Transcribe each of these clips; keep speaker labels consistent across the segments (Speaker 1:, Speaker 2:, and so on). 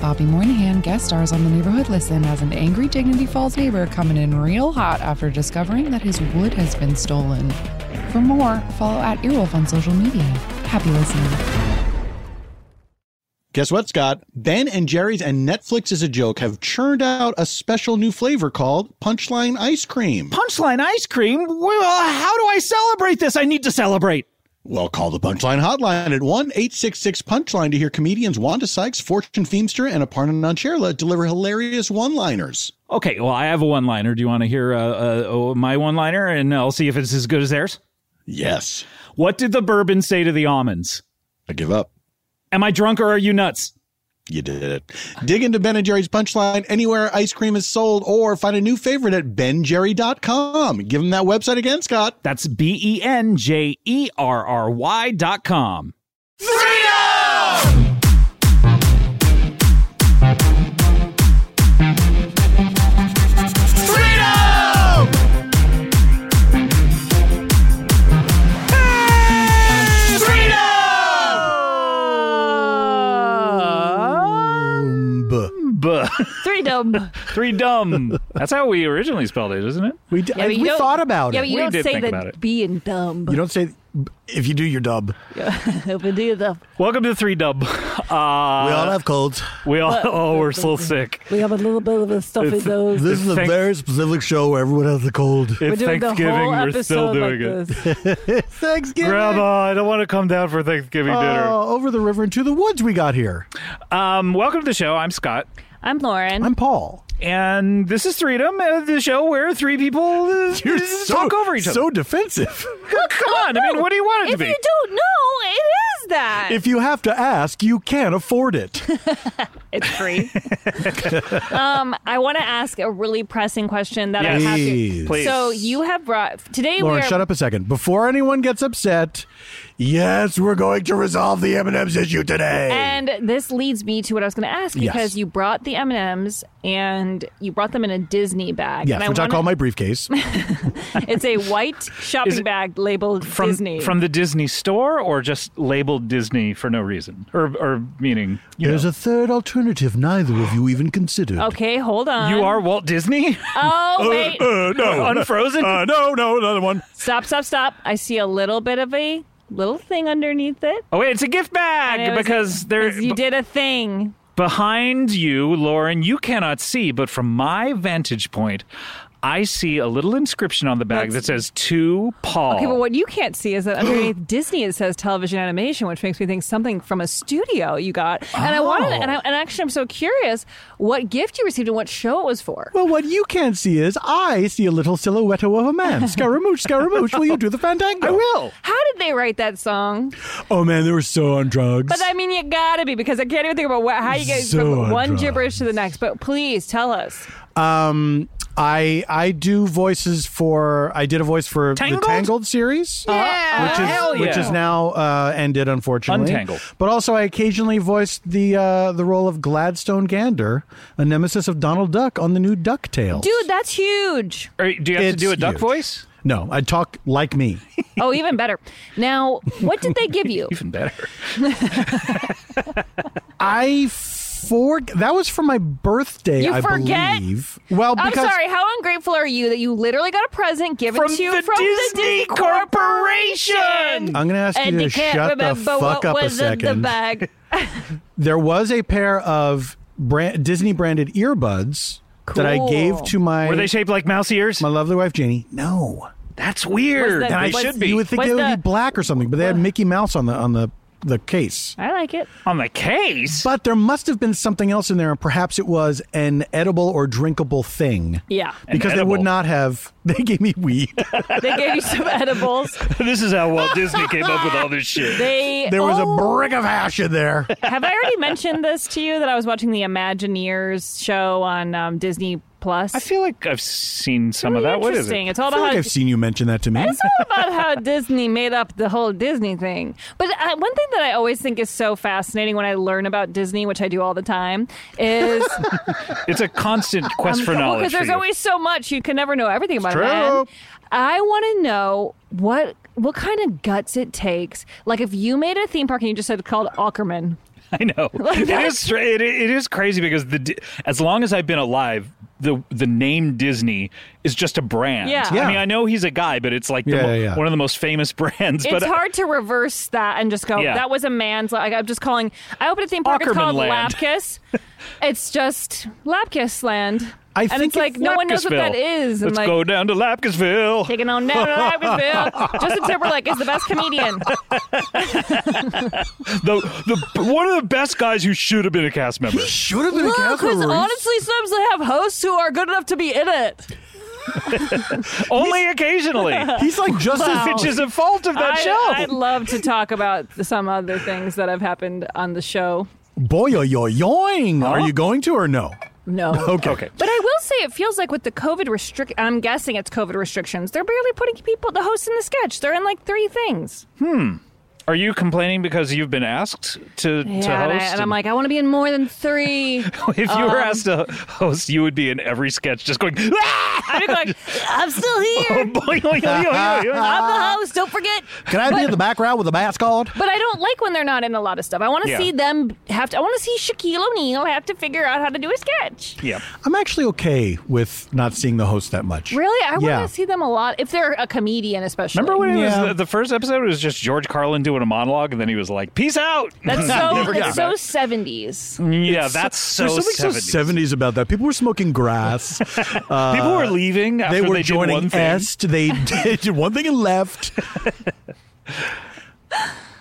Speaker 1: Brittany Moynihan guest stars on The Neighborhood Listen as an angry Dignity Falls neighbor coming in real hot after discovering that his wood has been stolen. For more, follow at Earwolf on social media. Happy listening.
Speaker 2: Guess what, Scott? Ben and Jerry's and Netflix is a joke have churned out a special new flavor called Punchline Ice Cream.
Speaker 3: Punchline ice cream? Well, how do I celebrate this? I need to celebrate.
Speaker 2: Well, call the Punchline hotline at 1 866 Punchline to hear comedians Wanda Sykes, Fortune Themester, and Aparna Nancherla deliver hilarious one liners.
Speaker 3: Okay, well, I have a one liner. Do you want to hear uh, uh, oh, my one liner and I'll see if it's as good as theirs?
Speaker 2: Yes.
Speaker 3: What did the bourbon say to the almonds?
Speaker 2: I give up.
Speaker 3: Am I drunk or are you nuts?
Speaker 2: You did it. Dig into Ben and Jerry's Punchline anywhere ice cream is sold or find a new favorite at benjerry.com. Give them that website again, Scott.
Speaker 3: That's B E N J E R R Y dot com. Buh.
Speaker 4: Three dumb.
Speaker 3: Three dumb. That's how we originally spelled it, isn't it?
Speaker 5: We, d-
Speaker 4: Yeah, but you
Speaker 5: we
Speaker 4: don't-
Speaker 5: thought about
Speaker 4: Yeah,
Speaker 5: it.
Speaker 4: but you
Speaker 3: We
Speaker 4: don't
Speaker 3: did
Speaker 4: say
Speaker 3: think about
Speaker 4: the
Speaker 3: it.
Speaker 4: B and dumb.
Speaker 5: you don't say if you do your dub.
Speaker 4: If we do the-
Speaker 3: Welcome to the three dub.
Speaker 5: we
Speaker 3: Uh,
Speaker 5: all have colds.
Speaker 3: we all oh, we're so sick.
Speaker 4: we have a little bit of a stuffy
Speaker 3: It's-
Speaker 4: nose.
Speaker 5: This is a
Speaker 3: Thanks-
Speaker 5: very specific show where everyone has a cold.
Speaker 4: We're
Speaker 3: It's
Speaker 4: doing the
Speaker 3: Thanksgiving.
Speaker 4: whole
Speaker 3: We're
Speaker 4: episode
Speaker 3: still doing
Speaker 4: like
Speaker 3: it.
Speaker 4: this.
Speaker 5: Thanksgiving.
Speaker 3: Grandma, I don't want to come down for Thanksgiving
Speaker 5: Oh, over the river into the woods we got here.
Speaker 3: dinner. Um, welcome to the show. I'm Scott,
Speaker 4: I'm Lauren.
Speaker 5: I'm Paul.
Speaker 3: and this is Freedom, uh, the show where three people uh, talk over each
Speaker 5: so defensive.
Speaker 3: other. Come on, I mean, what do you want it to
Speaker 4: if
Speaker 3: be?
Speaker 4: you don't know, it is that.
Speaker 5: if you have to ask, you can afford it.
Speaker 4: It's free. um, I want to ask a really pressing question that
Speaker 3: Yes.
Speaker 4: I have to.
Speaker 5: Please.
Speaker 3: Please.
Speaker 4: So you have brought today.
Speaker 5: Lauren,
Speaker 4: we are,
Speaker 5: shut up a second. Before anyone gets upset, yes, we're going to resolve the M&M's issue today.
Speaker 4: And this leads me to what I was going to ask
Speaker 5: Yes.
Speaker 4: because you brought the M and M's and you brought them in a Disney bag.
Speaker 5: yes,
Speaker 4: and
Speaker 5: which I
Speaker 4: wanna-
Speaker 5: call my briefcase.
Speaker 4: It's a white
Speaker 3: Is it-
Speaker 4: shopping bag labeled
Speaker 3: from
Speaker 4: Disney.
Speaker 3: from the Disney store, or just labeled Disney for no reason, or or meaning you
Speaker 5: There's
Speaker 3: know.
Speaker 5: a third alternative neither of you even considered.
Speaker 4: okay, hold on.
Speaker 3: you are Uh, Walt Disney,
Speaker 4: Oh wait!
Speaker 5: no. Uh,
Speaker 3: unfrozen.
Speaker 5: no, no, another one.
Speaker 4: Stop! Stop! Stop! I see a little bit of a little thing underneath it.
Speaker 3: oh wait, it's a gift
Speaker 4: And it
Speaker 3: bag
Speaker 4: was-
Speaker 3: because there
Speaker 4: You did a thing.
Speaker 3: Behind you, Lauren, you cannot see, but from my vantage point, I see a little inscription on the bag that
Speaker 4: That's-
Speaker 3: says to Paul.
Speaker 4: Okay, but what you can't see is that underneath Disney it says television animation, which makes me think something from a studio you got. And I wanted, and, I, and actually, I'm so curious what gift you received and what show it was for.
Speaker 5: Well, what you can't see is I see a little silhouette of a man. Scaramouche, Scaramouche, will you do the fandango? I will.
Speaker 4: How did they write that song?
Speaker 5: Oh man, they were so on drugs.
Speaker 4: But I mean, you gotta be because I can't even think about what, how you get
Speaker 5: So
Speaker 4: from one
Speaker 5: drugs.
Speaker 4: gibberish to the next. But please tell us.
Speaker 5: um, I I do voices for I did a voice for
Speaker 3: Tangled?
Speaker 5: the Tangled series.
Speaker 3: Yeah,
Speaker 5: Which is,
Speaker 3: hell
Speaker 5: which
Speaker 3: yeah.
Speaker 5: is now uh, ended, unfortunately.
Speaker 3: Untangled.
Speaker 5: But also, I occasionally voiced the uh, the role of Gladstone Gander, a nemesis of Donald Duck on the new DuckTales.
Speaker 4: Dude, that's huge.
Speaker 3: Or do you have to
Speaker 5: It's
Speaker 3: do a duck
Speaker 5: huge.
Speaker 3: voice?
Speaker 5: No, I talk like me.
Speaker 4: Oh, even better. Now, what did they give you?
Speaker 3: Even better.
Speaker 5: I for that was for my birthday.
Speaker 4: You
Speaker 5: I
Speaker 4: forget?
Speaker 5: believe. Well,
Speaker 4: I'm
Speaker 5: because
Speaker 4: sorry. How ungrateful are you that you literally got a present given to you from the Disney Corporation?
Speaker 5: I'm gonna ask
Speaker 4: and
Speaker 5: you to
Speaker 4: you can't
Speaker 5: shut the
Speaker 4: remember
Speaker 5: fuck
Speaker 4: what
Speaker 5: up a
Speaker 4: was in the
Speaker 5: second.
Speaker 4: bag.
Speaker 5: there was a pair of brand, Disney branded earbuds that I
Speaker 4: Cool.
Speaker 5: gave to my
Speaker 3: Were they shaped like mouse ears?
Speaker 5: my lovely wife Janie. No,
Speaker 3: That's weird.
Speaker 4: Was the-
Speaker 3: They
Speaker 4: was-
Speaker 3: should be.
Speaker 5: you would think
Speaker 4: Was
Speaker 5: they would
Speaker 4: the-
Speaker 5: be black or something, but they had Mickey Mouse on the on the the case.
Speaker 4: I like it.
Speaker 3: on the case?
Speaker 5: But there must have been something else in there, and perhaps it was an edible or drinkable thing.
Speaker 4: Yeah,
Speaker 5: Because they would
Speaker 3: edible.
Speaker 5: not have. They gave me weed.
Speaker 4: they gave you some edibles.
Speaker 3: this is how Walt Disney came up with all this shit.
Speaker 4: They
Speaker 5: There was
Speaker 4: oh,
Speaker 5: a brick of hash in there.
Speaker 4: have I already mentioned this to you that I was watching the Imagineers show on um, Disney Plus?
Speaker 3: I feel like I've seen some of
Speaker 4: Really
Speaker 3: that. What is
Speaker 4: interesting.
Speaker 3: it?
Speaker 4: It's
Speaker 5: I
Speaker 4: all
Speaker 5: feel
Speaker 4: about
Speaker 5: like
Speaker 4: how
Speaker 5: I've seen you mention that to me.
Speaker 4: It's all about how Disney made up the whole Disney thing. But uh, one thing that I always think is so fascinating when I learn about Disney, which I do all the time, is
Speaker 3: It's a constant quest for
Speaker 4: Well,
Speaker 3: knowledge.
Speaker 4: because
Speaker 3: for
Speaker 4: there's
Speaker 3: you.
Speaker 4: always so much you can never know everything about
Speaker 5: True.
Speaker 4: a man. I want to know what what kind of guts it takes. Like if you made a theme park and you just said called Ackerman,
Speaker 3: I know.
Speaker 4: Like
Speaker 3: it
Speaker 4: that-
Speaker 3: is stra- it, it is crazy because the Di- as long as I've been alive, the the name Disney is just a brand.
Speaker 4: Yeah.
Speaker 5: Yeah.
Speaker 3: I mean, I know he's a guy, but it's like the
Speaker 5: Yeah,
Speaker 3: mo-
Speaker 5: yeah, yeah.
Speaker 3: one of the most famous brands. but uh,
Speaker 4: it's hard to reverse that and just go.
Speaker 3: Yeah.
Speaker 4: That was a man's. Like I'm just calling. I opened a theme park. it's called
Speaker 3: Aukerman Land.
Speaker 4: Lapkiss. it's just Lapkiss Land.
Speaker 5: I
Speaker 4: and
Speaker 5: think
Speaker 4: it's like
Speaker 5: it's
Speaker 4: no one knows what that
Speaker 3: Lapkusville.
Speaker 4: is. And
Speaker 3: Let's
Speaker 4: like
Speaker 3: go down to Lapkusville.
Speaker 4: taking on down to Lapkusville. Justin Timberlake is the best comedian.
Speaker 3: The, the one of the best guys who should have been a cast member.
Speaker 5: Should have been a
Speaker 4: Look,
Speaker 5: Catherine
Speaker 4: because
Speaker 5: Reese.
Speaker 4: honestly, sometimes they have hosts who are good enough to be in it.
Speaker 3: Only occasionally.
Speaker 5: He's like just as
Speaker 3: Which is a fault of that
Speaker 4: I,
Speaker 3: show.
Speaker 4: I'd love to talk about some other things that have happened on the show.
Speaker 5: boy yo yo yoing. Are you going to or no?
Speaker 4: No.
Speaker 5: Okay.
Speaker 3: okay.
Speaker 4: But I will say it feels like with the COVID restrict I'm guessing it's COVID restrictions, they're barely putting people the hosts in the sketch. They're in like three things.
Speaker 3: Are you complaining because you've been asked to, to host?
Speaker 4: Yeah, and, I, and I'm like, I want to be in more than three.
Speaker 3: if you
Speaker 4: Um,
Speaker 3: were asked to host, you would be in every sketch just going, "Ah!"
Speaker 4: I'd be like, I'm still
Speaker 3: Oh,
Speaker 4: here.
Speaker 3: Boing, boing, boing, boing, boing.
Speaker 4: I'm the host, don't forget.
Speaker 5: Can I be in the background with a mask on?
Speaker 4: But I don't like when they're not in a lot of stuff. I want to
Speaker 3: Yeah.
Speaker 4: see them have to I want to see Shaquille O'Neal have to figure out how to do a sketch.
Speaker 3: Yeah.
Speaker 5: I'm actually okay with not seeing the host that much.
Speaker 4: Really? I
Speaker 5: Yeah.
Speaker 4: want to see them a lot if they're a comedian especially.
Speaker 3: Remember when it was
Speaker 5: Yeah.
Speaker 3: the, the first episode? It was just George Carlin doing a monologue, and then he was like, "Peace out."
Speaker 4: That's so
Speaker 5: Never got
Speaker 4: it's so
Speaker 3: back.
Speaker 4: 70s.
Speaker 3: yeah, that's so
Speaker 5: There's something
Speaker 3: 70s.
Speaker 5: so 70s about that. People were smoking grass. Uh,
Speaker 3: People were leaving after
Speaker 5: they
Speaker 3: they,
Speaker 5: were
Speaker 3: did one
Speaker 5: joining
Speaker 3: thing.
Speaker 5: Est. They did one thing and left.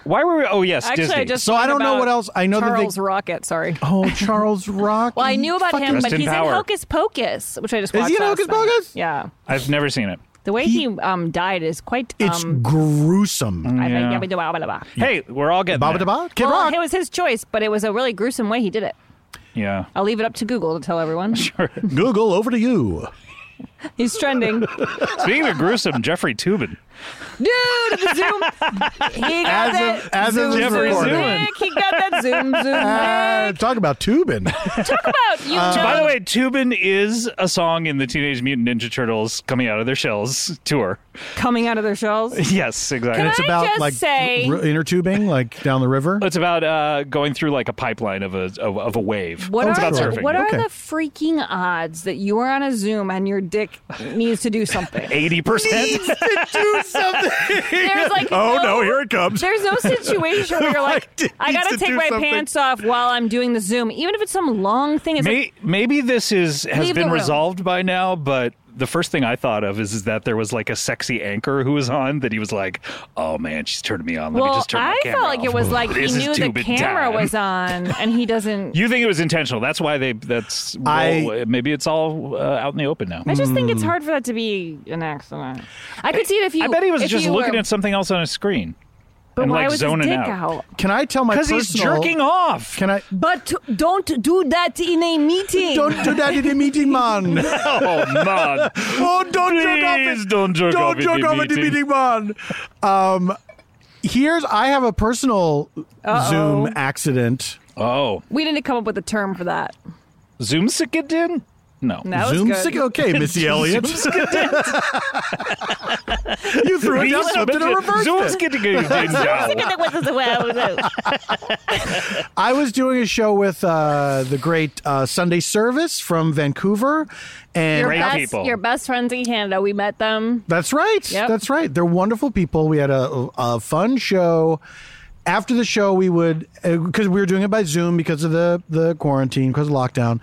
Speaker 3: Why were we? Oh yes,
Speaker 4: Actually,
Speaker 3: Disney.
Speaker 4: I just
Speaker 5: So I
Speaker 4: learned
Speaker 5: don't know
Speaker 4: about
Speaker 5: what else. I know that they-
Speaker 4: Charles Rocket. Sorry.
Speaker 5: Oh, Charles Rock.
Speaker 4: Well, I knew about
Speaker 5: Fuck
Speaker 4: him,
Speaker 3: Rest
Speaker 4: but
Speaker 3: in
Speaker 4: he's
Speaker 3: power.
Speaker 4: in Hocus Pocus, which I just
Speaker 5: Is
Speaker 4: watched.
Speaker 5: he in
Speaker 4: last
Speaker 5: Hocus
Speaker 4: night.
Speaker 5: Pocus?
Speaker 4: Yeah.
Speaker 3: I've never seen it.
Speaker 4: The way he, um died is quite. Um,
Speaker 5: It's gruesome.
Speaker 4: I think-
Speaker 3: Yeah.
Speaker 4: yeah, but blah, blah, blah.
Speaker 3: Hey, we're all getting
Speaker 5: Baba
Speaker 3: there.
Speaker 5: da Ba, Kid
Speaker 4: Well,
Speaker 5: Rock.
Speaker 4: it was his choice, but it was a really gruesome way he did it.
Speaker 3: Yeah.
Speaker 4: I'll leave it up to Google to tell everyone.
Speaker 5: Google over to you.
Speaker 4: He's trending. Dude,
Speaker 3: Speaking of gruesome, Jeffrey Tubin.
Speaker 4: the Zoom. He got
Speaker 5: As
Speaker 4: that.
Speaker 5: of- as of
Speaker 4: zoom,
Speaker 5: this
Speaker 4: zoom,
Speaker 3: recording.
Speaker 4: lick. He got that zoom, zoom.
Speaker 5: Uh,
Speaker 4: lick.
Speaker 5: talk about tubing.
Speaker 4: Talk about you know.
Speaker 3: By the way, Tubin is a song in the Teenage Mutant Ninja Turtles coming out of their shells tour.
Speaker 4: coming out of their shells.
Speaker 3: Yes, exactly.
Speaker 4: Can
Speaker 5: It's
Speaker 4: I
Speaker 5: about
Speaker 4: just
Speaker 5: like
Speaker 4: say-
Speaker 5: r- inner tubing, like down the river.
Speaker 3: It's about uh, going through like a pipeline of a of, of a wave.
Speaker 4: What
Speaker 5: Oh,
Speaker 4: are
Speaker 5: it's
Speaker 4: the,
Speaker 5: about surfing.
Speaker 4: what
Speaker 5: Okay.
Speaker 4: are the freaking odds that you are on a Zoom and your dick needs to do something?
Speaker 3: Eighty percent.
Speaker 5: do something.
Speaker 4: There's like
Speaker 5: oh
Speaker 4: no-
Speaker 5: no, here it comes.
Speaker 4: There's no situation where you're like,
Speaker 5: dick
Speaker 4: I
Speaker 5: needs
Speaker 4: gotta
Speaker 5: to
Speaker 4: take
Speaker 5: do
Speaker 4: my
Speaker 5: something."
Speaker 4: pants off while I'm doing the Zoom, even if it's some long thing. It's like,
Speaker 3: May, maybe this is has
Speaker 4: Leave the
Speaker 3: been
Speaker 4: room.
Speaker 3: resolved by now, but the first thing I thought of is, is that there was like a sexy anchor who was on that he was like, "Oh man, she's turning me on. Let me
Speaker 4: well,
Speaker 3: just turn my
Speaker 4: I
Speaker 3: camera
Speaker 4: felt like it
Speaker 3: off."
Speaker 4: was like he
Speaker 3: This is
Speaker 4: knew the
Speaker 3: stupid
Speaker 4: camera
Speaker 3: time.
Speaker 4: was on and he doesn't.
Speaker 3: You think it was intentional? That's why they. That's
Speaker 5: I-
Speaker 3: well, maybe it's all uh, out in the open now.
Speaker 4: I just think it's hard for that to be an accident. I could see it if you.
Speaker 3: Hmm. I bet he was
Speaker 4: if
Speaker 3: just
Speaker 4: you
Speaker 3: looking
Speaker 4: were-
Speaker 3: at something else on his screen
Speaker 4: But
Speaker 3: and
Speaker 4: why
Speaker 3: like
Speaker 4: was his
Speaker 3: zoning
Speaker 4: dick
Speaker 3: out
Speaker 4: out?
Speaker 5: Can I tell my
Speaker 3: because
Speaker 5: personal?
Speaker 3: he's jerking off.
Speaker 5: Can I?
Speaker 4: But don't do that in a meeting.
Speaker 5: Don't do that in a meeting, man.
Speaker 3: oh man!
Speaker 5: Oh, don't jerk off.
Speaker 3: Please don't jerk off
Speaker 5: Don't
Speaker 3: at
Speaker 5: jerk
Speaker 3: the
Speaker 5: off at the
Speaker 3: meeting.
Speaker 5: meeting, man. Um, here's I have a personal Zoom accident.
Speaker 3: Oh,
Speaker 4: We need to come up with a term for that.
Speaker 3: Zoom sick it in? No.
Speaker 4: That was
Speaker 5: Zoom
Speaker 4: good.
Speaker 5: sick. Okay, Missy Elliott. you threw it down, flipped it, and reversed
Speaker 3: Zoom
Speaker 5: it.
Speaker 3: sick it in. No.
Speaker 5: I was doing a show with uh, the great uh, Sunday Service from Vancouver, and
Speaker 3: Great
Speaker 4: best,
Speaker 3: people.
Speaker 4: Your best friends in Canada. We met them.
Speaker 5: That's right.
Speaker 4: Yep.
Speaker 5: That's right. They're wonderful people. We had a, a fun show. After the show, we would because we were doing it by Zoom because of the the quarantine, because of lockdown.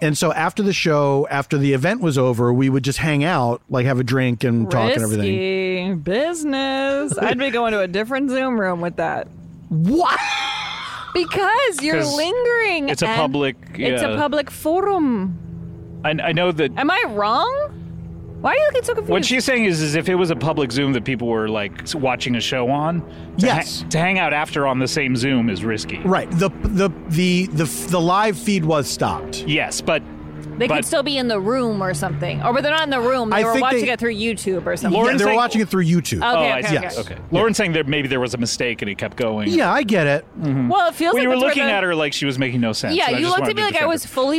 Speaker 5: And so after the show, after the event was over, we would just hang out, like have a drink and talk and everything.
Speaker 4: Risky business. I'd be going to a different Zoom room with that.
Speaker 5: What?
Speaker 4: Because you're
Speaker 3: 'Cause
Speaker 4: lingering.
Speaker 3: it's a
Speaker 4: and
Speaker 3: public,
Speaker 4: It's a
Speaker 3: yeah.
Speaker 4: public forum.
Speaker 3: I, I know that
Speaker 4: Am I wrong? Why are you looking so confused?
Speaker 3: What she's saying is, is if it was a public Zoom that people were like s- watching a show on, to
Speaker 5: Yes.
Speaker 3: ha- to hang out after on the same Zoom is risky.
Speaker 5: Right. The the the the the live feed was stopped.
Speaker 3: Yes, but
Speaker 4: they
Speaker 3: but-
Speaker 4: could still be in the room or something, or but they're not in the room. They
Speaker 5: I
Speaker 4: were
Speaker 5: think
Speaker 4: watching
Speaker 5: they-
Speaker 4: it through YouTube or something.
Speaker 3: Lauren-
Speaker 5: yeah, they were
Speaker 3: saying-
Speaker 5: watching it through YouTube.
Speaker 4: Okay,
Speaker 3: oh,
Speaker 4: okay,
Speaker 3: I see.
Speaker 4: okay.
Speaker 5: Yes.
Speaker 3: Okay. Lauren's saying that maybe there was a mistake and it kept going.
Speaker 5: yeah, I get it.
Speaker 4: Well, it feels
Speaker 3: Well,
Speaker 4: like
Speaker 3: you were
Speaker 4: that's where
Speaker 3: looking
Speaker 4: the-
Speaker 3: at her like she was making no sense.
Speaker 4: Yeah,
Speaker 3: and I
Speaker 4: you
Speaker 3: just
Speaker 4: looked
Speaker 3: wanted
Speaker 4: at me
Speaker 3: to
Speaker 4: like I
Speaker 3: defend
Speaker 4: was
Speaker 3: her.
Speaker 4: fully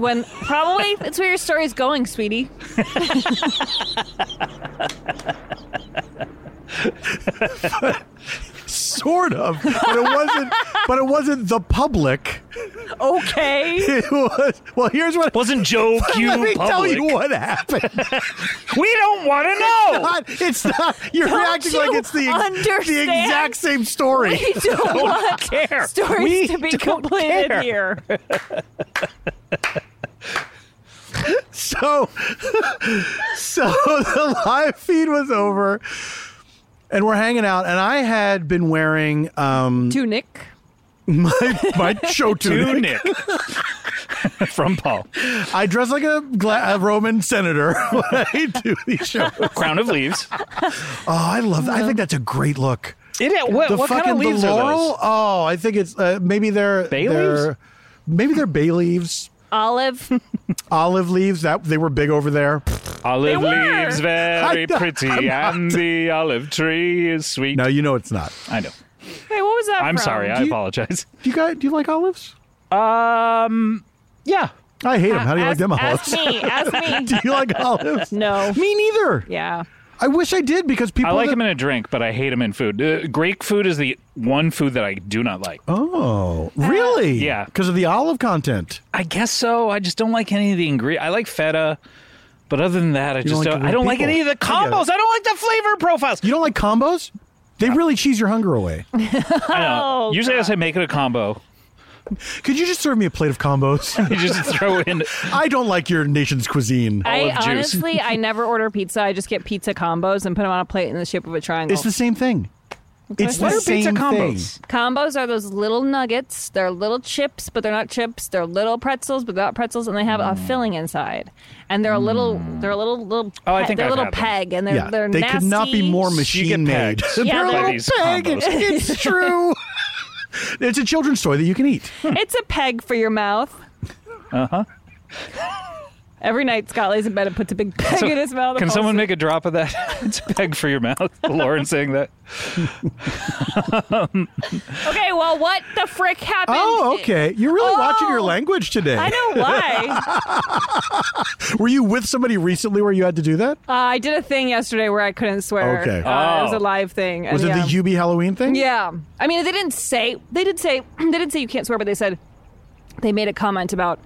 Speaker 4: when probably that's where your story's going, sweetie.
Speaker 5: sort of, but it wasn't. But it wasn't the public.
Speaker 4: Okay.
Speaker 5: It was. Well, here's what.
Speaker 3: Wasn't Joe Q
Speaker 5: Let me
Speaker 3: public?
Speaker 5: tell you what happened.
Speaker 3: We don't want to know.
Speaker 5: God, it's not. You're
Speaker 4: Don't
Speaker 5: reacting like
Speaker 4: you
Speaker 5: it's the, ex- the
Speaker 4: understand?
Speaker 5: exact same story.
Speaker 4: We don't want
Speaker 3: care.
Speaker 4: stories
Speaker 3: We
Speaker 4: to be
Speaker 3: don't
Speaker 4: completed
Speaker 3: care.
Speaker 4: here.
Speaker 5: so so the live feed was over and we're hanging out and i had been wearing um
Speaker 4: To Nick.
Speaker 5: my, my show
Speaker 3: To
Speaker 5: tunic
Speaker 3: Nick from Paul,
Speaker 5: i dress like a, gla- a roman senator when i do these shows oh
Speaker 3: Crown of Leaves.
Speaker 5: i love that i think that's a great look
Speaker 3: It, what
Speaker 5: the
Speaker 3: what
Speaker 5: fucking
Speaker 3: kind of leaves
Speaker 5: the
Speaker 3: are
Speaker 5: laurel
Speaker 3: those?
Speaker 5: oh i think it's uh, maybe they're
Speaker 3: Bay
Speaker 5: they're-
Speaker 3: leaves?
Speaker 5: maybe they're bay leaves
Speaker 4: Olive.
Speaker 5: olive leaves that they were big over there
Speaker 3: Olive
Speaker 4: They were.
Speaker 3: leaves very
Speaker 5: I'm not-
Speaker 3: pretty,
Speaker 5: I'm not-
Speaker 3: and the olive tree is sweet.
Speaker 5: no you know it's not
Speaker 3: I know.
Speaker 4: Wait, what was that
Speaker 3: I'm
Speaker 4: from?
Speaker 3: sorry. I
Speaker 5: you-
Speaker 3: apologize.
Speaker 5: do you guys do you like olives
Speaker 3: Um, yeah.
Speaker 5: i hate them how do you
Speaker 4: ask,
Speaker 5: like them olives
Speaker 4: Ask me. Ask
Speaker 5: do
Speaker 4: me.
Speaker 5: you like olives
Speaker 4: no.
Speaker 5: Me neither.
Speaker 4: Yeah.
Speaker 5: I wish I did because people.
Speaker 3: I like
Speaker 5: that-
Speaker 3: them in a drink, but I hate them in food. Uh, Greek food is the one food that I do not like.
Speaker 5: Oh,
Speaker 4: Uh,
Speaker 5: really?
Speaker 3: yeah.
Speaker 5: Because of the olive content.
Speaker 3: I guess so. I just don't like any of the ingredients. I like feta, but other than that, I just
Speaker 5: like
Speaker 3: don't.
Speaker 5: the
Speaker 3: I don't
Speaker 5: real
Speaker 3: like any of
Speaker 5: people.
Speaker 3: the combos. I, don't like the flavor profiles.
Speaker 5: You don't like combos? They really cheese your hunger away.
Speaker 3: I know.
Speaker 4: Oh,
Speaker 3: Usually, I say make it a combo.
Speaker 5: Could you just serve me a plate of combos?
Speaker 3: You just throw in.
Speaker 5: I don't like your nation's cuisine.
Speaker 4: I
Speaker 3: Olive juice.
Speaker 4: honestly, I never order pizza. I just get pizza combos and put them on a plate in the shape of a triangle.
Speaker 5: It's the same thing. It's the
Speaker 3: What are
Speaker 5: same
Speaker 3: pizza
Speaker 5: thing.
Speaker 3: combos?
Speaker 4: Combos are those little nuggets. They're little chips, but they're not chips. They're little pretzels, but they're not pretzels, and they have
Speaker 5: Mm.
Speaker 4: a filling inside. And they're a little, they're a little, little.
Speaker 3: Oh, I
Speaker 4: pe-
Speaker 3: think
Speaker 4: they're a
Speaker 3: I've
Speaker 4: little
Speaker 3: had them.
Speaker 4: peg, and they're
Speaker 5: Yeah,
Speaker 4: they're
Speaker 5: they
Speaker 4: nasty.
Speaker 5: could not be more
Speaker 3: You get
Speaker 5: machine made.
Speaker 3: pegged.
Speaker 4: Yeah,
Speaker 5: They're
Speaker 4: they're-
Speaker 5: a
Speaker 3: These
Speaker 5: little peg.
Speaker 3: combos.
Speaker 5: It's true. it's a children's toy that you can eat.
Speaker 4: It's a peg for your mouth. Uh huh.
Speaker 5: Uh-huh.
Speaker 4: Every night, Scott lays in bed and puts a big peg
Speaker 3: So,
Speaker 4: in his mouth. and
Speaker 3: Can
Speaker 4: falls
Speaker 3: someone
Speaker 4: asleep.
Speaker 3: make a drop of that? it's a peg for your mouth. Lauren saying that.
Speaker 4: Okay, well, what the frick happened?
Speaker 5: Oh, okay. You're really watching your
Speaker 4: Oh.
Speaker 5: language today.
Speaker 4: I know why.
Speaker 5: Were you with somebody recently where you had to do that?
Speaker 4: uh, I did a thing yesterday where I couldn't swear.
Speaker 5: Okay.
Speaker 4: Uh, It was
Speaker 3: Oh.
Speaker 4: a live thing. and
Speaker 5: Was
Speaker 4: yeah.
Speaker 5: it the UB Halloween thing?
Speaker 4: Yeah, I mean, they didn't say they did say they didn't say you can't swear, but they said they made a comment about.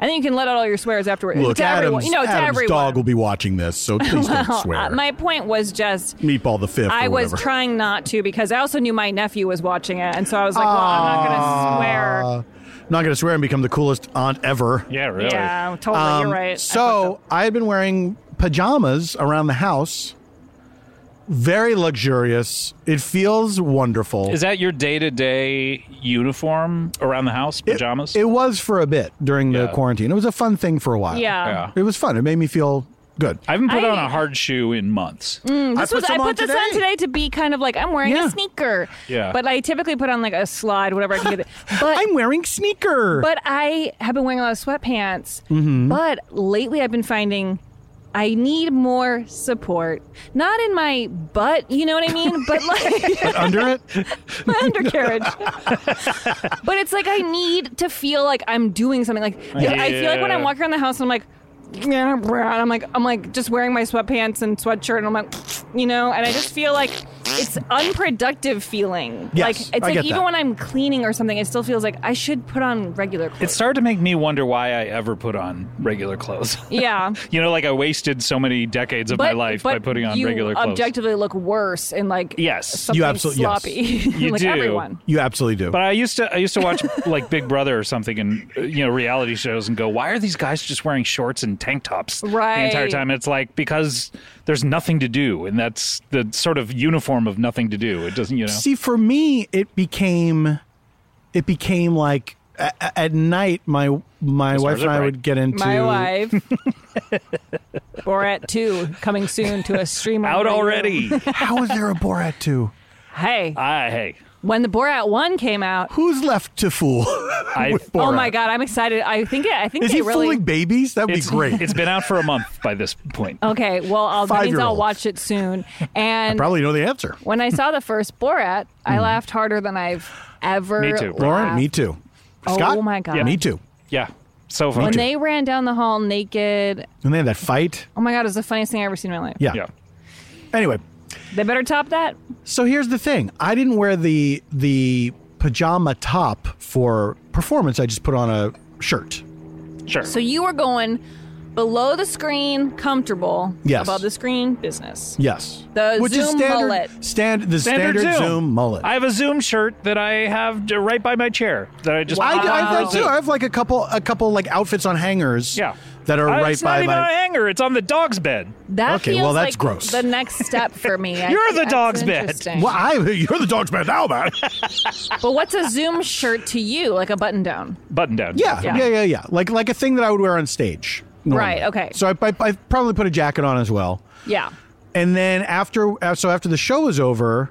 Speaker 4: I think you can let out all your swears afterward.
Speaker 5: Look,
Speaker 4: to everyone,
Speaker 5: Adam's,
Speaker 4: you know, to
Speaker 5: Adam's
Speaker 4: everyone.
Speaker 5: dog will be watching this, so please don't
Speaker 4: Well,
Speaker 5: swear.
Speaker 4: uh, my point was just
Speaker 5: Meatball the fifth. or
Speaker 4: I was
Speaker 5: whatever.
Speaker 4: trying not to because I also knew my nephew was watching it, and so I was like, well, I'm not going to swear.
Speaker 5: Uh, not going to swear and become the coolest aunt ever.
Speaker 3: Yeah, really.
Speaker 4: Yeah, totally,
Speaker 5: Um,
Speaker 4: you're right. I fucked
Speaker 5: So
Speaker 4: up.
Speaker 5: I had been wearing pajamas around the house. Very luxurious. It feels wonderful.
Speaker 3: Is that your day to day uniform around the house? Pajamas?
Speaker 5: It was for a bit during the
Speaker 3: Yeah.
Speaker 5: quarantine. It was a fun thing for a while.
Speaker 4: yeah.
Speaker 3: yeah.
Speaker 5: It was fun. It made me feel good.
Speaker 3: I haven't put
Speaker 4: I- Mm.
Speaker 3: on a hard shoe in months.
Speaker 4: This
Speaker 5: I put
Speaker 4: was, I
Speaker 5: some
Speaker 4: put
Speaker 5: on
Speaker 4: this
Speaker 5: today.
Speaker 4: on today to be kind of like I'm wearing
Speaker 5: Yeah.
Speaker 4: a sneaker.
Speaker 3: Yeah.
Speaker 4: But I typically put on like a slide, whatever I can get. But
Speaker 5: I'm wearing sneaker.
Speaker 4: But I have been wearing a lot of sweatpants.
Speaker 5: Mm-hmm.
Speaker 4: But lately, I've been finding I need more support. Not in my butt, you know what I mean? But like
Speaker 5: under it,
Speaker 4: my undercarriage. but it's like I need to feel like I'm doing something. Like I feel like when I'm
Speaker 3: Yeah.
Speaker 4: walking around the house, and I'm like. Yeah, bruh," and I'm like I'm like just wearing my sweatpants and sweatshirt, and I'm like, you know, and I just feel like it's unproductive feeling.
Speaker 5: Yes,
Speaker 4: like it's
Speaker 5: I
Speaker 4: like
Speaker 5: get
Speaker 4: even
Speaker 5: that.
Speaker 4: when I'm cleaning or something, it still feels like I should put on regular clothes.
Speaker 3: It started to make me wonder why I ever put on regular clothes.
Speaker 4: yeah,
Speaker 3: you know, like I wasted so many decades of my life by putting on
Speaker 4: you
Speaker 3: regular clothes.
Speaker 4: objectively look worse in like
Speaker 3: Yes.
Speaker 4: something
Speaker 5: You absolutely- yes.
Speaker 4: sloppy.
Speaker 3: You
Speaker 4: like
Speaker 3: do.
Speaker 4: everyone.
Speaker 5: you absolutely do.
Speaker 3: but I used to I used to watch like Big Brother or something and uh, you know reality shows and go why are these guys just wearing shorts and tank tops the entire
Speaker 4: Right.
Speaker 3: time it's like because there's nothing to do and that's the sort of uniform of nothing to do it doesn't you know
Speaker 5: See, for me, it became, it became like a- a- at night. My my
Speaker 3: Those
Speaker 5: wife and
Speaker 3: stars are
Speaker 5: I
Speaker 3: bright.
Speaker 5: would get into
Speaker 4: My wife. Borat 2 coming soon to a stream on
Speaker 3: out
Speaker 4: Hulu.
Speaker 3: already
Speaker 5: How is there a Borat two?
Speaker 4: Hey,
Speaker 3: I hey
Speaker 4: when the Borat 1 came out,
Speaker 5: Who's left to fool?
Speaker 3: I
Speaker 5: with Borat?
Speaker 4: oh my god, I'm excited. I think it, I think
Speaker 5: Is
Speaker 4: they
Speaker 5: he
Speaker 4: really
Speaker 5: fooling babies? That'd be
Speaker 3: it's
Speaker 5: great.
Speaker 3: it's been out for a month by this point
Speaker 4: Okay, well, I'll that means I'll
Speaker 5: Five-year-olds.
Speaker 4: watch it soon. And
Speaker 5: Probably know the answer.
Speaker 4: when I saw the first Borat, I laughed harder than I've ever
Speaker 3: Me too.
Speaker 5: Lauren,
Speaker 4: laughed.
Speaker 5: me too.
Speaker 4: Oh
Speaker 5: Scott,
Speaker 4: my God.
Speaker 5: me too.
Speaker 3: yeah so far
Speaker 4: When they ran down the hall naked,
Speaker 5: And they had that fight.
Speaker 4: oh my god, it was the funniest thing I ever seen in my life.
Speaker 5: Yeah.
Speaker 3: yeah
Speaker 5: Anyway,
Speaker 4: They better top that.
Speaker 5: So here's the thing: I didn't wear the the pajama top for performance. I just put on a shirt.
Speaker 3: Sure.
Speaker 4: So you were going below the screen, comfortable.
Speaker 5: Yes.
Speaker 4: Above the screen, business.
Speaker 5: Yes,
Speaker 4: The
Speaker 5: which is
Speaker 4: Zoom
Speaker 5: standard
Speaker 4: mullet.
Speaker 5: stand the standard, Zoom. mullet.
Speaker 3: I have a Zoom shirt that I have d- right by my chair that I just. Uh,
Speaker 5: I,
Speaker 3: put
Speaker 5: I
Speaker 3: on
Speaker 5: have
Speaker 3: the
Speaker 5: that too.
Speaker 3: Zoom.
Speaker 5: I have like a couple, a couple like outfits on hangers.
Speaker 3: Yeah.
Speaker 5: that are
Speaker 3: Uh,
Speaker 5: right
Speaker 3: it's
Speaker 5: by
Speaker 3: not even
Speaker 5: my.
Speaker 3: a hanger. It's on the dog's bed.
Speaker 4: That
Speaker 5: Okay,
Speaker 4: feels
Speaker 5: well, that's
Speaker 4: like
Speaker 5: gross.
Speaker 4: the next step for me. I-
Speaker 3: You're the
Speaker 4: that's
Speaker 3: dog's bed.
Speaker 4: interesting.
Speaker 5: Well, I you're the dog's man now, man.
Speaker 4: But what's a Zoom shirt to you? Like a button down?
Speaker 3: Button down.
Speaker 5: yeah, yeah,
Speaker 4: Yeah.
Speaker 5: yeah, yeah, Like like a thing that I would wear on stage.
Speaker 4: Right, okay.
Speaker 5: So I, I, I probably put a jacket on as well.
Speaker 4: Yeah.
Speaker 5: And then after, uh, so after the show was over,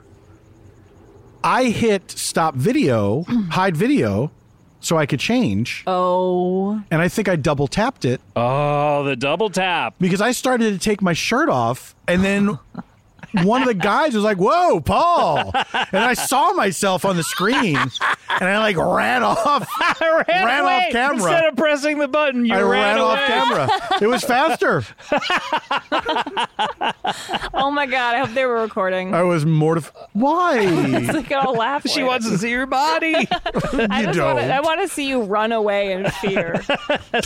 Speaker 5: I hit stop video, hide video, so I could change.
Speaker 4: Oh.
Speaker 5: And I think I double tapped it
Speaker 3: Oh, the double tap.
Speaker 5: because I started to take my shirt off, and then one of the guys was like, "Whoa, Paul!" And I saw myself on the screen, and I like ran off.
Speaker 3: I ran,
Speaker 5: Ran off
Speaker 3: away.
Speaker 5: camera.
Speaker 3: Instead of pressing the button, you
Speaker 5: I ran, off
Speaker 3: away.
Speaker 5: camera. It was faster.
Speaker 4: Oh my God. I hope they were recording.
Speaker 5: I was mortified. Why?
Speaker 4: They could all laugh.
Speaker 3: She
Speaker 4: for it.
Speaker 3: wants to see your body.
Speaker 4: I
Speaker 5: you
Speaker 4: just
Speaker 5: don't.
Speaker 4: want to, I want to see you run away in fear.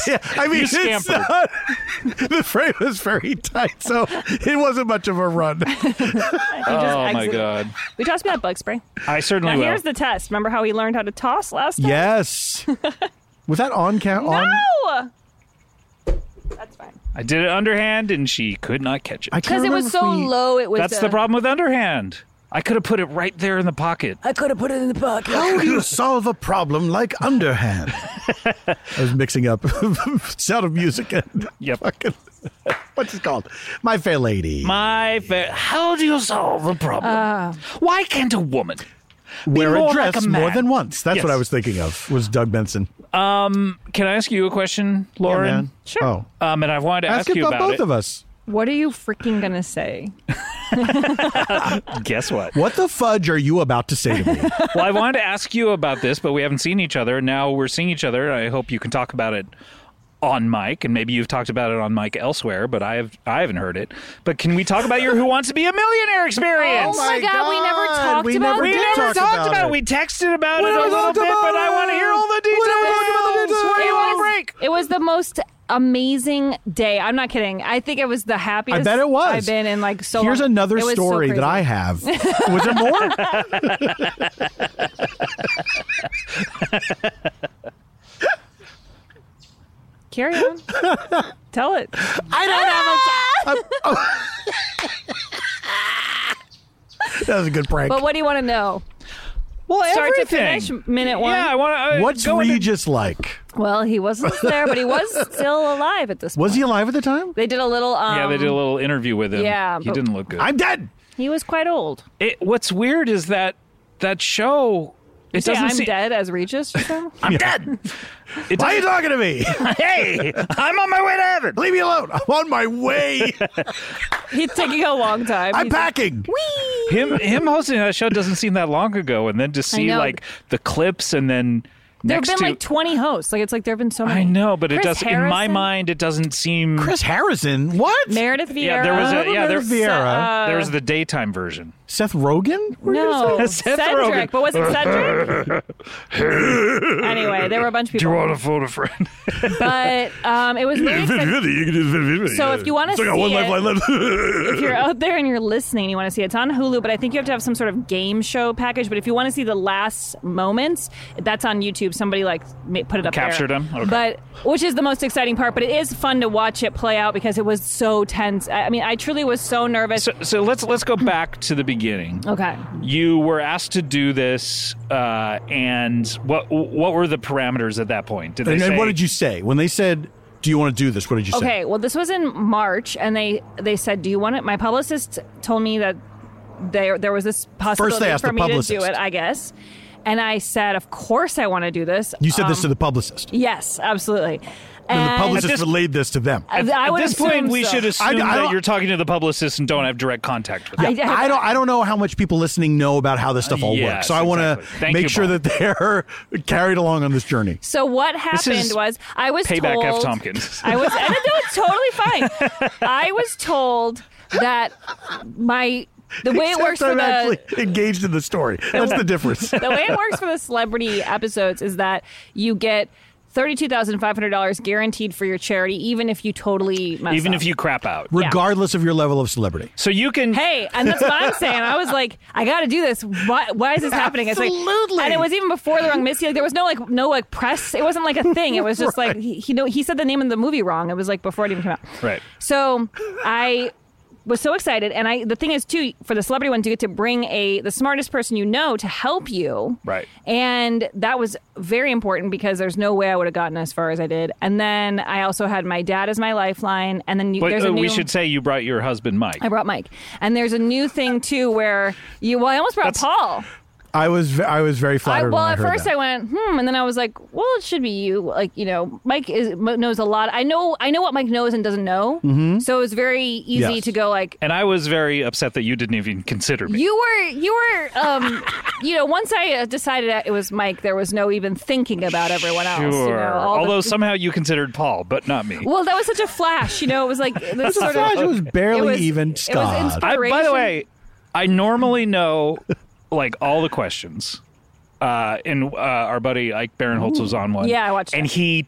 Speaker 5: Yeah, I mean,
Speaker 3: You
Speaker 5: it's
Speaker 3: scampered.
Speaker 5: not- the frame was very tight, so it wasn't much of a run.
Speaker 3: oh my
Speaker 4: exit.
Speaker 3: god.
Speaker 4: we tossed me that bug spray.
Speaker 3: I certainly
Speaker 4: Now
Speaker 3: will.
Speaker 4: here's the test. Remember how he learned how to toss last time?
Speaker 5: Yes. Was that on count? On?
Speaker 4: No. That's fine.
Speaker 3: I did it underhand, and she could not catch it.
Speaker 5: I
Speaker 4: Because
Speaker 5: can't
Speaker 4: it
Speaker 5: remember
Speaker 4: was
Speaker 5: if
Speaker 4: so
Speaker 5: we-
Speaker 4: low. It was.
Speaker 3: That's the problem with underhand. I could have put it right there in the pocket.
Speaker 4: I could have put it in the pocket.
Speaker 5: How do you solve a problem like underhand? I was mixing up sound of music and
Speaker 3: Yep.
Speaker 5: fucking, what's it called? My Fair Lady.
Speaker 3: My fa- how do you solve the problem?
Speaker 4: Uh.
Speaker 3: Why can't a woman?
Speaker 5: Wear
Speaker 3: more
Speaker 5: a
Speaker 3: like
Speaker 5: dress
Speaker 3: a
Speaker 5: more
Speaker 3: man.
Speaker 5: than once. That's what
Speaker 3: Yes.
Speaker 5: I was thinking of. Was Doug Benson?
Speaker 3: Can I ask you a question, Lauren?
Speaker 5: Man. Sure. Oh,
Speaker 3: um, and I've wanted to ask,
Speaker 5: ask it
Speaker 3: you
Speaker 5: about
Speaker 3: about
Speaker 5: both
Speaker 3: it.
Speaker 5: of us.
Speaker 4: What are you freaking gonna say?
Speaker 3: Guess what?
Speaker 5: What the fudge are you about to say to me?
Speaker 3: well, I wanted to ask you about this, but we haven't seen each other. Now we're seeing each other. I hope you can talk about it on mic, and maybe you've talked about it on mic elsewhere, but I have I haven't heard it. But can we talk about your Who Wants to Be a Millionaire experience?
Speaker 4: Oh my God, we never talked
Speaker 5: we
Speaker 4: about
Speaker 5: never
Speaker 3: we
Speaker 4: We
Speaker 5: did
Speaker 3: never
Speaker 5: talk
Speaker 3: talked
Speaker 5: about
Speaker 3: about, it. We texted about
Speaker 5: We
Speaker 3: it a
Speaker 5: never
Speaker 3: little
Speaker 5: talked
Speaker 3: bit,
Speaker 5: about
Speaker 3: but I
Speaker 5: it.
Speaker 3: want to hear all the
Speaker 5: We
Speaker 3: details.
Speaker 5: never talked about the details.
Speaker 3: Where do you
Speaker 4: it
Speaker 3: want
Speaker 4: was,
Speaker 3: to break?
Speaker 4: It was the most amazing day. I'm not kidding. I think it was the happiest.
Speaker 5: I bet it was.
Speaker 4: I've been in like so.
Speaker 5: Here's
Speaker 4: long.
Speaker 5: another
Speaker 4: It was so
Speaker 5: story that
Speaker 4: crazy.
Speaker 5: I have. Was there more?
Speaker 4: carry on. Tell it. Ah!
Speaker 5: I don't have a. that was a good prank.
Speaker 4: But what do you want to know?
Speaker 3: Well,
Speaker 4: Start to
Speaker 3: everything.
Speaker 4: finish, minute one.
Speaker 3: Yeah, I uh, want to.
Speaker 5: What's Regis like?
Speaker 4: Well, he wasn't there, but he was still alive at this.
Speaker 5: Was
Speaker 4: point.
Speaker 5: he alive at the time?
Speaker 4: They did a little. Um,
Speaker 3: Yeah, they did a little interview with him.
Speaker 4: yeah,
Speaker 3: he
Speaker 4: but-
Speaker 3: didn't look good.
Speaker 5: I'm dead.
Speaker 4: He was quite old.
Speaker 3: It, what's weird is that that show. It
Speaker 4: Yeah,
Speaker 3: doesn't
Speaker 4: I'm
Speaker 3: seem.
Speaker 4: dead as Regis. Or something?
Speaker 3: I'm dead. It
Speaker 5: Why are you
Speaker 3: doesn't-
Speaker 5: talking to me?
Speaker 3: hey, I'm on my way to heaven.
Speaker 5: Leave me alone. I'm on my way.
Speaker 4: He's taking a long time.
Speaker 5: I'm
Speaker 4: He's-
Speaker 5: packing.
Speaker 3: Him him hosting that show doesn't seem that long ago, and then to see
Speaker 4: know.
Speaker 3: like the clips and then
Speaker 4: There have
Speaker 3: next
Speaker 4: been
Speaker 3: to.
Speaker 4: like 20 hosts. Like it's like there have been so many.
Speaker 3: I know, but it
Speaker 4: Chris
Speaker 3: does. In my
Speaker 4: Harrison,
Speaker 3: mind, it doesn't seem.
Speaker 5: Chris Harrison. What?
Speaker 4: Meredith Vieira.
Speaker 3: yeah, there was a yeah, there,
Speaker 5: Meredith Vieira.
Speaker 4: uh,
Speaker 3: there was the daytime version.
Speaker 5: Seth Rogen? Were you gonna
Speaker 4: No,
Speaker 3: Seth
Speaker 4: Cedric.
Speaker 3: Rogen.
Speaker 4: But was it Cedric? anyway, there were a bunch of people.
Speaker 3: to phone a friend?
Speaker 4: But um, it was very exciting.
Speaker 5: say-
Speaker 4: So if you wanna
Speaker 5: Still got one
Speaker 4: see
Speaker 5: life
Speaker 4: it-
Speaker 5: I live.
Speaker 4: If you're out there and you're listening, you want to see it. It's on Hulu, but I think you have to have some sort of game show package. But if you want to see the last moments, that's on YouTube. Somebody like ma- put it up
Speaker 3: Captured
Speaker 4: there.
Speaker 3: them? Okay.
Speaker 4: but which is the most exciting part. But it is fun to watch it play out because it was so tense. I, I mean, I truly was so nervous.
Speaker 3: So, so let's let's go back to the beginning.
Speaker 4: okay,
Speaker 3: You were asked to do this, uh, and what what were the parameters at that point? Did they
Speaker 5: and
Speaker 3: say,
Speaker 5: then what did you say? When they said, Do you want to do this? What did you say?
Speaker 4: okay. Well, this was in March, and they they said, "Do you want it?" My publicist told me that there there was this possibility
Speaker 5: asked
Speaker 4: for
Speaker 5: the
Speaker 4: me to do
Speaker 5: publicist.
Speaker 4: it. I guess. And I said, of course I want to do this. Um,
Speaker 5: You said this to the publicist.
Speaker 4: Yes, absolutely.
Speaker 5: And the
Speaker 4: And-
Speaker 5: publicist
Speaker 3: At this-
Speaker 5: relayed this to them.
Speaker 4: I, I
Speaker 3: At
Speaker 4: would
Speaker 3: this
Speaker 4: assume
Speaker 3: point, we
Speaker 4: so.
Speaker 3: should assume
Speaker 5: I- I
Speaker 3: that
Speaker 5: don't-
Speaker 3: you're talking to the publicist and don't have direct contact with them.
Speaker 5: Yeah, I, don't. I don't know how much people listening know about how this stuff all
Speaker 3: Yes,
Speaker 5: works. So I want
Speaker 3: exactly.
Speaker 5: to
Speaker 3: Thank
Speaker 5: make
Speaker 3: you,
Speaker 5: sure
Speaker 3: Paul.
Speaker 5: that they're carried along on this journey.
Speaker 4: So what
Speaker 3: is
Speaker 4: happened was I was
Speaker 3: Payback
Speaker 4: told
Speaker 3: F. Tompkins.
Speaker 4: I was and no, it's totally fine. I was told that my The way it
Speaker 5: Except
Speaker 4: works for
Speaker 5: I'm
Speaker 4: the-
Speaker 5: actually engaged in the story. That's the difference.
Speaker 4: the way it works for the celebrity episodes is that you get $32,500 guaranteed for your charity, even if you totally mess
Speaker 3: even
Speaker 4: up.
Speaker 3: if you crap out.
Speaker 5: Regardless of your level of celebrity.
Speaker 3: So you can.
Speaker 4: Hey, and that's what I'm saying. I was like, I got to do this. Why, why is this happening? It's like,
Speaker 5: Absolutely.
Speaker 4: and it was even before the wrong Missy. Like, there was no like no like press. It wasn't like a thing. It was just like he he, know, he said the name of the movie wrong. It was like before it even came out.
Speaker 3: Right.
Speaker 4: So I was so excited, and I the thing is too for the celebrity ones, you get to bring a the smartest person you know to help you.
Speaker 3: Right.
Speaker 4: And that was very important because there's no way I would have gotten as far as I did. And then I also had my dad as my lifeline, and then you,
Speaker 3: But
Speaker 4: there's a
Speaker 3: uh,
Speaker 4: new,
Speaker 3: we should say you brought your husband Mike.
Speaker 4: I brought Mike, and there's a new thing too where you. Well, I almost brought Paul.
Speaker 5: I was ve- I was very
Speaker 4: I,
Speaker 5: flattered.
Speaker 4: well,
Speaker 5: when I
Speaker 4: at
Speaker 5: heard
Speaker 4: first
Speaker 5: that.
Speaker 4: I went hmm, and then I was like, well, it should be you. Like you know, Mike is m- knows a lot. I know I know what Mike knows and doesn't know. So it was very easy
Speaker 5: Mm-hmm. Yes.
Speaker 4: to go like.
Speaker 3: and I was very upset that you didn't even consider me.
Speaker 4: You were, you were, um, you know. Once I uh, decided it was Mike, there was no even thinking about everyone else.
Speaker 3: sure.
Speaker 4: You know, all the-
Speaker 3: Although somehow you considered Paul, but not me.
Speaker 4: well, that was such a flash. You know, it was like this
Speaker 5: That's a
Speaker 4: sort
Speaker 5: flash.
Speaker 4: of.
Speaker 5: It was barely
Speaker 4: it was-
Speaker 5: even
Speaker 4: it was
Speaker 5: Scott.
Speaker 4: inspi-
Speaker 3: I, by the
Speaker 4: inspiration.
Speaker 3: way, I normally know like all the questions. Uh, and uh, our buddy Ike Barinholtz was on one.
Speaker 4: Yeah, I watched
Speaker 3: And
Speaker 4: that.
Speaker 3: he,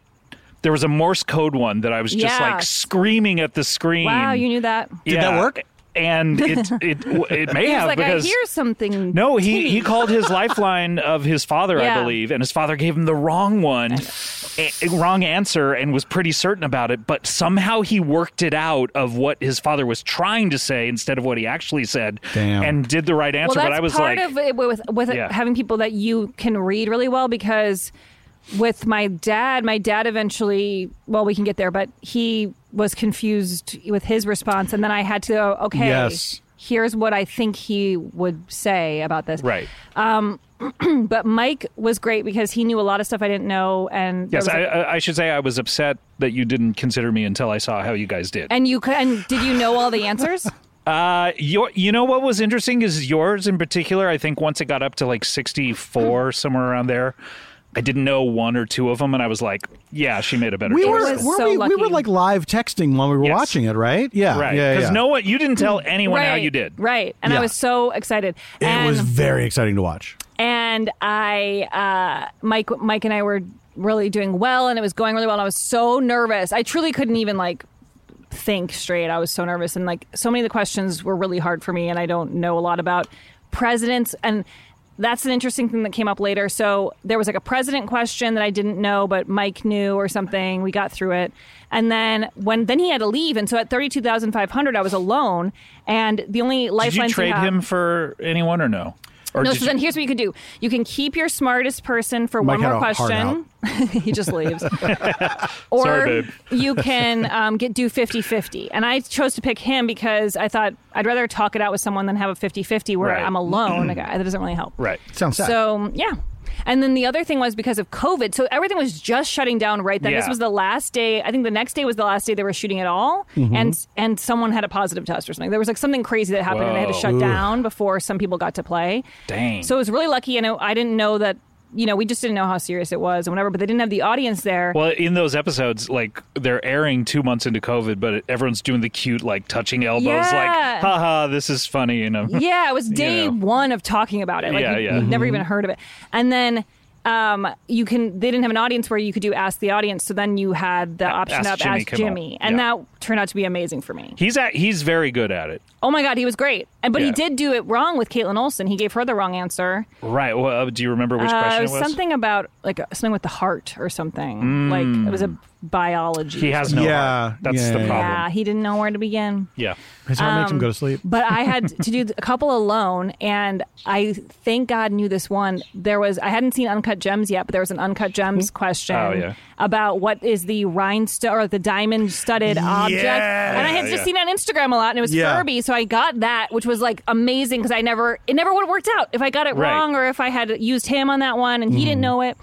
Speaker 3: there was a Morse code one that I was just
Speaker 4: Yeah.
Speaker 3: like screaming at the screen.
Speaker 4: Wow, you knew that.
Speaker 3: Did
Speaker 2: that work?
Speaker 3: And it it it may
Speaker 4: He was
Speaker 3: have
Speaker 4: like,
Speaker 3: because
Speaker 4: I hear something.
Speaker 3: no, he he called his lifeline of his father, I
Speaker 4: Yeah.
Speaker 3: believe, and his father gave him the wrong one, a, wrong answer, and was pretty certain about it. But somehow he worked it out of what his father was trying to say instead of what he actually said,
Speaker 5: Damn.
Speaker 3: and did the right answer.
Speaker 4: well,
Speaker 3: but
Speaker 4: that's
Speaker 3: I was
Speaker 4: part
Speaker 3: like,
Speaker 4: of it with with
Speaker 3: Yeah.
Speaker 4: having people that you can read really well because with my dad, my dad eventually, well, we can get there, but he was confused with his response, and then I had to go, okay,
Speaker 5: Yes.
Speaker 4: here's what I think he would say about this, Um,
Speaker 3: right.
Speaker 4: But Mike was great because he knew a lot of stuff I didn't know, and there
Speaker 3: Yes,
Speaker 4: was,
Speaker 3: I,
Speaker 4: like,
Speaker 3: I I should say I was upset that you didn't consider me until I saw how you guys did.
Speaker 4: and you could, and did you know all the answers?
Speaker 3: Uh, your, you know what was interesting is yours in particular. I think once it got up to like 64,
Speaker 4: Hmm.
Speaker 3: somewhere around there, I didn't know one or two of them, and I was like, "Yeah, she made a better
Speaker 5: we
Speaker 3: choice."
Speaker 5: were,
Speaker 4: was
Speaker 5: were
Speaker 4: so
Speaker 5: we, we were like
Speaker 4: lucky.
Speaker 5: live texting while we were
Speaker 3: Yes.
Speaker 5: watching it, right? Yeah,
Speaker 3: right?
Speaker 5: Yeah,
Speaker 3: Because
Speaker 5: yeah.
Speaker 3: no one, you didn't tell
Speaker 5: Hmm.
Speaker 3: anyone how you did.
Speaker 4: right? And
Speaker 5: Yeah.
Speaker 4: I was so excited.
Speaker 5: it
Speaker 4: and
Speaker 5: was very exciting to watch.
Speaker 4: and I, uh, Mike, Mike and I were really doing well, and it was going really well. And I was so nervous; I truly couldn't even like think straight. I was so nervous, and like so many of the questions were really hard for me, and I don't know a lot about presidents. And that's an interesting thing that came up later. So there was like a president question that I didn't know, but Mike knew or something. We got through it, and then when then he had to leave, and so at thirty two thousand five hundred, I was alone, and the
Speaker 3: Did
Speaker 4: only
Speaker 3: you
Speaker 4: lifeline
Speaker 3: trade him for anyone or no? Or
Speaker 4: no,
Speaker 3: did
Speaker 4: so
Speaker 3: you-
Speaker 4: then here's what you can do. You can keep your smartest person for
Speaker 5: Mike
Speaker 4: one more
Speaker 5: had a
Speaker 4: question.
Speaker 5: hard
Speaker 4: he just leaves. or
Speaker 3: Sorry, babe.
Speaker 4: you can um, get do 50-50. And I chose to pick him because I thought I'd rather talk it out with someone than have a 50-50 where
Speaker 3: Right. Mm-hmm.
Speaker 4: I'm alone. Like, I- that doesn't really help.
Speaker 3: right?
Speaker 5: Sounds sad.
Speaker 4: So, yeah. And then the other thing was because of COVID. So everything was just shutting down right then. This
Speaker 3: Yeah.
Speaker 4: was the last day. I think the next day was the last day they were shooting at all.
Speaker 3: Mm-hmm.
Speaker 4: And and someone had a positive test or something. There was like something crazy that happened and they had to
Speaker 3: Whoa.
Speaker 4: shut down before some people got to play.
Speaker 3: Dang.
Speaker 4: So it was really lucky. And I- I didn't know that, you know, we just didn't know how serious it was and whatever, but they didn't have the audience there.
Speaker 3: Well, in those episodes, like they're airing two months into COVID, but it, everyone's doing the cute, like touching elbows,
Speaker 4: Yeah.
Speaker 3: like, haha, this is funny, you know?
Speaker 4: yeah, it was day
Speaker 3: know.
Speaker 4: one of talking about it. Like
Speaker 3: Yeah, Mm-hmm.
Speaker 4: you,
Speaker 3: yeah.
Speaker 4: would never even heard of it. And then um, you can they didn't have an audience where you could do ask the audience. So then you had the option
Speaker 3: Ask
Speaker 4: of
Speaker 3: Jimmy
Speaker 4: ask
Speaker 3: Kimmel.
Speaker 4: Jimmy, and
Speaker 3: Yeah.
Speaker 4: that turned out to be amazing for me.
Speaker 3: He's at, he's very good at it.
Speaker 4: Oh my god, he was great. And but
Speaker 3: Yeah.
Speaker 4: he did do it wrong with Caitlin Olsen. He gave her the wrong answer.
Speaker 3: Right. Well, uh, do you remember which
Speaker 4: Uh,
Speaker 3: question
Speaker 4: it
Speaker 3: it was? Mm.
Speaker 4: was something about like something with the heart or something. Like it was a biology.
Speaker 3: He has no.
Speaker 5: Yeah,
Speaker 3: heart. That's
Speaker 5: yeah,
Speaker 3: the
Speaker 5: yeah,
Speaker 3: problem.
Speaker 4: yeah, he didn't know where to begin.
Speaker 3: Yeah.
Speaker 5: His heart makes him go to sleep.
Speaker 4: but um, I had to do a couple alone, and I thank God knew this one. There was I hadn't seen Uncut Gems yet, but there was an Uncut Gems question
Speaker 3: Oh, yeah.
Speaker 4: about what is the rhinestone or the diamond studded object, and I had just
Speaker 3: Yeah.
Speaker 4: seen it on Instagram a lot, and it was
Speaker 5: Yeah.
Speaker 4: Furby, so I got that, which was like amazing because I never it never would have worked out if I got it
Speaker 3: Right. Mm-hmm.
Speaker 4: wrong or if I had used him on that one and he didn't know it,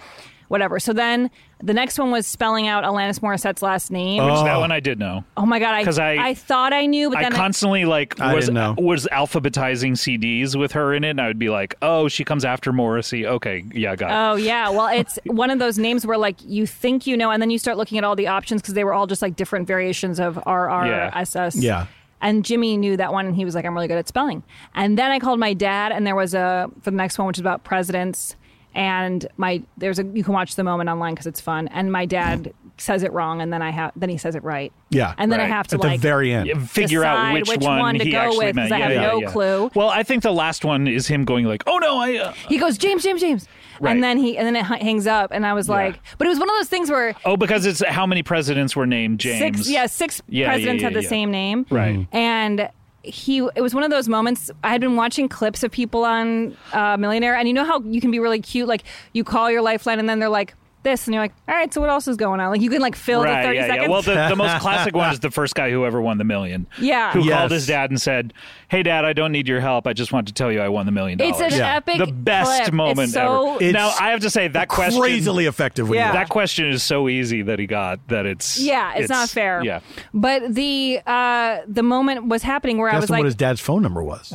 Speaker 4: whatever. So then. The next one was spelling out Alanis Morissette's last
Speaker 5: Oh.
Speaker 4: name.
Speaker 3: Which that one I did know.
Speaker 4: oh my god!
Speaker 3: 'Cause I-
Speaker 4: I, I thought I knew, but
Speaker 3: I
Speaker 4: then I-
Speaker 3: constantly like
Speaker 5: I
Speaker 3: was
Speaker 5: didn't know.
Speaker 3: was alphabetizing CDs with her in it, and I would be like, "Oh, she comes after Morrissey. Okay, yeah, got it.
Speaker 4: Oh yeah, well it's one of those names where like you think you know, and then you start looking at all the options because they were all just like different variations of R R
Speaker 3: Yeah.
Speaker 4: S S.
Speaker 5: Yeah.
Speaker 4: And Jimmy knew that one, and he was like, "I'm really good at spelling." And then I called my dad, and there was a for the next one, which is about presidents. And my there's a you can watch the moment online because it's fun. And my dad says it wrong, and then I have then he says it right.
Speaker 5: Yeah,
Speaker 4: and then
Speaker 3: right.
Speaker 4: I have to
Speaker 5: at
Speaker 4: like
Speaker 5: the very end.
Speaker 3: Yeah, figure out
Speaker 4: decide
Speaker 3: which,
Speaker 4: which
Speaker 3: one,
Speaker 4: one to
Speaker 3: he
Speaker 4: go
Speaker 3: actually
Speaker 4: with, 'cause
Speaker 3: meant.
Speaker 4: I have
Speaker 3: yeah,
Speaker 4: no
Speaker 3: yeah, yeah.
Speaker 4: clue.
Speaker 3: Well, I think the last one is him going like, "Oh no, I." Uh,
Speaker 4: he goes James, James, James,
Speaker 3: Right.
Speaker 4: and then he and then it h- hangs up, and I was like, but it was one of those things where
Speaker 3: oh, because it's how many presidents were named James?
Speaker 4: Six, yeah, six
Speaker 3: Yeah, yeah,
Speaker 4: presidents
Speaker 3: yeah,
Speaker 4: had the
Speaker 3: yeah.
Speaker 4: same name.
Speaker 3: Right. Mm.
Speaker 4: And he, it was one of those moments. I had been watching clips of people on uh, Millionaire, and you know how you can be really cute. Like you call your lifeline, and then they're like this, and you're like, all right, so what else is going on? Like you can like fill the
Speaker 3: Right,
Speaker 4: thirty
Speaker 3: yeah,
Speaker 4: seconds.
Speaker 3: yeah. Well, the, the most classic one is the first guy who ever won the million.
Speaker 4: Yeah.
Speaker 3: Who
Speaker 5: Yes.
Speaker 3: called his dad and said, Hey, dad, I don't need your help. I just want to tell you I won the million dollars.
Speaker 4: it's an
Speaker 5: Yeah.
Speaker 4: epic,
Speaker 3: the best
Speaker 4: clip. It's
Speaker 3: moment
Speaker 4: so-
Speaker 3: ever.
Speaker 5: It's
Speaker 3: now, I have to say, that question.
Speaker 5: Crazily effective. When
Speaker 4: Yeah.
Speaker 5: yeah.
Speaker 3: That question is so easy that he got that it's.
Speaker 4: Yeah, it's, not fair.
Speaker 3: Yeah.
Speaker 4: But the uh the moment was happening where I
Speaker 5: Asked
Speaker 4: was
Speaker 5: him
Speaker 4: like,
Speaker 5: what his dad's phone number was.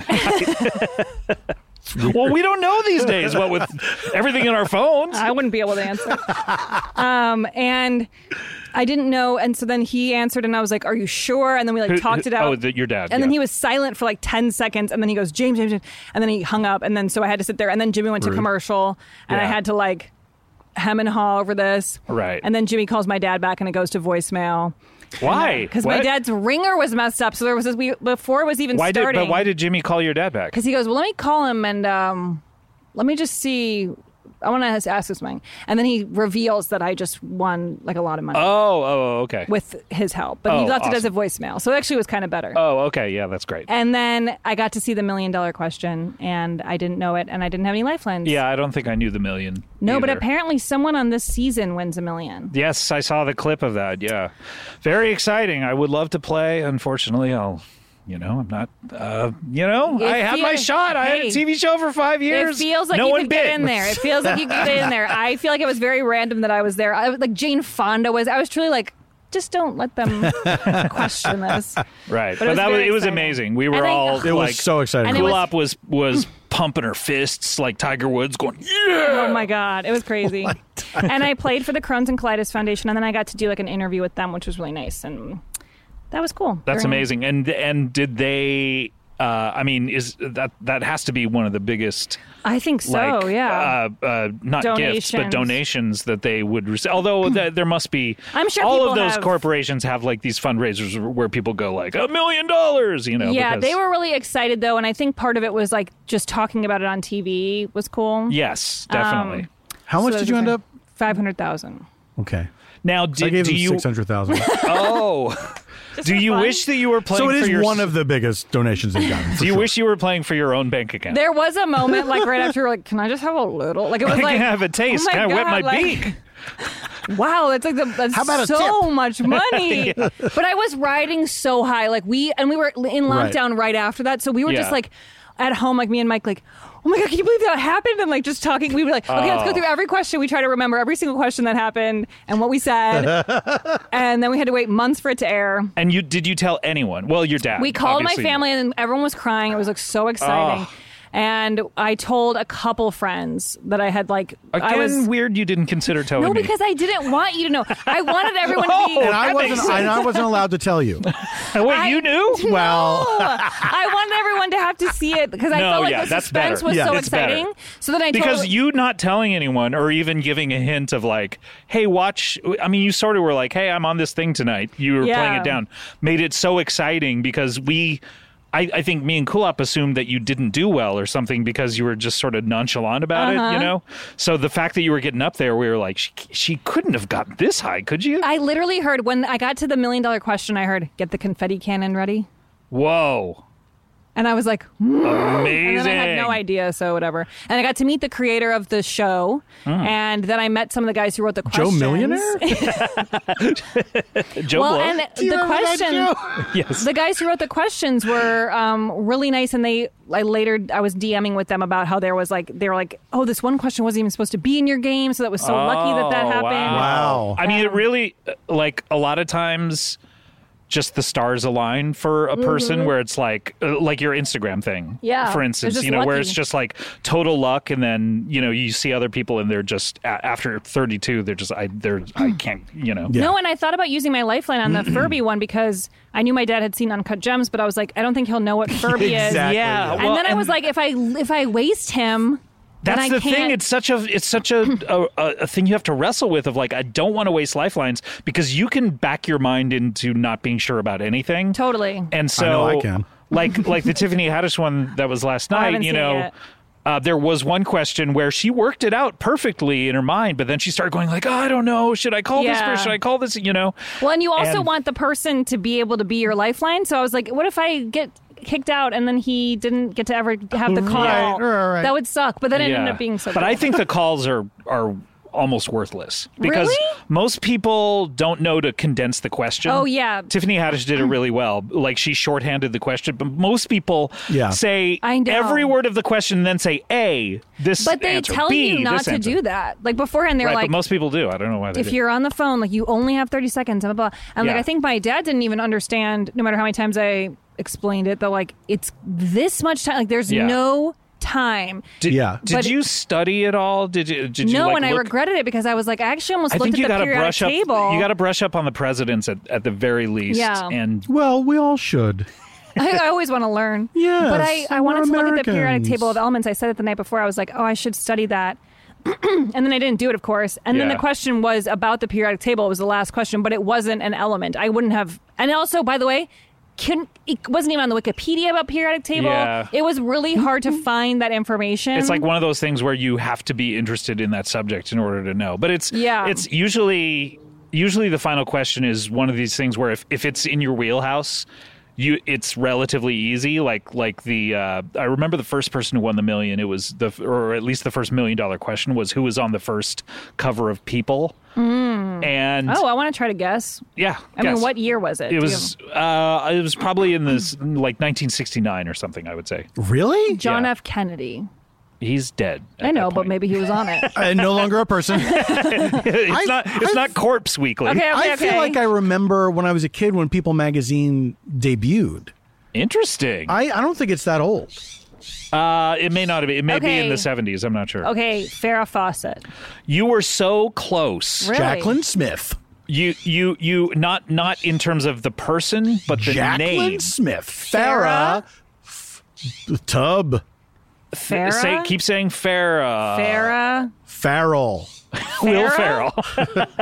Speaker 3: Well, we don't know these days what with everything in our phones.
Speaker 4: I wouldn't be able to answer. um, and I didn't know. And so then he answered, and I was like, "Are you sure?" And then we like
Speaker 3: Who-
Speaker 4: talked it
Speaker 3: who-
Speaker 4: out.
Speaker 3: oh, the- your dad,
Speaker 4: And then
Speaker 3: yeah.
Speaker 4: he was silent for like ten seconds, and then he goes, "James, James,", James," and then he hung up. And then so I had to sit there. And then Jimmy went to commercial, and I
Speaker 3: Yeah.
Speaker 4: had to like hem and haw over this.
Speaker 3: Right.
Speaker 4: And then Jimmy calls my dad back, and it goes to voicemail
Speaker 3: Why?
Speaker 4: because my
Speaker 3: What?
Speaker 4: dad's ringer was messed up. So there was this we before it was even
Speaker 3: Why did,
Speaker 4: starting.
Speaker 3: but why did Jimmy call your dad back?
Speaker 4: Because he goes, well, let me call him and um, let me just see. I want to ask him something, and then he reveals that I just won like a lot of money
Speaker 3: Oh, oh, okay.
Speaker 4: with his help. But he
Speaker 3: Oh,
Speaker 4: left it as a
Speaker 3: awesome.
Speaker 4: voicemail, so it actually was kind of better.
Speaker 3: oh, okay. Yeah, that's great.
Speaker 4: and then I got to see the million dollar question, and I didn't know it, and I didn't have any lifelines.
Speaker 3: Yeah, I don't think I knew the million.
Speaker 4: No, but
Speaker 3: either.
Speaker 4: apparently someone on this season wins a million.
Speaker 3: Yes, I saw the clip of that. Yeah, very exciting. I would love to play. Unfortunately, I'll, you know, I'm not. Uh, you know, I
Speaker 4: It
Speaker 3: had
Speaker 4: feel-
Speaker 3: my shot. I had a
Speaker 4: hey.
Speaker 3: TV show for five years.
Speaker 4: It feels like
Speaker 3: no
Speaker 4: you
Speaker 3: one
Speaker 4: could
Speaker 3: bid.
Speaker 4: get in there. It feels like you could get in there. I feel like it was very random that I was there. I, was- like Jane Fonda was. I was truly like, just don't let them question this.
Speaker 3: Right, but,
Speaker 4: But it was
Speaker 3: that was
Speaker 4: very
Speaker 3: it was
Speaker 4: exciting.
Speaker 3: amazing. We were
Speaker 4: And I-
Speaker 3: all
Speaker 4: It
Speaker 5: It
Speaker 3: like
Speaker 5: was so exciting.
Speaker 4: And it was-
Speaker 3: Kulop was was pumping her fists like Tiger Woods, going yeah.
Speaker 4: Oh my god, it was crazy. and I played for the Crohn's and Colitis Foundation, and then I got to do like an interview with them, which was really nice, and that was cool.
Speaker 3: That's
Speaker 4: Very nice.
Speaker 3: amazing. And and did they? Uh, I mean, is that that has to be one of the biggest
Speaker 4: I think so.
Speaker 3: like
Speaker 4: yeah.
Speaker 3: uh, uh, not gifts but
Speaker 4: Donations.
Speaker 3: donations that they would receive. Although th- there must be,
Speaker 4: I'm sure
Speaker 3: all
Speaker 4: people
Speaker 3: of those
Speaker 4: have-
Speaker 3: corporations have like these fundraisers where people go like a million dollars, you know?
Speaker 4: yeah,
Speaker 3: because-
Speaker 4: they were really excited though, and I think part of it was like just talking about it on TV was cool.
Speaker 3: Yes, definitely.
Speaker 4: um,
Speaker 5: How much
Speaker 4: So
Speaker 5: did
Speaker 4: those
Speaker 5: you
Speaker 4: are
Speaker 5: end
Speaker 4: fun.
Speaker 5: up?
Speaker 4: Five hundred thousand.
Speaker 5: Okay,
Speaker 3: now,
Speaker 5: I
Speaker 3: did,
Speaker 5: gave
Speaker 3: do
Speaker 5: him
Speaker 3: you?
Speaker 5: six hundred thousand.
Speaker 3: Oh, do
Speaker 4: for
Speaker 3: you
Speaker 4: fun?
Speaker 3: wish that you were playing?
Speaker 5: so it
Speaker 3: for
Speaker 5: is
Speaker 3: your,
Speaker 5: one of the biggest donations they've gotten.
Speaker 3: Do you wish you were playing for your own bank account?
Speaker 4: There was a moment like right after, like, can I just have a little? Like it was
Speaker 3: I
Speaker 4: like
Speaker 3: can have a taste.
Speaker 4: Oh
Speaker 3: can
Speaker 4: my
Speaker 3: I wet
Speaker 4: God,
Speaker 3: my
Speaker 4: like,
Speaker 3: beak?
Speaker 4: Wow, that's like the, that's
Speaker 5: How about a
Speaker 4: so much money. But I was riding so high, like we and we were in
Speaker 5: Right.
Speaker 4: lockdown right, after that, so we were
Speaker 3: Yeah.
Speaker 4: just like at home, like me and Mike, like. Oh my god! Can you believe that happened? And like just talking, we were like, okay,
Speaker 5: Oh.
Speaker 4: let's go through every question. We try to remember every single question that happened and what we said, and then we had to wait months for it to air.
Speaker 3: And you did you tell anyone? Well, your dad.
Speaker 4: We called
Speaker 3: obviously.
Speaker 4: my family, and everyone was crying. It was like so exciting.
Speaker 3: Ah.
Speaker 4: And I told a couple friends that I had like
Speaker 3: Again,
Speaker 4: I was
Speaker 3: weird. You didn't consider telling
Speaker 4: no
Speaker 3: me.
Speaker 4: because I didn't want you to know. I wanted everyone to be.
Speaker 3: Oh,
Speaker 5: And I
Speaker 3: That makes
Speaker 5: wasn't. And I wasn't allowed to tell you.
Speaker 3: Wait,
Speaker 4: I-
Speaker 3: you knew?
Speaker 4: No.
Speaker 5: Well.
Speaker 4: I wanted everyone to have to see it because I
Speaker 3: No,
Speaker 4: felt like
Speaker 3: yeah,
Speaker 4: the
Speaker 3: that's
Speaker 4: suspense
Speaker 3: better.
Speaker 4: was
Speaker 5: Yeah.
Speaker 4: so
Speaker 3: It's better.
Speaker 4: exciting. So then I
Speaker 3: because
Speaker 4: told
Speaker 3: you not telling anyone or even giving a hint of like hey watch i mean you sort of were like hey i'm on this thing tonight you were
Speaker 4: Yeah.
Speaker 3: playing it down made it so exciting because we I, I think me and Kulop assumed that you didn't do well or something because you were just sort of nonchalant about it,
Speaker 4: Uh-huh.
Speaker 3: you know. So the fact that you were getting up there, we were like, she, she couldn't have gotten this high, could you?
Speaker 4: I literally heard when I got to the million dollar question, I heard get the confetti cannon ready,
Speaker 3: Whoa,
Speaker 4: and I was like, "Hmm,"
Speaker 3: amazing!
Speaker 4: And then I had no idea, so whatever. And I got to meet the creator of the show,
Speaker 3: Oh.
Speaker 4: and then I met some of the guys who wrote the
Speaker 5: Joe
Speaker 4: questions.
Speaker 5: Millionaire?
Speaker 3: Joe
Speaker 4: well,
Speaker 3: Blow.
Speaker 4: and
Speaker 5: you
Speaker 4: the
Speaker 5: remember that
Speaker 4: question,
Speaker 3: yes,
Speaker 4: the guys who wrote the questions were um, really nice, and they. I later I was DMing with them about how there was like they were like, oh, this one question wasn't even supposed to be in your game, so that was so lucky that that
Speaker 3: Oh,
Speaker 4: happened.
Speaker 5: Wow.
Speaker 3: uh, I mean, it really like a lot of times just the stars align for a person where it's like uh, like your Instagram thing.
Speaker 4: Mm-hmm. Yeah,
Speaker 3: For
Speaker 4: they're
Speaker 3: instance,
Speaker 4: just
Speaker 3: you know, where
Speaker 4: lucky.
Speaker 3: it's just like total luck and then, you know, you see other people and they're just a- after 32, they're just I they're I can't, you know.
Speaker 4: Hmm. No, and I thought about using my lifeline on the Furby one because I knew my dad had seen Uncut Gems, but I was like, I don't think he'll know what Furby
Speaker 5: Exactly.
Speaker 4: is.
Speaker 3: Yeah,
Speaker 4: And
Speaker 3: well,
Speaker 4: then I was like, if I if I waste him, then
Speaker 3: That's
Speaker 4: I
Speaker 3: the
Speaker 4: can't.
Speaker 3: thing. It's such a it's such a, a a thing you have to wrestle with. Of like, I don't want to waste lifelines because you can back your mind into not being sure about anything.
Speaker 4: Totally.
Speaker 3: And so
Speaker 5: know I can.
Speaker 3: Like like the Tiffany Haddish one that was last
Speaker 4: I
Speaker 3: night.
Speaker 4: haven't
Speaker 3: You
Speaker 4: seen it
Speaker 3: know.
Speaker 4: yet.
Speaker 3: Uh, there was one question where she worked it out perfectly in her mind, but then she started going like, oh, "I don't know, should I call this
Speaker 4: Yeah.
Speaker 3: first? Should I call this?" You know,
Speaker 4: Well, and you also
Speaker 3: And-
Speaker 4: want the person to be able to be your lifeline. So I was like, what if I get kicked out and then he didn't get to ever have the call?
Speaker 5: Right, right, right.
Speaker 4: That would suck. But then it ended up being so.
Speaker 3: But
Speaker 4: cool.
Speaker 3: I think the calls are are almost worthless because
Speaker 4: Really?
Speaker 3: most people don't know to condense the question.
Speaker 4: Oh, yeah.
Speaker 3: Tiffany Haddish did it really well. Like she shorthanded the question, but most people
Speaker 5: Yeah.
Speaker 3: say
Speaker 4: I know.
Speaker 3: every word of the question, and then say a this.
Speaker 4: But they
Speaker 3: answer,
Speaker 4: tell
Speaker 3: B,
Speaker 4: you not
Speaker 3: this
Speaker 4: to
Speaker 3: answer."
Speaker 4: do that. Like beforehand, they're
Speaker 3: Right,
Speaker 4: like,
Speaker 3: but most people do. I don't know why they
Speaker 4: if
Speaker 3: do.
Speaker 4: you're on the phone, like you only have 30 seconds, blah, blah, blah. And like,
Speaker 3: Yeah.
Speaker 4: I think my dad didn't even understand, no matter how many times I explained it, but like, it's this much time. Like, there's
Speaker 3: Yeah.
Speaker 4: no time.
Speaker 3: Did,
Speaker 5: Yeah.
Speaker 3: Did
Speaker 4: But-
Speaker 3: you study at all? Did you? Did you?
Speaker 4: no,
Speaker 3: like,
Speaker 4: and I
Speaker 3: look-
Speaker 4: regretted it because I was like, I actually almost
Speaker 3: I
Speaker 4: looked
Speaker 3: think
Speaker 4: at
Speaker 3: you
Speaker 4: the
Speaker 3: got to
Speaker 4: periodic
Speaker 3: brush up.
Speaker 4: table.
Speaker 3: You got to brush up on the presidents at, at the very least.
Speaker 4: Yeah.
Speaker 3: And
Speaker 5: Well, we all should.
Speaker 4: I, I always want to learn.
Speaker 5: Yes,
Speaker 4: But I, I
Speaker 5: we're
Speaker 4: wanted to look at the periodic
Speaker 5: Americans.
Speaker 4: table of elements. I said it the night before. I was like, oh, I should study that. and then I didn't do it, of course. And then
Speaker 3: Yeah.
Speaker 4: the question was about the periodic table. It was the last question, but it wasn't an element. I wouldn't have. And also, by the way, couldn't, it wasn't even on the Wikipedia about periodic table.
Speaker 3: Yeah.
Speaker 4: It was really hard to find that information.
Speaker 3: It's like one of those things where you have to be interested in that subject in order to know. But it's
Speaker 4: Yeah.
Speaker 3: it's usually usually the final question is one of these things where if, if it's in your wheelhouse, you it's relatively easy. Like like the uh, I remember the first person who won the million. It was the or at least the first million dollar question was who was on the first cover of People. And
Speaker 4: oh, I want to try to guess.
Speaker 3: yeah,
Speaker 4: I mean,
Speaker 3: guess.
Speaker 4: what year was it? Do
Speaker 3: It
Speaker 4: you-
Speaker 3: was uh, it was probably in this like 1969 or something. I would say
Speaker 5: Really?
Speaker 4: John
Speaker 3: yeah.
Speaker 4: F. Kennedy.
Speaker 3: he's dead. at
Speaker 4: I know,
Speaker 3: that
Speaker 4: but
Speaker 3: point.
Speaker 4: maybe he was on it. okay,
Speaker 5: And no longer a person.
Speaker 3: it's
Speaker 5: I-
Speaker 3: not it's
Speaker 5: I-
Speaker 3: not Corpse Weekly.
Speaker 4: okay, okay.
Speaker 5: I feel like I remember when I was a kid when People magazine debuted.
Speaker 3: Interesting.
Speaker 5: I, I don't think it's that old.
Speaker 3: uh, it may not have been. It may be in
Speaker 4: Okay.
Speaker 3: the seventies. I'm not sure.
Speaker 4: Okay, Farrah Fawcett.
Speaker 3: You were so close.
Speaker 4: Really?
Speaker 5: Jacqueline Smith.
Speaker 3: You you you not not in terms of the person, but the
Speaker 5: Jacqueline
Speaker 3: name.
Speaker 5: Smith. Farrah. F- Tub.
Speaker 4: Farrah.
Speaker 3: Say keep saying Farah. Uh,
Speaker 4: Farah.
Speaker 5: Farrell.
Speaker 3: Will
Speaker 4: Farrah?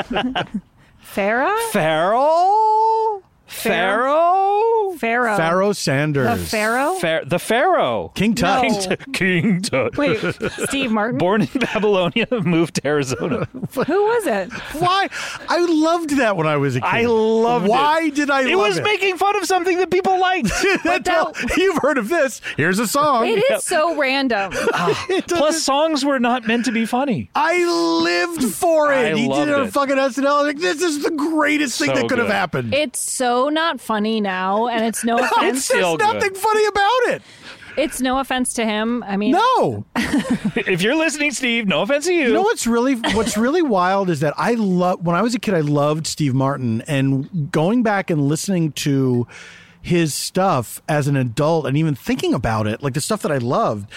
Speaker 3: Farrell.
Speaker 4: Farah?
Speaker 3: Farrell. Pharaoh.
Speaker 4: Pharaoh.
Speaker 5: Pharaoh
Speaker 4: The
Speaker 5: Sanders.
Speaker 4: Pharaoh?
Speaker 3: Phar- the Pharaoh.
Speaker 5: King Tut.
Speaker 4: No.
Speaker 3: King Tut. King Tut.
Speaker 4: Wait, Steve Martin?
Speaker 3: Born in Babylonia, moved to Arizona.
Speaker 4: Who was it?
Speaker 5: Why? I loved that when I was a kid.
Speaker 3: I loved it.
Speaker 5: Why did I
Speaker 3: It
Speaker 5: love
Speaker 3: was
Speaker 5: it?
Speaker 3: making fun of something that people liked.
Speaker 5: That's
Speaker 4: that-
Speaker 5: all- You've heard of this. Here's a song.
Speaker 4: It is so random.
Speaker 5: It doesn't-
Speaker 3: Plus, songs were not meant to be funny.
Speaker 5: I lived for
Speaker 3: I
Speaker 5: it. he did
Speaker 3: loved
Speaker 5: it on
Speaker 3: it.
Speaker 5: fucking SNL. I was Like this is the greatest thing
Speaker 3: So
Speaker 5: that could have
Speaker 3: good.
Speaker 5: happened.
Speaker 4: It's so not funny now, and it's no
Speaker 5: It's
Speaker 4: offense.
Speaker 5: there's
Speaker 3: still good.
Speaker 5: nothing funny about it.
Speaker 4: It's no offense to him. I mean, oh,
Speaker 5: No.
Speaker 3: If you're listening, Steve, no offense to you.
Speaker 5: You know what's really what's really wild is that I love when I was a kid I loved Steve Martin and going back and listening to his stuff as an adult and even thinking about it like the stuff that I loved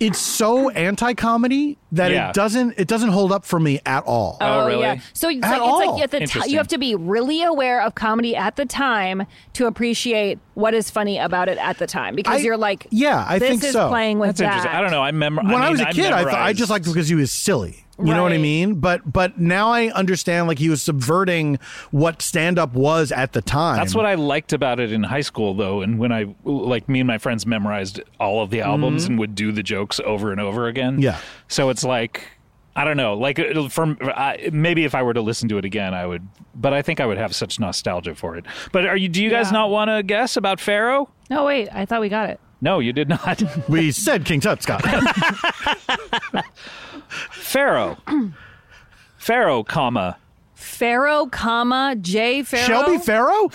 Speaker 5: it's so anti-comedy that
Speaker 3: Yeah.
Speaker 5: it doesn't it doesn't hold up for me at all.
Speaker 3: Oh, really?
Speaker 4: yeah. So it's
Speaker 5: At
Speaker 4: like, it's
Speaker 5: all.
Speaker 4: like at the ti
Speaker 3: Interesting.
Speaker 4: you have to be really aware of comedy at the time to appreciate what is funny about it at the time because
Speaker 5: I-
Speaker 4: you're like,
Speaker 5: yeah, I
Speaker 4: this
Speaker 5: think
Speaker 4: is
Speaker 5: so.
Speaker 4: playing with
Speaker 3: That's
Speaker 4: that.
Speaker 3: interesting. I don't know. I remember
Speaker 5: when I,
Speaker 3: mean,
Speaker 5: was a kid, I, thought I
Speaker 3: memorized-
Speaker 5: just liked him because he was silly. You know what I
Speaker 4: Right.
Speaker 5: mean? But but now I understand like he was subverting what stand up was at the time.
Speaker 3: That's what I liked about it in high school, though. And when I, like, me and my friends memorized all of the albums and would do the jokes over and over again.
Speaker 5: Mm-hmm. Yeah.
Speaker 3: So it's like, I don't know. Like, it'll- from I, maybe if I were to listen to it again, I would. But I think I would have such nostalgia for it. But are you? Do you guys
Speaker 4: Yeah.
Speaker 3: not want to guess about Pharaoh?
Speaker 4: No, Oh, wait. I thought we got it.
Speaker 3: No, you did not.
Speaker 5: we said King Tut Scott.
Speaker 3: Pharaoh. Pharaoh, comma.
Speaker 4: Pharaoh, comma J. Pharaoh.
Speaker 5: Shelby Farrow?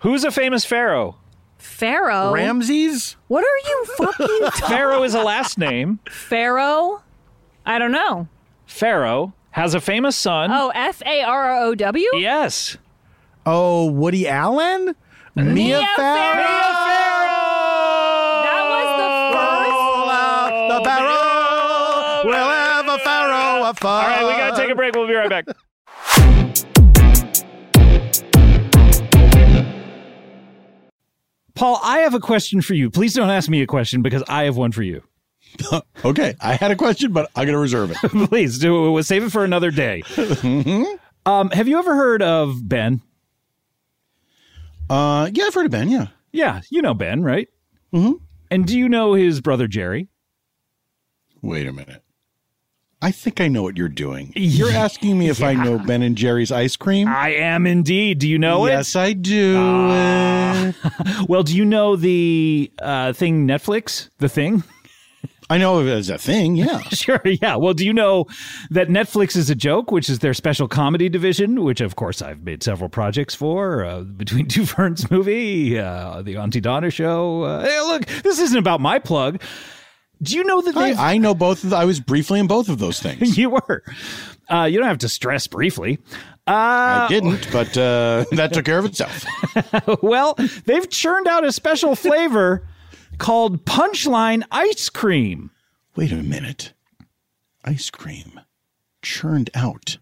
Speaker 3: Who's a famous pharaoh?
Speaker 4: Pharaoh.
Speaker 5: Ramses?
Speaker 4: What are you fucking
Speaker 3: Pharaoh is a last name.
Speaker 4: Pharaoh? I don't know.
Speaker 3: Pharaoh has a famous son.
Speaker 4: Oh, F A R R O W?
Speaker 3: Yes.
Speaker 5: Oh, Woody Allen? Mia,
Speaker 4: Mia
Speaker 5: Farrow?
Speaker 4: Farrow! That was
Speaker 5: Roll out the barrel. We'll have a Pharaoh of fun.
Speaker 3: All right, we gotta take a break. We'll be right back. Paul, I have a question for you. Please don't ask me a question because I have one for you.
Speaker 2: okay, I had a question, but I'm going to reserve it.
Speaker 3: Please do we'll save it for another day.
Speaker 5: Mm-hmm.
Speaker 3: um, have you ever heard of Ben?
Speaker 2: Uh, yeah, I've heard of Ben. Yeah,
Speaker 3: Yeah, you know Ben, right? Mm-hmm. And do you know his brother Jerry?
Speaker 2: wait a minute. I think I know what you're doing. You're asking me if I know Ben and Jerry's ice cream.
Speaker 3: I am indeed. Do you know Ah.
Speaker 2: yes, I do. it.
Speaker 3: it? Well, do you know the uh, thing Netflix? The thing?
Speaker 2: I know it as a thing. Yeah.
Speaker 3: Sure, yeah. Well, do you know that Netflix is a joke, which is their special comedy division, which of course I've made several projects for, uh, between Two Ferns movie, uh, the Auntie Donna show. Uh, hey, look, this isn't about my plug. Do you know that they
Speaker 2: I, I know both of the, I was briefly in both of those things.
Speaker 3: you were? Uh, you don't have to stress briefly.
Speaker 2: I didn't, but uh, that took care of itself.
Speaker 3: Well, they've churned out a special flavor called Punchline Ice Cream.
Speaker 2: Wait a minute. Ice cream churned out.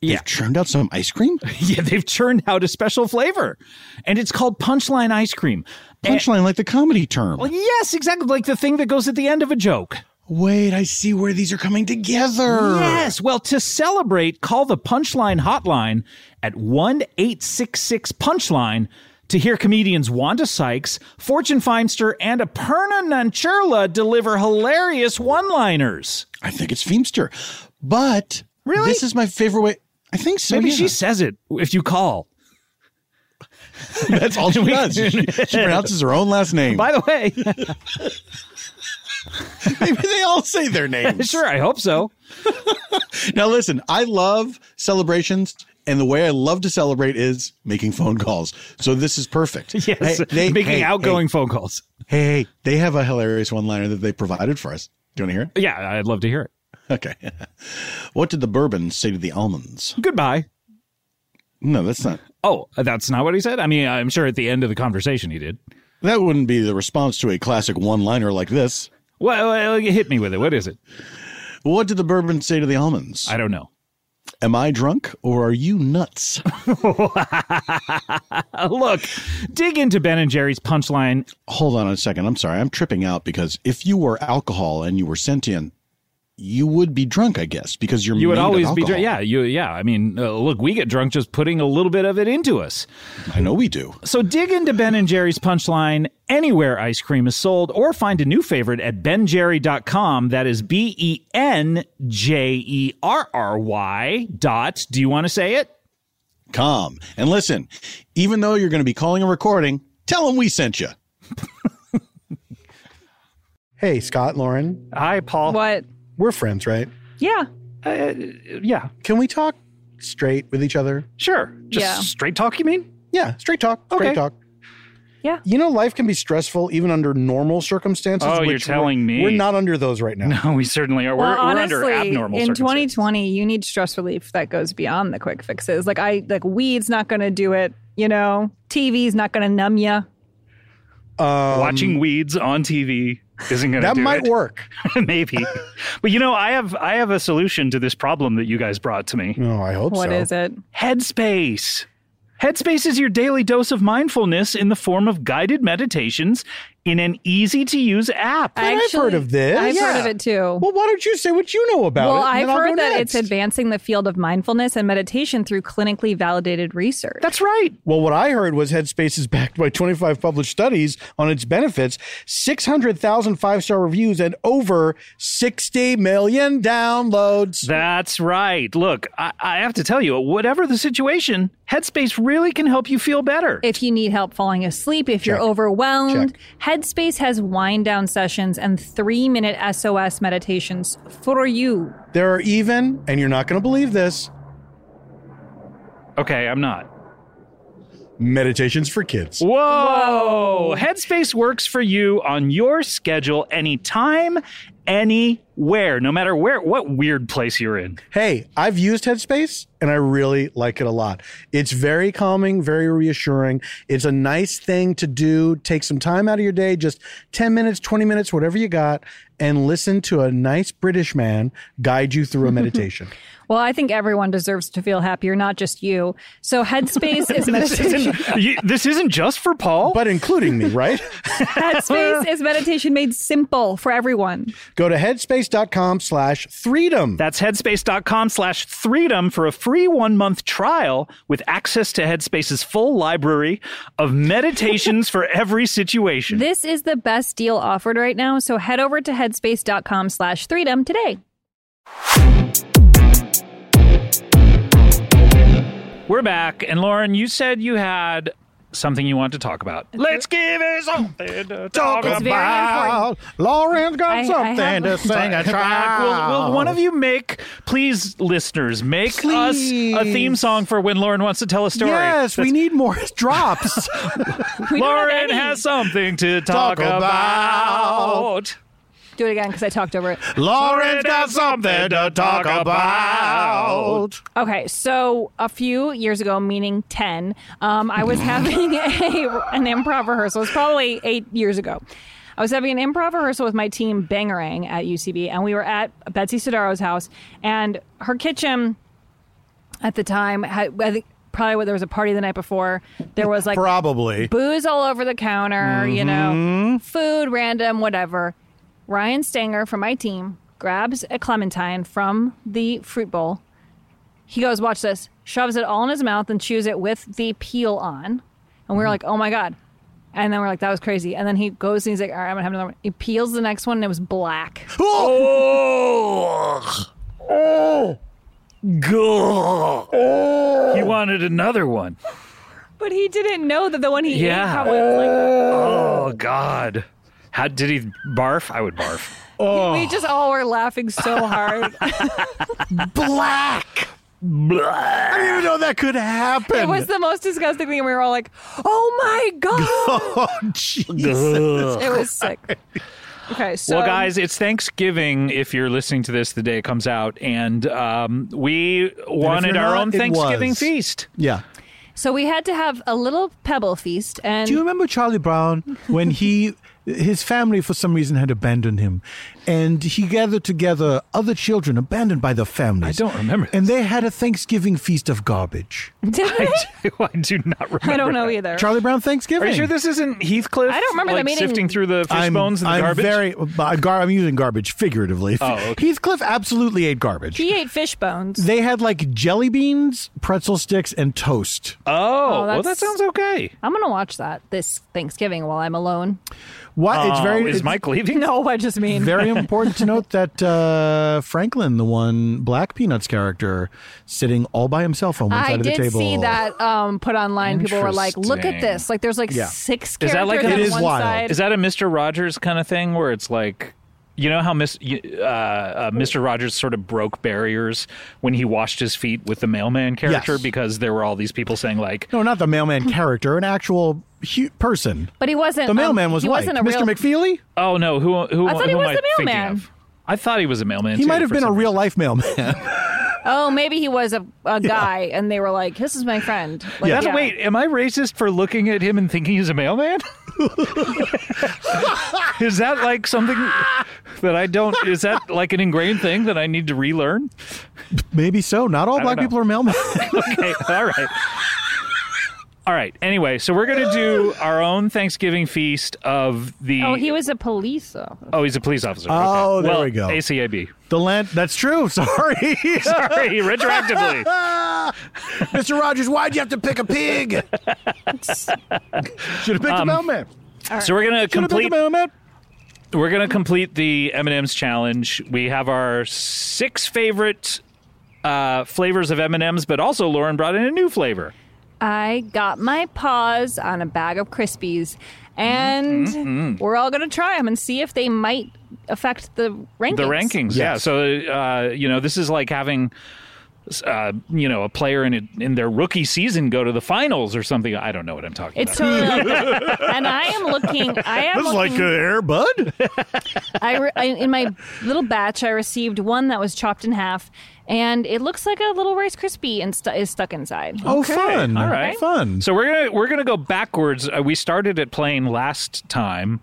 Speaker 3: Yeah.
Speaker 2: They've churned out some ice cream?
Speaker 3: Yeah, they've churned out a special flavor, and it's called Punchline Ice Cream.
Speaker 2: Punchline like the comedy term.
Speaker 3: Well, yes, exactly. Like the thing that goes at the end of a joke.
Speaker 2: Wait, I see where these are coming together.
Speaker 3: Yes. Well, to celebrate, call the Punchline hotline at 1 866 Punchline to hear comedians Wanda Sykes, Fortune Feimster, and Aparna Nancherla deliver hilarious one liners.
Speaker 2: I think it's Feemster. But
Speaker 3: Really?
Speaker 2: this is my favorite way. I think so.
Speaker 3: Maybe
Speaker 2: Oh, yeah.
Speaker 3: she says it if you call.
Speaker 2: that's all she does. She, she pronounces her own last name.
Speaker 3: By the way,
Speaker 2: Maybe they all say their names.
Speaker 3: sure, I hope so.
Speaker 2: Now listen, I love celebrations, and the way I love to celebrate is making phone calls. So this is perfect.
Speaker 3: Yes,
Speaker 2: Hey, they-
Speaker 3: making
Speaker 2: hey,
Speaker 3: outgoing phone calls.
Speaker 2: Hey, hey, hey, they have a hilarious one-liner that they provided for us. Do you want to hear it?
Speaker 3: Yeah, I'd love to hear it.
Speaker 2: Okay. what did the bourbon say to the almonds?
Speaker 3: Goodbye.
Speaker 2: No, that's not.
Speaker 3: Oh, that's not what he said. I mean, I'm sure at the end of the conversation he did.
Speaker 2: That wouldn't be the response to a classic one-liner like this.
Speaker 3: Well, well, hit me with it. What is it?
Speaker 2: What did the bourbon say to the almonds?
Speaker 3: I don't know.
Speaker 2: Am I drunk or are you nuts?
Speaker 3: Uh, look, dig into Ben and Jerry's punchline.
Speaker 2: Hold on a second. I'm sorry. I'm tripping out because if you were alcohol and you were sentient, you would be drunk, I guess, because you're
Speaker 3: You would
Speaker 2: made of
Speaker 3: always be
Speaker 2: alcohol.
Speaker 3: drunk. Yeah, you. Yeah, I mean, uh, look, we get drunk just putting a little bit of it into us.
Speaker 2: I know we do.
Speaker 3: So dig into Ben and Jerry's punchline anywhere ice cream is sold, or find a new favorite at benjerry.com. That is B E N J E R R Y dot. Do you want to say it?
Speaker 2: Calm and listen. Even though you're going to be calling and recording, tell them we sent you.
Speaker 5: Hey, Scott, Lauren,
Speaker 3: Hi, Paul.
Speaker 4: What?
Speaker 5: we're friends, right?
Speaker 4: Yeah.
Speaker 3: Yeah,
Speaker 5: Can we talk straight with each other?
Speaker 3: sure. Just
Speaker 4: Yeah.
Speaker 3: straight talk. You mean?
Speaker 5: Yeah, straight talk. Straight
Speaker 3: Okay.
Speaker 5: talk.
Speaker 4: Yeah.
Speaker 5: You know, life can be stressful even under normal circumstances.
Speaker 3: Oh,
Speaker 5: which
Speaker 3: you're telling
Speaker 5: we're,
Speaker 3: me.
Speaker 5: We're not under those right now. Uh,
Speaker 3: No, we certainly are.
Speaker 4: well,
Speaker 3: we're,
Speaker 4: honestly,
Speaker 3: we're under abnormal
Speaker 4: in
Speaker 3: circumstances.
Speaker 4: 2020, you need stress relief that goes beyond the quick fixes. Like I, like weed's not going to do it. You know, TV's not going to numb you.
Speaker 5: Um,
Speaker 3: Watching weeds on TV isn't going to
Speaker 5: that
Speaker 3: do
Speaker 5: might
Speaker 3: it.
Speaker 5: work.
Speaker 6: maybe but you know i have i have a solution to this problem that you guys brought to me
Speaker 5: No, I hope
Speaker 4: What
Speaker 5: so.
Speaker 4: is it?
Speaker 6: headspace headspace is your daily dose of mindfulness in the form of guided meditations in an easy to use app
Speaker 5: I've heard of this.
Speaker 4: I've
Speaker 5: Yeah.
Speaker 4: heard of it too.
Speaker 5: Well, why don't you say what you know about
Speaker 4: Well,
Speaker 5: it? and
Speaker 4: I've
Speaker 5: then I'll go
Speaker 4: heard that
Speaker 5: next.
Speaker 4: it's advancing the field of mindfulness and meditation through clinically validated research.
Speaker 6: that's right
Speaker 5: Well, what I heard was Headspace is backed by 25 published studies on its benefits, 600,000 five star reviews, and over 60 million downloads.
Speaker 6: that's right look I, I have to tell you whatever the situation headspace really can help you feel better
Speaker 4: if you need help falling asleep, if you're overwhelmed, Headspace has wind down sessions and three minute SOS meditations for you.
Speaker 5: There are even, and you're not going to believe this,
Speaker 6: okay i'm not
Speaker 5: meditations for kids.
Speaker 6: Whoa. Headspace works for you on your schedule anytime,
Speaker 3: anywhere, no matter where, what weird place you're in.
Speaker 5: Hey, I've used Headspace and I really like it a lot. It's very calming, very reassuring. It's a nice thing to do. Take some time out of your day, just 10 minutes, 20 minutes, whatever you got, and listen to a nice British man guide you through a meditation.
Speaker 4: Well, I think everyone deserves to feel happier, not just you. So Headspace is meditation.
Speaker 3: You- this isn't just for Paul.
Speaker 5: but including me, right?
Speaker 4: Headspace is meditation made simple for everyone.
Speaker 5: Go to headspace.com slash freedom.
Speaker 3: That's headspace.com slash freedom for a free one month trial with access to Headspace's full library of meditations for every situation.
Speaker 4: This is the best deal offered right now. So head over to headspace.com slash freedom today.
Speaker 3: We're back. And Lauren, you said you had something you want to talk about. Let's give it something to talk
Speaker 4: It's
Speaker 3: about.
Speaker 4: very important.
Speaker 5: Lauren's got
Speaker 4: I- I
Speaker 5: something
Speaker 4: have-
Speaker 5: to sing a
Speaker 3: Will,
Speaker 5: child.
Speaker 3: will one of you make, please, listeners, make us a theme
Speaker 5: Please.
Speaker 3: song for when Lauren wants to tell a story?
Speaker 5: Yes, we need more drops.
Speaker 4: We don't have
Speaker 3: Lauren
Speaker 4: any.
Speaker 3: has something to talk,
Speaker 5: Talk about.
Speaker 3: about.
Speaker 4: Do it again because I talked over it.
Speaker 5: Lauren's got something to talk about.
Speaker 4: Okay, so a few years ago, meaning 10, um, I was having a, an improv rehearsal. It's probably eight years ago. I was having an improv rehearsal with my team, Bangerang, at UCB, and we were at Betsy Sodaro's house, and her kitchen at the time had. I think Probably there was a party the night before. There was like
Speaker 5: Probably.
Speaker 4: booze all over the counter, you know, food, random, whatever. Ryan Stanger from my team grabs a clementine from the fruit bowl. He goes, Watch this, shoves it all in his mouth and chews it with the peel on. And we were like, Oh my God. And then we're like, That was crazy. And then he goes and he's like, All right, I'm going to have another one. He peels the next one and it was black.
Speaker 3: Oh, oh, He wanted another one.
Speaker 4: But he didn't know that the one he
Speaker 3: Yeah.
Speaker 4: ate probably was like
Speaker 3: Oh God! How did he barf? I would barf.
Speaker 4: We just all were laughing so hard.
Speaker 5: Black. I didn't even know that could happen.
Speaker 4: it was the most disgusting thing. And we were all like, Oh my God.
Speaker 5: oh, jeez.
Speaker 4: It was sick. Okay, so
Speaker 3: well, guys, it's Thanksgiving. If you're listening to this, the day it comes out, and um, we wanted
Speaker 5: you're
Speaker 3: our
Speaker 5: not,
Speaker 3: own
Speaker 5: it
Speaker 3: Thanksgiving
Speaker 5: was.
Speaker 3: feast.
Speaker 5: Yeah.
Speaker 4: so we had to have a little pebble feast, and
Speaker 5: Do you remember Charlie Brown when he his family for some reason had abandoned him and he gathered together other children abandoned by their families.
Speaker 3: I don't remember
Speaker 5: And they had a Thanksgiving feast of garbage.
Speaker 4: did
Speaker 3: I
Speaker 4: they?
Speaker 3: do, I do not remember.
Speaker 4: I don't know
Speaker 3: that.
Speaker 4: either.
Speaker 5: Charlie Brown Thanksgiving.
Speaker 3: Are you sure this isn't Heathcliff?
Speaker 4: I don't remember the
Speaker 3: like,
Speaker 4: meeting.
Speaker 3: sifting through the fish
Speaker 5: I'm,
Speaker 3: bones and the
Speaker 5: I'm
Speaker 3: garbage.
Speaker 5: very. uh, gar- I'm using garbage figuratively.
Speaker 3: Oh, okay.
Speaker 5: Heathcliff absolutely ate garbage.
Speaker 4: he ate fish bones.
Speaker 5: they had like jelly beans, pretzel sticks, and toast.
Speaker 3: oh, well, that
Speaker 4: that's-
Speaker 3: sounds okay.
Speaker 4: I'm gonna watch that this Thanksgiving while I'm alone.
Speaker 5: What? it's
Speaker 3: Uh,
Speaker 5: very.
Speaker 3: is
Speaker 5: it's
Speaker 3: Mike leaving?
Speaker 4: No, I just mean
Speaker 5: very important to note that uh, Franklin, the one black Peanuts character, sitting all by himself on one
Speaker 4: I
Speaker 5: side of the
Speaker 4: did
Speaker 5: table.
Speaker 4: see that um, put online. People were like, "Look at this! Like, there's like
Speaker 5: Yeah.
Speaker 4: six
Speaker 3: Is
Speaker 4: characters
Speaker 3: that like a-
Speaker 4: on
Speaker 5: It is
Speaker 4: one
Speaker 5: wild.
Speaker 4: side."
Speaker 3: Is that a Mister Rogers kind of thing where it's like, you know how Miss you- uh, uh, Mister Rogers sort of broke barriers when he washed his feet with the mailman character
Speaker 5: Yes.
Speaker 3: because there were all these people saying like,
Speaker 5: No, not the mailman character, an actual hu- person.
Speaker 4: but he wasn't.
Speaker 5: The
Speaker 4: um,
Speaker 5: mailman was
Speaker 4: he
Speaker 5: white.
Speaker 4: wasn't a
Speaker 5: Mr.
Speaker 4: real.
Speaker 5: McFeely?
Speaker 3: oh no, who who?
Speaker 4: I thought he
Speaker 3: who am
Speaker 4: was
Speaker 3: I
Speaker 4: the
Speaker 3: thinking
Speaker 4: mailman.
Speaker 3: of? I thought he was a mailman.
Speaker 5: He
Speaker 3: too,
Speaker 5: might have
Speaker 3: for
Speaker 5: been a
Speaker 3: some
Speaker 5: real
Speaker 3: reason.
Speaker 5: life mailman.
Speaker 4: oh, maybe he was a, a guy, and they were like, "This is my friend." Like,
Speaker 5: Yeah.
Speaker 3: That's- Wait, am I racist for looking at him and thinking he's a mailman? is that like something that I don't? Is that like an ingrained thing that I need to relearn?
Speaker 5: Maybe so. Not all
Speaker 3: don't
Speaker 5: black
Speaker 3: know.
Speaker 5: people are mailmen.
Speaker 3: okay. All right. All right. Anyway, so we're gonna do our own Thanksgiving feast of the.
Speaker 4: Oh, he was a police though.
Speaker 3: Oh, he's a police officer.
Speaker 5: Oh,
Speaker 3: okay.
Speaker 5: there
Speaker 3: Well,
Speaker 5: we go.
Speaker 3: ACAB.
Speaker 5: the land. That's true. Sorry.
Speaker 3: Sorry, retroactively.
Speaker 5: Mr. Rogers, why'd you have to pick a pig? Should have picked a mailman.
Speaker 3: So we're gonna
Speaker 5: Should have picked a
Speaker 3: Um, complete.
Speaker 5: mailman.
Speaker 3: We're gonna complete the M and M's challenge. We have our six favorite uh, flavors of M and M's, but also Lauren brought in a new flavor.
Speaker 4: I got my paws on a bag of Krispies, and
Speaker 5: Mm-hmm.
Speaker 4: we're all going to try them and see if they might affect the rankings.
Speaker 3: The rankings, yeah.
Speaker 5: Yes.
Speaker 3: So uh, you know, this is like having uh, you know, a player in a, in their rookie season go to the finals or something. I don't know what I'm talking
Speaker 4: It's
Speaker 3: about.
Speaker 4: totally. and I am looking. I am
Speaker 5: It's like
Speaker 4: looking,
Speaker 5: uh, Air Bud.
Speaker 4: I, re- I in my little batch, I received one that was chopped in half, and it looks like a little Rice crispy and stu- is stuck inside.
Speaker 5: Oh, fun!
Speaker 3: all right.
Speaker 5: fun.
Speaker 3: so we're gonna we're gonna go backwards. Uh, we started at playing last time.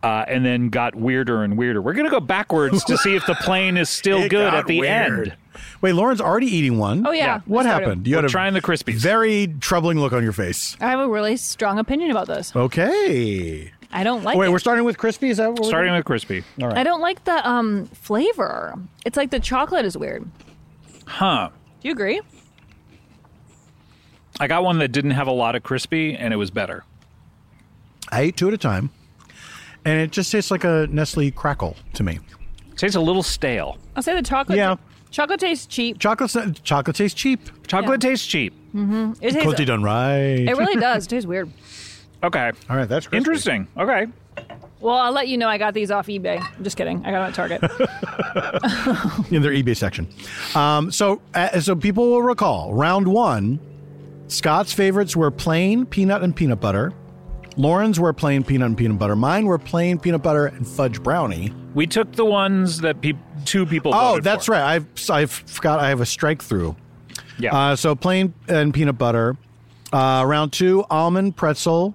Speaker 3: Uh, and then got weirder and weirder. We're gonna go backwards to see if the plane is still
Speaker 5: It
Speaker 3: good
Speaker 5: got
Speaker 3: at the
Speaker 5: weird.
Speaker 3: end.
Speaker 5: Wait, Lauren's already eating one.
Speaker 4: Oh, yeah. Yeah.
Speaker 5: What
Speaker 4: I started.
Speaker 5: happened? You
Speaker 3: We're
Speaker 5: had a
Speaker 3: trying the Crispies.
Speaker 5: Very troubling look on your face.
Speaker 4: I have a really strong opinion about this.
Speaker 5: Okay.
Speaker 4: I don't like.
Speaker 5: Wait,
Speaker 4: it.
Speaker 5: we're starting with crispy. Is that what we're
Speaker 3: Starting with crispy,
Speaker 4: I don't like the um flavor. It's like the chocolate is weird. Do
Speaker 3: huh?
Speaker 4: you agree?
Speaker 3: I got one that didn't have a lot of crispy, and it was better.
Speaker 5: I ate two at a time, and it just tastes like a Nestle crackle to me.
Speaker 3: tastes a little stale.
Speaker 4: I'll say the chocolate.
Speaker 5: Yeah.
Speaker 4: Chocolate tastes cheap.
Speaker 5: Chocolate's not- chocolate tastes cheap.
Speaker 3: Chocolate tastes cheap.
Speaker 4: It, tastes,
Speaker 5: Quality
Speaker 4: it
Speaker 5: done right.
Speaker 4: really does. It tastes weird.
Speaker 3: Okay.
Speaker 5: All right, that's crispy.
Speaker 3: Interesting. Okay.
Speaker 4: Well, I'll let you know I got these off eBay. I'm just kidding. I got them at Target.
Speaker 5: in their eBay section. Um, so, uh, so people will recall round one. Scott's favorites were plain peanut and peanut butter. Lauren's were plain peanut and peanut butter. Mine were plain peanut butter and fudge brownie.
Speaker 3: We took the ones that peop two people.
Speaker 5: Oh,
Speaker 3: voted
Speaker 5: that's
Speaker 3: for.
Speaker 5: right. I've I forgot. I have a strike through.
Speaker 3: Yeah.
Speaker 5: Uh, so plain and peanut butter. Uh, round two, almond pretzel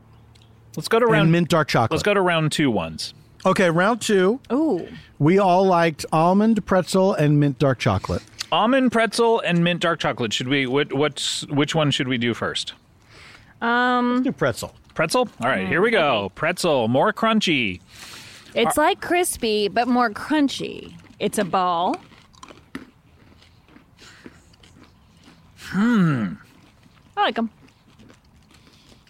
Speaker 3: let's go to round.
Speaker 5: and mint dark chocolate.
Speaker 3: let's go to round two ones.
Speaker 5: Okay, round two.
Speaker 4: Ooh.
Speaker 5: We all liked almond pretzel and mint dark chocolate.
Speaker 3: Almond pretzel and mint dark chocolate. Should we? What? What's? Which one should we do first? Mm-hmm.
Speaker 5: Let's do pretzel.
Speaker 3: Pretzel. All right. Here we go. Pretzel. More crunchy.
Speaker 4: It's like crispy, but more crunchy. It's a ball. Hmm.
Speaker 3: Hmm.
Speaker 4: I like them.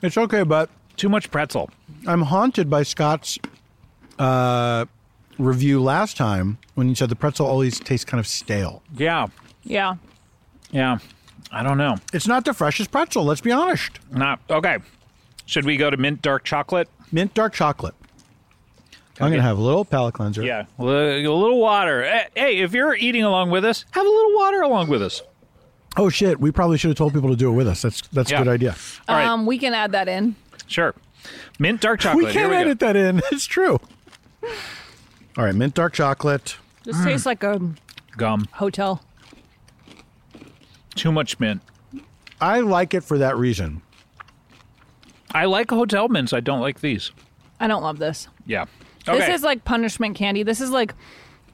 Speaker 5: It's okay, but
Speaker 3: Too much pretzel.
Speaker 5: I'm haunted by Scott's uh, review last time when you said the pretzel always tastes kind of stale.
Speaker 3: Yeah.
Speaker 4: Yeah.
Speaker 3: Yeah. I don't know.
Speaker 5: It's not the freshest pretzel, let's be honest.
Speaker 3: Not okay. Should we go to mint dark chocolate?
Speaker 5: Mint dark chocolate. I'm going to have a little palate cleanser.
Speaker 3: Yeah. A little a little water. Eh, Hey, if you're eating along with us, have a little water along with us.
Speaker 5: Oh shit, we probably should have told people to do it with us. That's that's
Speaker 3: Yeah.
Speaker 5: a good idea.
Speaker 3: All right.
Speaker 4: Um, we can add that in.
Speaker 3: Sure. Mint dark chocolate.
Speaker 5: we
Speaker 3: Here
Speaker 5: can't
Speaker 3: we go.
Speaker 5: edit that in. It's true. All right, mint dark chocolate.
Speaker 4: This
Speaker 3: Hmm.
Speaker 4: tastes like a
Speaker 3: Gum.
Speaker 4: hotel.
Speaker 3: Too much mint.
Speaker 5: I like it for that reason.
Speaker 3: I like hotel mints. I don't like these.
Speaker 4: I don't love this.
Speaker 3: Yeah. Okay.
Speaker 4: This is like punishment candy. This is like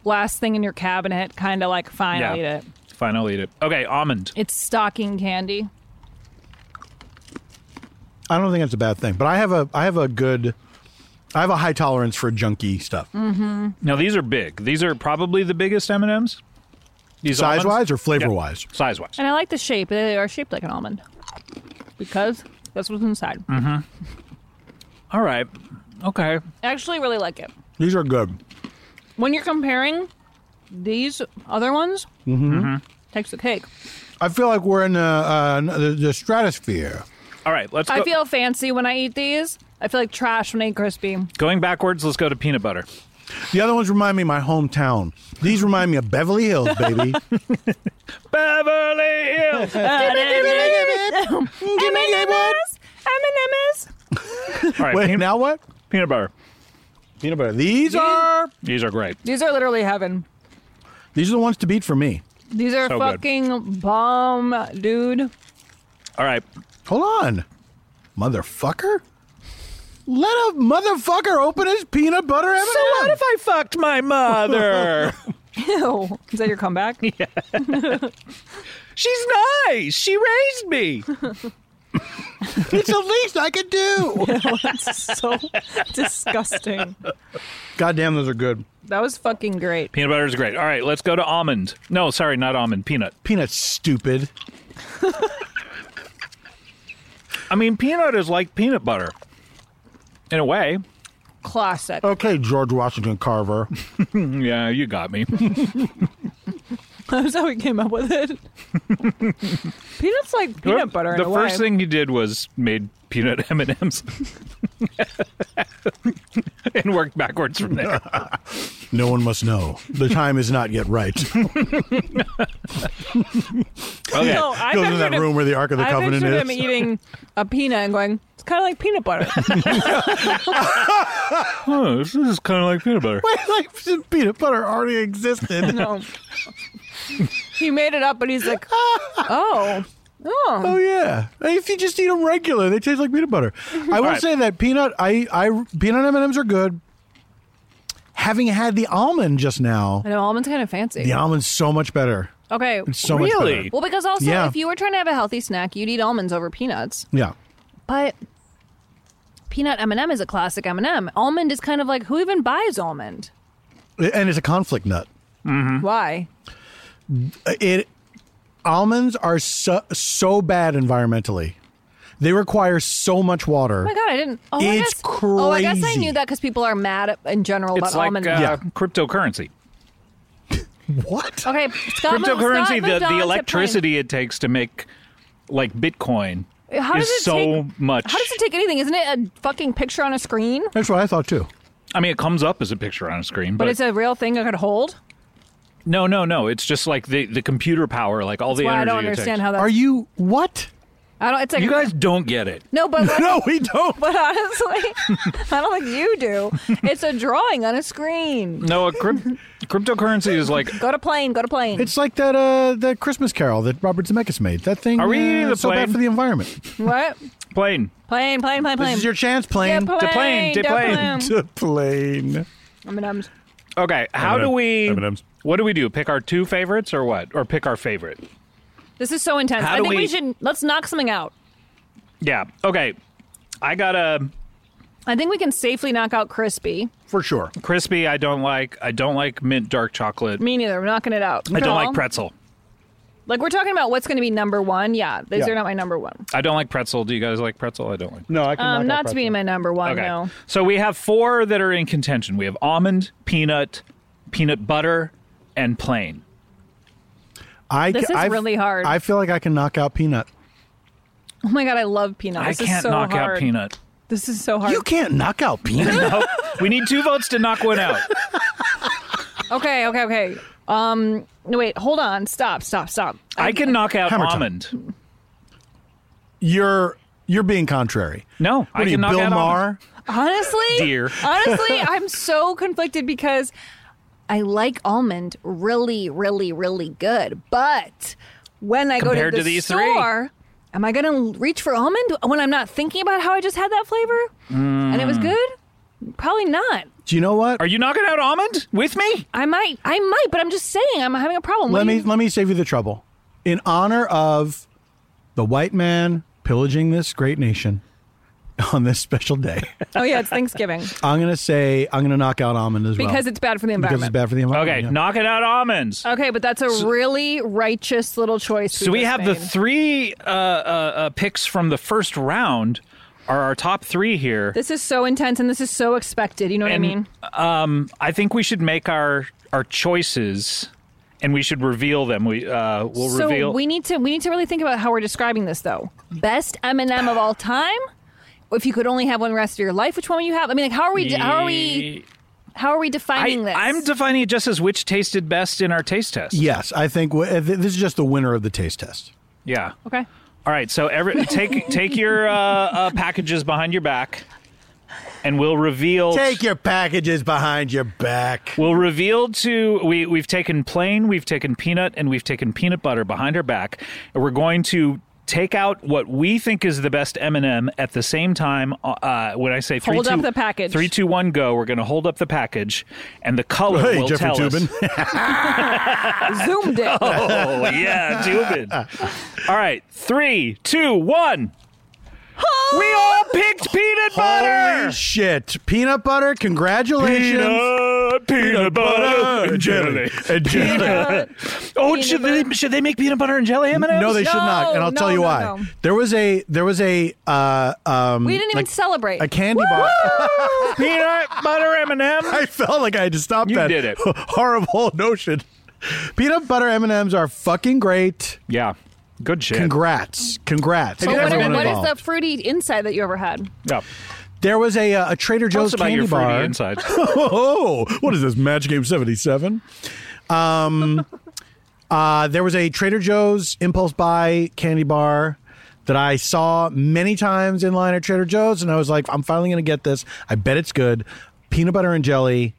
Speaker 4: last thing in your cabinet, kind of like fine, I'll eat
Speaker 3: Yeah.
Speaker 4: it.
Speaker 3: Fine, I'll eat it. Okay, almond.
Speaker 4: It's stocking candy.
Speaker 5: I don't think that's a bad thing, but I have a I have a good I have a high tolerance for junky stuff.
Speaker 3: Mm. Now these are big. These are probably the biggest M and M's. These
Speaker 5: Size wise or flavor
Speaker 3: Yeah.
Speaker 5: wise?
Speaker 3: Size wise.
Speaker 4: And I like the shape. They are shaped like an almond because that's what's inside.
Speaker 3: Mm. All right. Okay.
Speaker 4: I actually really like it.
Speaker 5: These are good.
Speaker 4: When you're comparing these other ones,
Speaker 3: Mm-hmm.
Speaker 4: takes the cake.
Speaker 5: I feel like we're in uh, uh, the, the stratosphere.
Speaker 3: All right. Let's. Go.
Speaker 4: I feel fancy when I eat these. I feel like trash when I eat crispy.
Speaker 3: going backwards. Let's go to peanut butter.
Speaker 5: The other ones remind me of my hometown. These remind me of Beverly Hills, baby.
Speaker 3: Beverly Hills.
Speaker 4: M&M's.
Speaker 3: All right.
Speaker 5: Wait,
Speaker 3: peanut,
Speaker 5: now what?
Speaker 3: peanut butter.
Speaker 5: Peanut butter. These are
Speaker 3: These are great.
Speaker 4: These are literally heaven.
Speaker 5: these are the ones to beat for me.
Speaker 4: These are
Speaker 3: So good.
Speaker 4: fucking bomb, dude.
Speaker 3: All right.
Speaker 5: Hold on, motherfucker. Let a motherfucker open his peanut butter M&M.
Speaker 3: I fucked my mother?
Speaker 4: Ew. Is that your comeback?
Speaker 3: She's nice. She raised me.
Speaker 5: it's the least I could do.
Speaker 4: so disgusting.
Speaker 5: Goddamn, those are good.
Speaker 4: That was fucking great.
Speaker 3: Peanut butter is great. All right. Let's go to almond. No, sorry, not almond. Peanut.
Speaker 5: Peanut, stupid.
Speaker 3: I mean, peanut is like peanut butter. In a way. Oh,
Speaker 4: Classic.
Speaker 5: Okay, George Washington Carver.
Speaker 3: Yeah, you got me.
Speaker 4: That's how we came up with it. Peanuts like peanut butter.
Speaker 3: The
Speaker 4: in a
Speaker 3: first
Speaker 4: way.
Speaker 3: thing he did was made peanut M and M's. and worked backwards from there.
Speaker 5: No one must know. The time is not yet right.
Speaker 3: Okay.
Speaker 4: No, I
Speaker 5: Goes in
Speaker 4: pictured
Speaker 5: that room where the Ark of the
Speaker 4: I
Speaker 5: Covenant
Speaker 4: pictured
Speaker 5: is.
Speaker 4: him eating a peanut and going, it's kind of like peanut butter.
Speaker 3: Oh, this is kind of like peanut butter.
Speaker 5: like peanut butter already existed.
Speaker 4: no. he made it up, but he's like, oh, oh.
Speaker 5: Oh yeah. If you just eat them regular, they taste like peanut butter. I will
Speaker 3: right.
Speaker 5: say that peanut I I peanut M&Ms are good. Having had the almond just now,
Speaker 4: I know almonds kind of fancy.
Speaker 5: the almond's so much better.
Speaker 4: Okay.
Speaker 5: So much
Speaker 3: Really?
Speaker 5: better.
Speaker 4: Well, because also,
Speaker 5: Yeah.
Speaker 4: if you were trying to have a healthy snack, you'd eat almonds over peanuts.
Speaker 5: Yeah.
Speaker 4: But peanut M&M is a classic M&M. Almond is kind of like, who even buys almond?
Speaker 5: And it's a conflict nut. Hmm. Uh,
Speaker 4: Why?
Speaker 5: It almonds are so, so bad environmentally. They require so much water.
Speaker 4: Oh my god, I didn't. Oh, I
Speaker 5: It's
Speaker 4: guess, Oh, I guess I
Speaker 5: crazy.
Speaker 4: knew that because people are mad at, in general
Speaker 3: It's
Speaker 4: about
Speaker 3: like
Speaker 4: almond.
Speaker 3: uh,
Speaker 5: Yeah.
Speaker 3: cryptocurrency.
Speaker 5: What?
Speaker 4: Okay, Scott moved- Scott
Speaker 3: Cryptocurrency,
Speaker 4: moved
Speaker 3: the,
Speaker 4: on
Speaker 3: the
Speaker 4: to
Speaker 3: electricity it takes to make like Bitcoin
Speaker 4: point. How does
Speaker 3: is
Speaker 4: it
Speaker 3: so
Speaker 4: take,
Speaker 3: much.
Speaker 4: How does it take anything? Isn't it a fucking picture on a screen?
Speaker 5: That's what I thought too.
Speaker 3: I mean, it comes up as a picture on a screen, but,
Speaker 4: But it's a real thing I could hold.
Speaker 3: no, no, no. It's just like the, the computer power, like all the
Speaker 4: That's why
Speaker 3: energy.
Speaker 4: I don't
Speaker 3: it takes.
Speaker 4: understand how that.
Speaker 5: Are you what?
Speaker 4: I don't. It's like
Speaker 3: You guys don't get it.
Speaker 4: No, but
Speaker 5: No, we don't.
Speaker 4: but honestly, I don't think you do. It's a drawing on a screen.
Speaker 3: No, a crypt- cryptocurrency is like.
Speaker 4: Go to plane. Go to plane.
Speaker 5: It's like that uh that Christmas Carol that Robert Zemeckis made. That thing
Speaker 3: Are we
Speaker 5: uh,
Speaker 3: eating the
Speaker 5: so bad
Speaker 3: plane?
Speaker 5: for the environment.
Speaker 4: what?
Speaker 3: Plane.
Speaker 4: Plane. Plane. Plane. Plane.
Speaker 5: This is your chance,
Speaker 4: yeah,
Speaker 5: plane.
Speaker 4: plane.
Speaker 3: plane, to
Speaker 4: yeah,
Speaker 3: plane.
Speaker 5: to plane.
Speaker 4: M&Ms.
Speaker 3: Okay, how do
Speaker 5: M&M.
Speaker 3: we?
Speaker 5: M&Ms.
Speaker 3: What do we do? Pick our two favorites or what? Or pick our favorite?
Speaker 4: This is so intense.
Speaker 3: How
Speaker 4: I
Speaker 3: do
Speaker 4: think we
Speaker 3: we-
Speaker 4: should let's knock something out.
Speaker 3: Yeah. Okay. I got a
Speaker 4: I think we can safely knock out crispy.
Speaker 5: For sure.
Speaker 3: crispy. I don't like. I don't like mint dark chocolate.
Speaker 4: Me neither. I'm knocking it out.
Speaker 3: I don't
Speaker 4: Well,
Speaker 3: like pretzel.
Speaker 4: Like we're talking about what's going to be number one. Yeah, these
Speaker 5: Yeah.
Speaker 4: are not my number one.
Speaker 3: I don't like pretzel. Do you guys like pretzel? I don't like.
Speaker 5: No, I can
Speaker 4: Um, not to be my number one.
Speaker 3: Okay.
Speaker 4: No.
Speaker 3: So we have four that are in contention. We have almond, peanut, peanut butter, and plain.
Speaker 5: I,
Speaker 4: This
Speaker 5: ca-
Speaker 4: is
Speaker 5: I f-
Speaker 4: really hard.
Speaker 5: I feel like I can knock out peanut.
Speaker 4: Oh my god, I love peanut. This
Speaker 3: I
Speaker 4: is
Speaker 3: can't
Speaker 4: so
Speaker 3: knock
Speaker 4: hard.
Speaker 3: out peanut.
Speaker 4: This is so hard.
Speaker 5: You can't knock out peanut.
Speaker 3: No, we need two votes to knock one out.
Speaker 4: okay, okay, okay. Um, no, wait, hold on. Stop, stop, stop.
Speaker 3: I can knock out
Speaker 5: Hammer time.
Speaker 3: almond.
Speaker 5: you're you're being contrary.
Speaker 3: No,
Speaker 5: What
Speaker 3: I
Speaker 5: are
Speaker 3: can
Speaker 5: you,
Speaker 3: knock
Speaker 5: Bill
Speaker 3: out almond.
Speaker 5: Maher?
Speaker 4: honestly,
Speaker 3: Dear.
Speaker 4: honestly, I'm so conflicted because I like almond really, really, really good, but when I
Speaker 3: Compared
Speaker 4: go
Speaker 3: to
Speaker 4: to the
Speaker 3: these three.
Speaker 4: store, am I going to reach for almond when I'm not thinking about how I just had that flavor and it
Speaker 3: Hmm.
Speaker 4: was good? Probably not.
Speaker 5: Do you know what?
Speaker 3: Are you knocking out almond with me?
Speaker 4: I might, I might, but I'm just saying I'm having a problem. What
Speaker 5: let
Speaker 4: do
Speaker 5: me
Speaker 4: you-
Speaker 5: let me save you the trouble. In honor of the white man pillaging this great nation on this special day,
Speaker 4: oh yeah, it's Thanksgiving
Speaker 5: I'm gonna say I'm gonna knock out almond as well
Speaker 4: because it's bad for the
Speaker 5: because
Speaker 4: environment.
Speaker 5: it's bad for the environment.
Speaker 3: Okay,
Speaker 5: yeah.
Speaker 3: knocking out almonds.
Speaker 4: Okay, but that's a really righteous little choice.
Speaker 3: So we
Speaker 4: just
Speaker 3: have the
Speaker 4: made.
Speaker 3: three uh, uh, uh, picks from the first round are our top three here.
Speaker 4: this is so intense, and this is so expected. You know what
Speaker 3: And,
Speaker 4: I mean?
Speaker 3: Um, I think we should make our our choices, and we should reveal them. We uh, will
Speaker 4: so
Speaker 3: reveal.
Speaker 4: we need to we need to really think about how we're describing this, though. Best M and m of all time. If you could only have one rest of your life, which one would you have? I mean, like, how are we? De- how are we? How are we defining this?
Speaker 3: I, am defining it just as which tasted best in our taste test.
Speaker 5: Yes, I think w- uh, th- this is just the winner of the taste test.
Speaker 3: Yeah.
Speaker 4: okay.
Speaker 3: All right. So every take take your uh, uh, packages behind your back, and we'll reveal.
Speaker 5: your packages behind your back.
Speaker 3: We'll reveal to we we've taken plain, we've taken peanut, and we've taken peanut butter behind our back, and we're going to take out what we think is the best M and m at the same time. Uh, when I say three,
Speaker 4: Hold up
Speaker 3: two-
Speaker 4: the package.
Speaker 3: three, two, one, go. We're going to hold up the package, and the color
Speaker 5: Hey,
Speaker 3: will
Speaker 5: Jeffrey
Speaker 3: tell us.
Speaker 5: Tubin.
Speaker 4: Zoomed it.
Speaker 3: Oh yeah, Tubin. All right, three, two, one.
Speaker 4: Oh!
Speaker 3: We all picked peanut butter.
Speaker 5: Holy shit. Peanut butter, congratulations.
Speaker 3: peanut, peanut butter, and jelly.
Speaker 5: And jelly.
Speaker 3: Oh,
Speaker 4: Peanut
Speaker 3: should they,
Speaker 4: butter.
Speaker 3: should they make peanut butter and jelly M&Ms?
Speaker 5: No, they should not, and I'll
Speaker 4: No,
Speaker 5: tell you
Speaker 4: no,
Speaker 5: why.
Speaker 4: no.
Speaker 5: There was a there was a uh, um
Speaker 4: We didn't even
Speaker 5: like
Speaker 4: celebrate.
Speaker 5: a candy bar.
Speaker 3: peanut butter M&M.
Speaker 5: I felt like I had to stop
Speaker 3: You
Speaker 5: that
Speaker 3: did it.
Speaker 5: horrible notion. Peanut butter M&Ms are fucking great.
Speaker 3: Yeah, good shit.
Speaker 5: Congrats. Congrats.
Speaker 3: Have you
Speaker 4: But what
Speaker 3: ever
Speaker 4: is-
Speaker 5: everyone
Speaker 3: been
Speaker 4: what is
Speaker 5: involved.
Speaker 4: the fruity inside that you ever had?
Speaker 3: yeah.
Speaker 5: There was a, uh, a Trader
Speaker 3: Tell
Speaker 5: Joe's
Speaker 3: us about
Speaker 5: candy
Speaker 3: your fruity
Speaker 5: bar.
Speaker 3: insides.
Speaker 5: oh, what is this Magic Game seventy seven? Um, uh, there was a Trader Joe's impulse buy candy bar that I saw many times in line at Trader Joe's, and I was like, I'm finally going to get this. I bet it's good. Peanut butter and jelly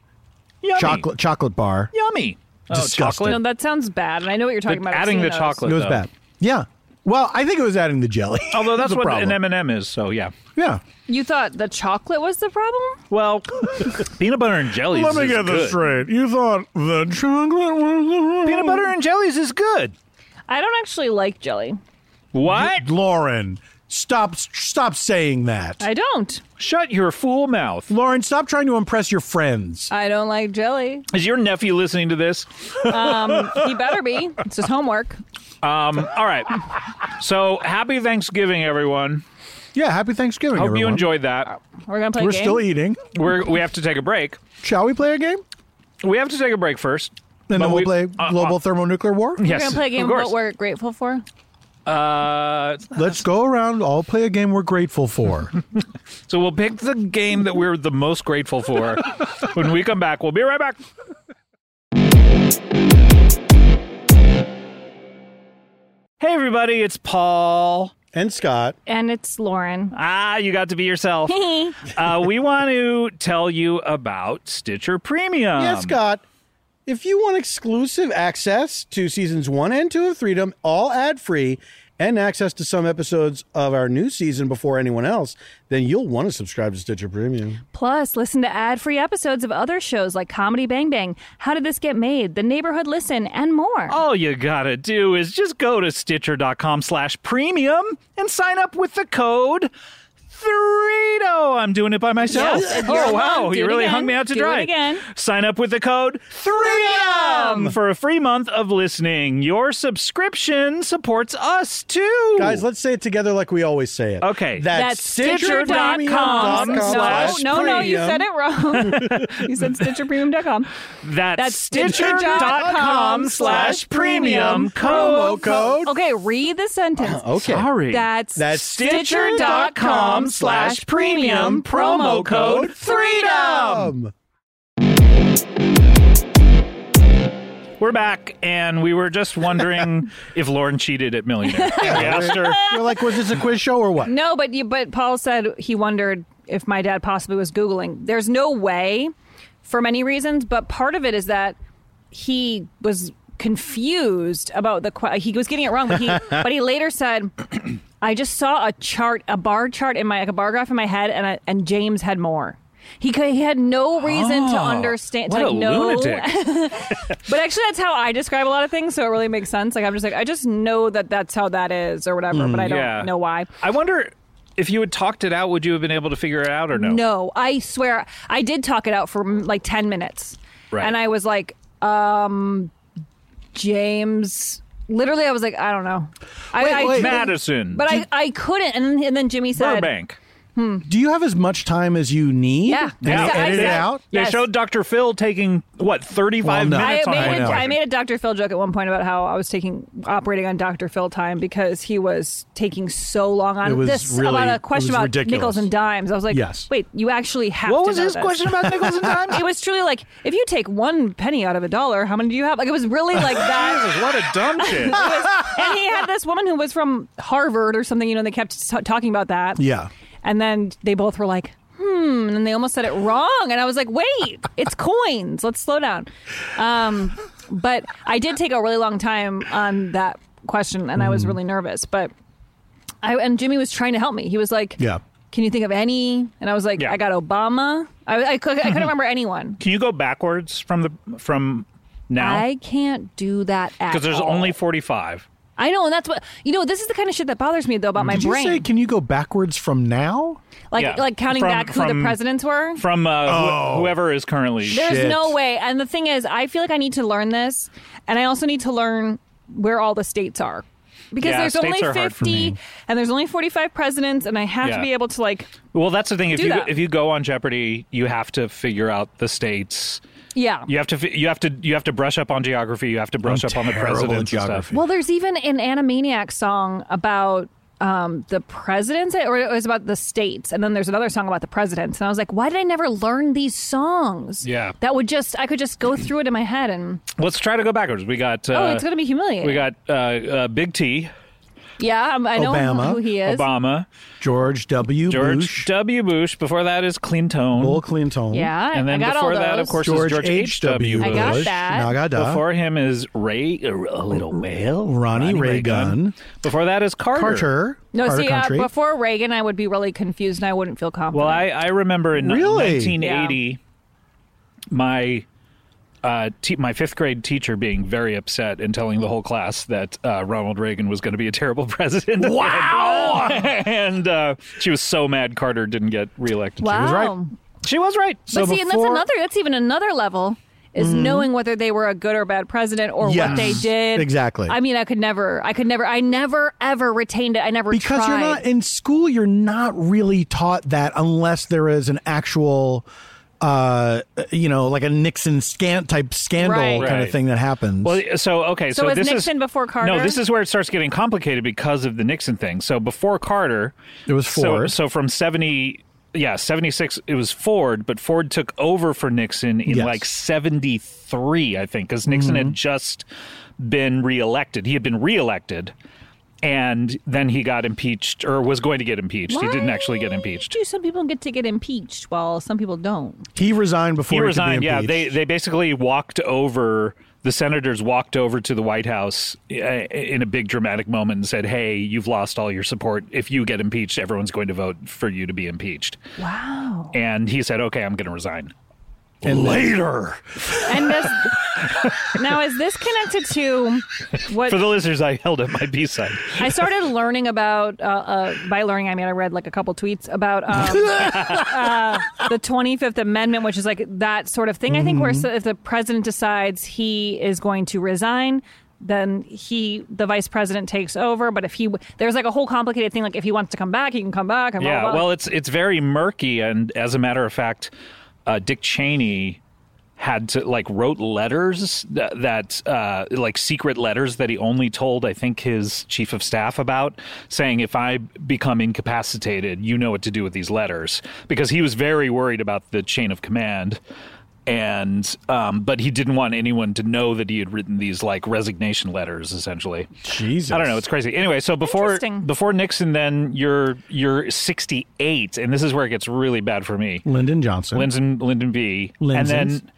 Speaker 3: Yummy.
Speaker 5: chocolate chocolate bar.
Speaker 3: Yummy. Oh,
Speaker 5: Disgusting.
Speaker 3: chocolate.
Speaker 4: No, that sounds bad, and I know what you're talking
Speaker 3: But
Speaker 4: about. I've
Speaker 3: adding
Speaker 4: seen
Speaker 3: the
Speaker 4: those.
Speaker 3: chocolate.
Speaker 5: It was
Speaker 3: though.
Speaker 5: bad. Yeah. Well, I think it was adding the jelly.
Speaker 3: Although that's
Speaker 5: The
Speaker 3: what
Speaker 5: problem.
Speaker 3: an M&M is, so yeah.
Speaker 5: yeah.
Speaker 4: You thought the chocolate was the problem?
Speaker 3: Well, peanut butter and jellies is good.
Speaker 5: straight. You thought the chocolate was the
Speaker 3: Peanut butter and jellies is good.
Speaker 4: I don't actually like jelly.
Speaker 3: What?
Speaker 5: Lauren, stop stop saying that.
Speaker 4: I don't.
Speaker 3: Shut your fool mouth.
Speaker 5: Lauren, stop trying to impress your
Speaker 3: Uh,
Speaker 5: friends.
Speaker 4: I don't like jelly.
Speaker 3: Is your nephew listening to this?
Speaker 4: Um, He better be. It's his homework.
Speaker 3: Um, all right. So happy Thanksgiving, everyone.
Speaker 5: Yeah, happy Thanksgiving.
Speaker 3: Hope you
Speaker 5: everyone.
Speaker 3: enjoyed that.
Speaker 4: We're gonna play.
Speaker 5: We're
Speaker 4: a game.
Speaker 5: still eating.
Speaker 3: We're, we have to take a break.
Speaker 5: Shall we play a game?
Speaker 3: We have to take a break first.
Speaker 5: And
Speaker 3: But
Speaker 5: then we'll
Speaker 3: we-
Speaker 5: play
Speaker 3: uh,
Speaker 5: Global
Speaker 3: uh,
Speaker 5: Thermonuclear War?
Speaker 4: We're
Speaker 3: Yes,
Speaker 4: gonna play a game
Speaker 3: of
Speaker 4: of what
Speaker 3: course.
Speaker 4: we're grateful for.
Speaker 3: Uh,
Speaker 5: Let's go around, all play a game we're grateful for.
Speaker 3: so we'll pick the game that we're the most grateful for. when we come back, we'll be right back. Hey, everybody, it's Paul.
Speaker 5: and Scott.
Speaker 4: And it's Lauren.
Speaker 3: Ah, you got to be yourself. uh, we want to tell you about Stitcher Premium.
Speaker 7: Yeah, Scott. If you want exclusive access to seasons one and two of Freedom, all ad free, and access to some episodes of our new season before anyone else, then you'll want to subscribe to Stitcher Premium.
Speaker 4: Plus, listen to ad-free episodes of other shows like Comedy Bang Bang, How Did This Get Made, The Neighborhood Listen, and more.
Speaker 3: All you gotta do is just go to Stitcher.com slash premium and sign up with the code Threedo. I'm doing it by myself.
Speaker 4: Yes, you're
Speaker 3: oh wow,
Speaker 4: on. Do
Speaker 3: you
Speaker 4: it
Speaker 3: really
Speaker 4: again.
Speaker 3: hung me out to
Speaker 4: Do it
Speaker 3: dry.
Speaker 4: again.
Speaker 3: Sign up with the code Threedom for a free month of listening. Your subscription supports us too.
Speaker 7: Guys, let's say it together like we always say it.
Speaker 3: Okay.
Speaker 7: That's,
Speaker 4: That's
Speaker 7: Stitcher
Speaker 4: Stitcher.com.
Speaker 7: Premium.com
Speaker 4: No,
Speaker 3: slash
Speaker 4: no, no, you
Speaker 7: premium.
Speaker 4: said it wrong. you said StitcherPremium.com.
Speaker 3: that's,
Speaker 4: That's
Speaker 3: Stitcher.com slash premium code. Ah,
Speaker 7: code.
Speaker 4: Okay, read the sentence.
Speaker 7: Okay.
Speaker 3: Sorry.
Speaker 4: That's,
Speaker 7: That's
Speaker 4: Stitcher.com slash premium promo code
Speaker 7: Um,
Speaker 4: freedom.
Speaker 3: We're back, and we were just wondering if Lauren cheated at Millionaire. We asked her.
Speaker 5: You're like, was this a quiz show or what?
Speaker 4: No, but you, but Paul said he wondered if my dad possibly was googling. There's no way, for many reasons, but part of it is that he was confused about the que- he was getting it wrong, but he but he later said. I just saw a chart, a bar chart in my like a bar graph in my head, and I, and James had more. He could, he had no reason to understand.
Speaker 3: Ah, What
Speaker 4: to
Speaker 3: a
Speaker 4: like, know.
Speaker 3: lunatic!
Speaker 4: But actually, that's how I describe a lot of things, so it really makes sense. Like I'm just like I just know that that's how that is or whatever, but I don't
Speaker 3: Mm, yeah.
Speaker 4: know why.
Speaker 3: I wonder if you had talked it out, would you have been able to figure it out or no?
Speaker 4: No, I swear I did talk it out for mm, like 10 minutes.
Speaker 3: Right.
Speaker 4: And I was like, um, James. Literally, I was like, I don't know. I, I,
Speaker 5: wait.
Speaker 3: Madison,
Speaker 4: But I, I couldn't. And, then- and then Jimmy said,
Speaker 3: Burbank.
Speaker 5: Do you have as much time as you need?
Speaker 4: Yeah.
Speaker 5: And you
Speaker 4: I said- I
Speaker 5: edit it
Speaker 4: said-
Speaker 5: out?
Speaker 3: They
Speaker 4: Yes.
Speaker 3: showed Dr. Phil taking what thirty-five
Speaker 5: Well, no.
Speaker 4: I
Speaker 3: minutes on
Speaker 4: made,
Speaker 3: one
Speaker 4: a,
Speaker 5: know.
Speaker 4: I
Speaker 3: question.
Speaker 4: made a Dr. Phil joke at one point about how I was taking operating on Dr. Phil time because he was taking so long on
Speaker 5: It was
Speaker 4: this
Speaker 5: really-
Speaker 4: about a
Speaker 5: it
Speaker 4: question
Speaker 5: was
Speaker 4: about
Speaker 5: ridiculous.
Speaker 4: nickels and dimes. I was like,
Speaker 5: Yes.
Speaker 4: wait, you actually have
Speaker 3: What
Speaker 4: to
Speaker 3: was
Speaker 4: know
Speaker 3: his
Speaker 4: this.
Speaker 3: question about nickels and dimes?
Speaker 4: It was truly like if you take one penny out of a dollar, how many do you have? Like it was really like that.
Speaker 3: Jesus, what a dumb shit!
Speaker 4: It was- and he had this woman who was from Harvard or something, you know, and they kept t- talking about that.
Speaker 5: Yeah.
Speaker 4: And then they both were like, hmm, and they almost said it wrong. And I was like, wait, it's coins. Let's slow down. Um, but I did take a really long time on that question and I
Speaker 5: Mm-hmm.
Speaker 4: was really nervous. But I, and Jimmy was trying to help me. He was like,
Speaker 5: Yeah.
Speaker 4: Can you think of any? And I was like,
Speaker 3: Yeah.
Speaker 4: I got Obama. I, I, cou- I couldn't remember anyone.
Speaker 3: Can you go backwards from the from now?
Speaker 4: I Oh. can't do that at
Speaker 3: Because there's
Speaker 4: all.
Speaker 3: only forty-five.
Speaker 4: I know, and that's what you know. This is the kind of shit that bothers me though about my
Speaker 5: Did you
Speaker 4: brain.
Speaker 5: say, can you go backwards from now?
Speaker 4: like
Speaker 3: Yeah.
Speaker 4: like counting
Speaker 3: From-
Speaker 4: back who
Speaker 3: from-
Speaker 4: the presidents were.
Speaker 3: from uh,
Speaker 4: Oh.
Speaker 3: wh- whoever is currently.
Speaker 4: There's
Speaker 5: Shit.
Speaker 4: no way. And the thing is, I feel like I need to learn this, and I also need to learn where all the states are. Because
Speaker 3: Yeah,
Speaker 4: there's
Speaker 3: states
Speaker 4: only
Speaker 3: are hard for
Speaker 4: 50 and there's only 45 presidents and I have
Speaker 3: Yeah.
Speaker 4: to be able to like
Speaker 3: Well, that's the thing. If
Speaker 4: Do
Speaker 3: you
Speaker 4: that.
Speaker 3: if you go on Jeopardy, you have to figure out the states.
Speaker 4: yeah.
Speaker 3: You have to fi- you have to you have to brush up on geography. You have to brush
Speaker 5: I'm
Speaker 3: up on the
Speaker 5: terrible at
Speaker 3: presidents and stuff.
Speaker 5: geography.
Speaker 4: Well, there's even an Animaniac song about um, the presidents, or it was about the states, and then there's another song about the presidents. And I was like, why did I never learn these songs?
Speaker 3: Yeah.
Speaker 4: that would just I could just go through it in my head, and
Speaker 3: Let's try to go backwards. We got uh,
Speaker 4: oh, it's gonna be humiliating.
Speaker 3: we got uh, uh, Big T,
Speaker 4: yeah, I'm- I know
Speaker 5: Obama.
Speaker 4: who he is.
Speaker 3: Obama,
Speaker 5: George W.
Speaker 3: George
Speaker 5: Bush,
Speaker 3: W. Bush. Before that is Clinton.
Speaker 5: Bill Clinton,
Speaker 4: Yeah,
Speaker 3: and then
Speaker 4: I got all
Speaker 3: before
Speaker 4: those.
Speaker 3: that, of course,
Speaker 5: George
Speaker 3: is George
Speaker 5: H.W.
Speaker 3: Bush.
Speaker 4: I got
Speaker 5: Bush,
Speaker 4: that.
Speaker 5: Nagada,
Speaker 3: Before him is Ray, a little whale,
Speaker 5: Ronnie Reagan,
Speaker 3: Before that is Carter.
Speaker 5: Carter,
Speaker 4: No,
Speaker 5: Carter
Speaker 4: see, uh,
Speaker 5: Country.
Speaker 4: before Reagan, I would be really confused and I wouldn't feel confident.
Speaker 3: Well, I, I remember in
Speaker 5: Really?
Speaker 3: 1980, my uh, te- my fifth grade teacher being very upset and telling the whole class that uh, Ronald Reagan was going to be a terrible president. Wow! and uh, she was so mad Carter didn't get reelected.
Speaker 4: wow.
Speaker 5: right.
Speaker 3: She was right.
Speaker 4: But see, and that's another. That's even another level is knowing whether they were a good or bad president or
Speaker 5: Mm-hmm. Yes,
Speaker 4: what they did.
Speaker 5: exactly.
Speaker 4: I mean, I could never. I could never. I never ever retained it. I never
Speaker 5: because
Speaker 4: tried.
Speaker 5: you're not in school you're not really taught that unless there is an actual uh you know like a nixon scant type scandal
Speaker 4: Right.
Speaker 5: kind of
Speaker 3: Right.
Speaker 5: thing that happens
Speaker 3: Well, so okay, so,
Speaker 4: So is
Speaker 3: this
Speaker 4: Nixon
Speaker 3: is
Speaker 4: before Carter?
Speaker 3: No, this is where it starts getting complicated because of the Nixon thing. So before Carter,
Speaker 5: It was
Speaker 3: so-
Speaker 5: Ford.
Speaker 3: So, from seventy, yeah, seventy six, it was Ford, but Ford took over for Nixon in
Speaker 5: Yes. Mm-hmm.
Speaker 3: like seventy three, I think, because Nixon had just been reelected. He had been reelected, and then he got impeached or was going to get impeached. He didn't actually get
Speaker 4: Why
Speaker 3: impeached.
Speaker 4: Do some people get to get impeached while some people don't?
Speaker 5: he resigned before
Speaker 3: He
Speaker 5: he,
Speaker 3: resigned.
Speaker 5: Could be
Speaker 3: yeah,
Speaker 5: impeached.
Speaker 3: they they basically walked over. The senators walked over to the White House uh, in a big dramatic moment and said, "Hey, you've lost all your support. If you get impeached, everyone's going to vote for you to be impeached."
Speaker 4: Wow.
Speaker 3: And he said, "Okay, I'm going to resign."
Speaker 5: and later
Speaker 4: And this now is this connected to what
Speaker 3: For the listeners, I held up my B side.
Speaker 4: I started learning about uh, uh, by learning I mean I read like a couple tweets about um, uh, the Twenty Fifth Amendment, which is like that sort of thing. I think where so if the president decides he is going to resign. Then he, the vice president, takes over. But if he, there's like a whole complicated thing. Like if he wants to come back, he can come back. And blah,
Speaker 3: Yeah,
Speaker 4: blah, blah.
Speaker 3: well, it's it's very murky, and as a matter of fact, uh, Dick Cheney had to like wrote letters that, that uh, like secret letters that he only told I think his chief of staff about, saying if I become incapacitated, you know what to do with these letters, because he was very worried about the chain of command. And um, but he didn't want anyone to know that he had written these like resignation letters, essentially.
Speaker 5: jesus
Speaker 3: I don't know. It's crazy. Anyway, so before
Speaker 4: Interesting.
Speaker 3: before Nixon, then you're you're 68, and this is where it gets really bad for me.
Speaker 5: lyndon johnson
Speaker 3: Lyndon Lyndon B. And
Speaker 5: Lindsay's.
Speaker 3: then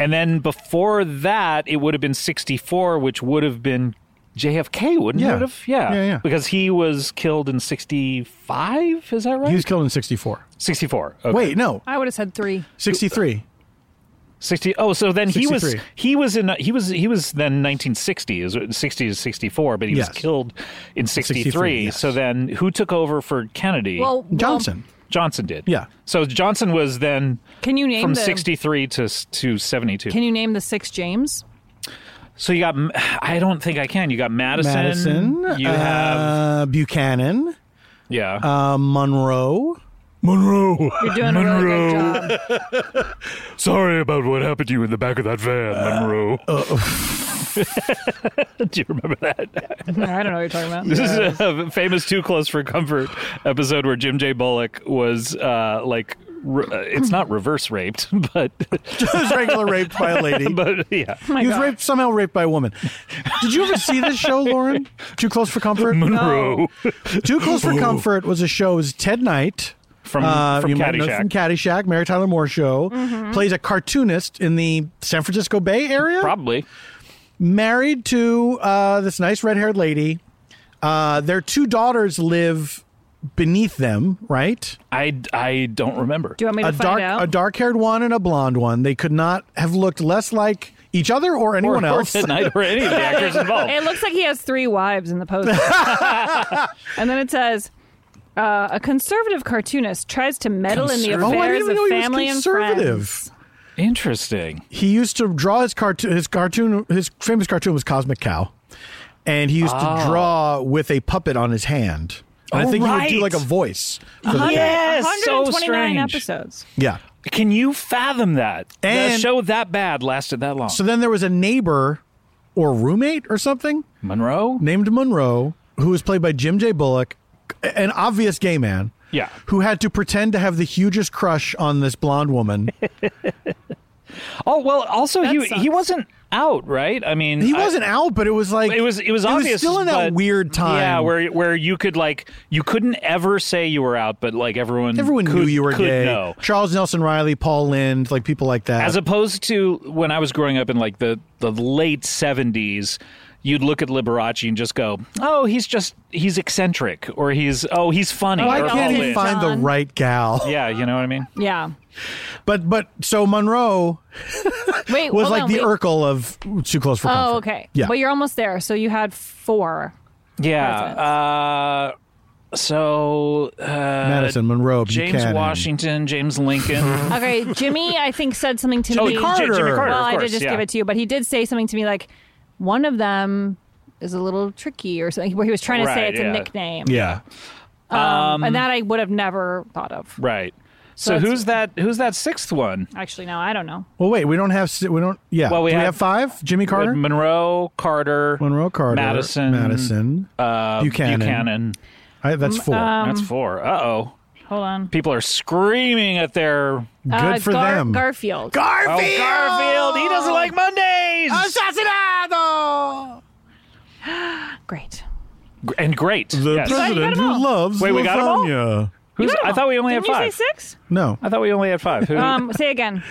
Speaker 3: and then before that, it would have been 64, which would have been JFK, wouldn't
Speaker 5: Yeah.
Speaker 3: it have? Yeah.
Speaker 5: Yeah, yeah.
Speaker 3: Because he was killed in 65. Is that right?
Speaker 5: he was killed in 64
Speaker 3: 64. Okay.
Speaker 5: wait no
Speaker 4: I would have said three.
Speaker 5: 63
Speaker 3: 60 oh so then he was
Speaker 5: 63.
Speaker 3: he was in he was he was then 1960 is 60 to 64 but he
Speaker 5: Yes.
Speaker 3: was killed in 63,
Speaker 5: 63, yes.
Speaker 3: so then who took over for kennedy
Speaker 4: Well, well,
Speaker 5: johnson
Speaker 3: johnson did
Speaker 5: Yeah.
Speaker 3: so johnson was then
Speaker 4: can you name
Speaker 3: from
Speaker 4: the,
Speaker 3: 63 to s- to 72
Speaker 4: Can you name the six James?
Speaker 3: so you got M- i don't think i can you got madison
Speaker 5: madison
Speaker 3: you
Speaker 5: uh,
Speaker 3: have
Speaker 5: buchanan
Speaker 3: yeah
Speaker 5: uh, monroe
Speaker 8: Monroe,
Speaker 4: You're doing a really good job.
Speaker 8: sorry about what happened to you in the back of that van, Monroe.
Speaker 5: uh,
Speaker 3: do you remember that
Speaker 4: I don't know what you're talking about.
Speaker 3: This is a famous "Too Close for Comfort" episode where Jim J. Bullock was uh, like, re- uh, it's not reverse raped, but
Speaker 5: was regular raped by a lady
Speaker 3: but yeah,
Speaker 5: he was raped somehow raped by a woman did you ever see this show lauren too close for comfort
Speaker 8: Monroe.
Speaker 5: Too Close for Comfort was a show. It was Ted Knight
Speaker 3: from
Speaker 5: uh,
Speaker 3: from
Speaker 5: you might know
Speaker 3: Caddyshack. Mm-hmm.
Speaker 5: from Caddyshack, Mary Tyler Moore show. Plays a cartoonist in the San Francisco Bay Area.
Speaker 3: Probably
Speaker 5: married to uh, this nice red haired lady. Uh, their two daughters live beneath them. Right,
Speaker 3: I I don't remember.
Speaker 4: Do you want me to
Speaker 5: a
Speaker 4: find
Speaker 5: dark
Speaker 4: out?
Speaker 5: a dark haired one and a blonde one. They could not have looked less like each other or anyone
Speaker 3: or,
Speaker 5: else.
Speaker 3: or Ted Knight or any of the actors involved.
Speaker 4: It looks like he has three wives in the post. and then it says uh, a conservative cartoonist tries to meddle in the
Speaker 3: Conservative?
Speaker 5: Oh, I didn't
Speaker 4: affairs
Speaker 5: even know
Speaker 4: of
Speaker 5: he was
Speaker 4: family and
Speaker 5: conservative.
Speaker 4: friends.
Speaker 3: Interesting.
Speaker 5: he used to draw his cartoon his cartoon his famous cartoon was cosmic cow and he used to draw with a puppet on his hand and i
Speaker 3: Oh,
Speaker 5: think he would do like
Speaker 3: right.
Speaker 5: a voice for the cat.
Speaker 3: Yes, so
Speaker 4: 129
Speaker 3: strange.
Speaker 4: episodes.
Speaker 5: yeah
Speaker 3: Can you fathom that? the
Speaker 5: And-
Speaker 3: show that bad lasted that long.
Speaker 5: so then there was a neighbor or roommate or something
Speaker 3: Monroe.
Speaker 5: named monroe who was played by jim j bullock an obvious gay man
Speaker 3: Yeah.
Speaker 5: who had to pretend to have the hugest crush on this blonde woman.
Speaker 3: Oh well. Also, he
Speaker 4: sucks.
Speaker 3: he wasn't out, right? I mean,
Speaker 5: He
Speaker 3: I-
Speaker 5: wasn't out, but it was like
Speaker 3: it was it was obvious.
Speaker 5: still in that
Speaker 3: but-
Speaker 5: weird time.
Speaker 3: Yeah, where where you could like you couldn't ever say you were out, but like everyone
Speaker 5: everyone
Speaker 3: Mm. could,
Speaker 5: knew you were
Speaker 3: could
Speaker 5: gay.
Speaker 3: Know.
Speaker 5: Charles Nelson Riley, Paul Lind, like people like that.
Speaker 3: As opposed to when I was growing up in like the the late seventies. You'd look at Liberace and just go, "Oh, he's just he's eccentric, or he's oh he's funny."
Speaker 5: Why
Speaker 3: or
Speaker 5: can't
Speaker 3: all
Speaker 5: he
Speaker 3: in.
Speaker 5: find the
Speaker 4: John.
Speaker 5: right gal?
Speaker 3: Yeah, you know what I mean.
Speaker 4: Yeah.
Speaker 5: But but so Monroe
Speaker 4: Wait.
Speaker 5: was
Speaker 4: hold
Speaker 5: like
Speaker 4: on,
Speaker 5: the
Speaker 4: wait.
Speaker 5: Urkel of Too Close for Comfort.
Speaker 4: Oh, okay.
Speaker 5: Yeah.
Speaker 4: Well, you're almost there. So you had four.
Speaker 3: Yeah. Uh, so uh,
Speaker 5: Madison Monroe
Speaker 3: James
Speaker 5: Buchanan.
Speaker 3: Washington, James Lincoln.
Speaker 4: Okay, Jimmy, I think said something to
Speaker 3: Oh,
Speaker 4: me.
Speaker 3: Jimmy Carter. Jimmy Carter,
Speaker 4: well,
Speaker 3: of
Speaker 4: I
Speaker 3: course,
Speaker 4: did just
Speaker 3: yeah.
Speaker 4: give it to you, but he did say something to me like, one of them is a little tricky or something, where he was trying to say
Speaker 3: Right,
Speaker 4: it's
Speaker 3: yeah.
Speaker 4: a nickname.
Speaker 5: Yeah.
Speaker 4: Um, and that I would have never thought of.
Speaker 3: right. So,
Speaker 4: So it's-
Speaker 3: who's that? Who's that sixth one?
Speaker 4: Actually, no, I don't know.
Speaker 5: Well, wait, we don't have si- we don't yeah.
Speaker 3: Well, we
Speaker 5: Do
Speaker 3: had-
Speaker 5: have five. Jimmy Carter,
Speaker 3: Monroe, Carter,
Speaker 5: Monroe Carter,
Speaker 3: Madison,
Speaker 5: Madison,
Speaker 3: uh,
Speaker 5: Buchanan.
Speaker 3: Buchanan.
Speaker 5: I, that's four.
Speaker 3: That's four. Uh oh.
Speaker 4: Hold on.
Speaker 3: People are screaming at their.
Speaker 5: Good
Speaker 4: uh,
Speaker 5: for
Speaker 4: Gar-
Speaker 5: them.
Speaker 4: Garfield.
Speaker 3: Oh,
Speaker 5: Garfield.
Speaker 3: Garfield! He doesn't like Mondays.
Speaker 5: Assassinado.
Speaker 4: Great.
Speaker 3: Gr- and great.
Speaker 5: The
Speaker 3: Yes.
Speaker 5: president who loves
Speaker 3: Wait, we got 'em all?
Speaker 5: lasagna.
Speaker 3: Who's, I thought we only
Speaker 4: Didn't
Speaker 3: had
Speaker 4: you
Speaker 3: five.
Speaker 4: say six?
Speaker 5: No.
Speaker 3: I thought we only had five. Who,
Speaker 4: Um, say again.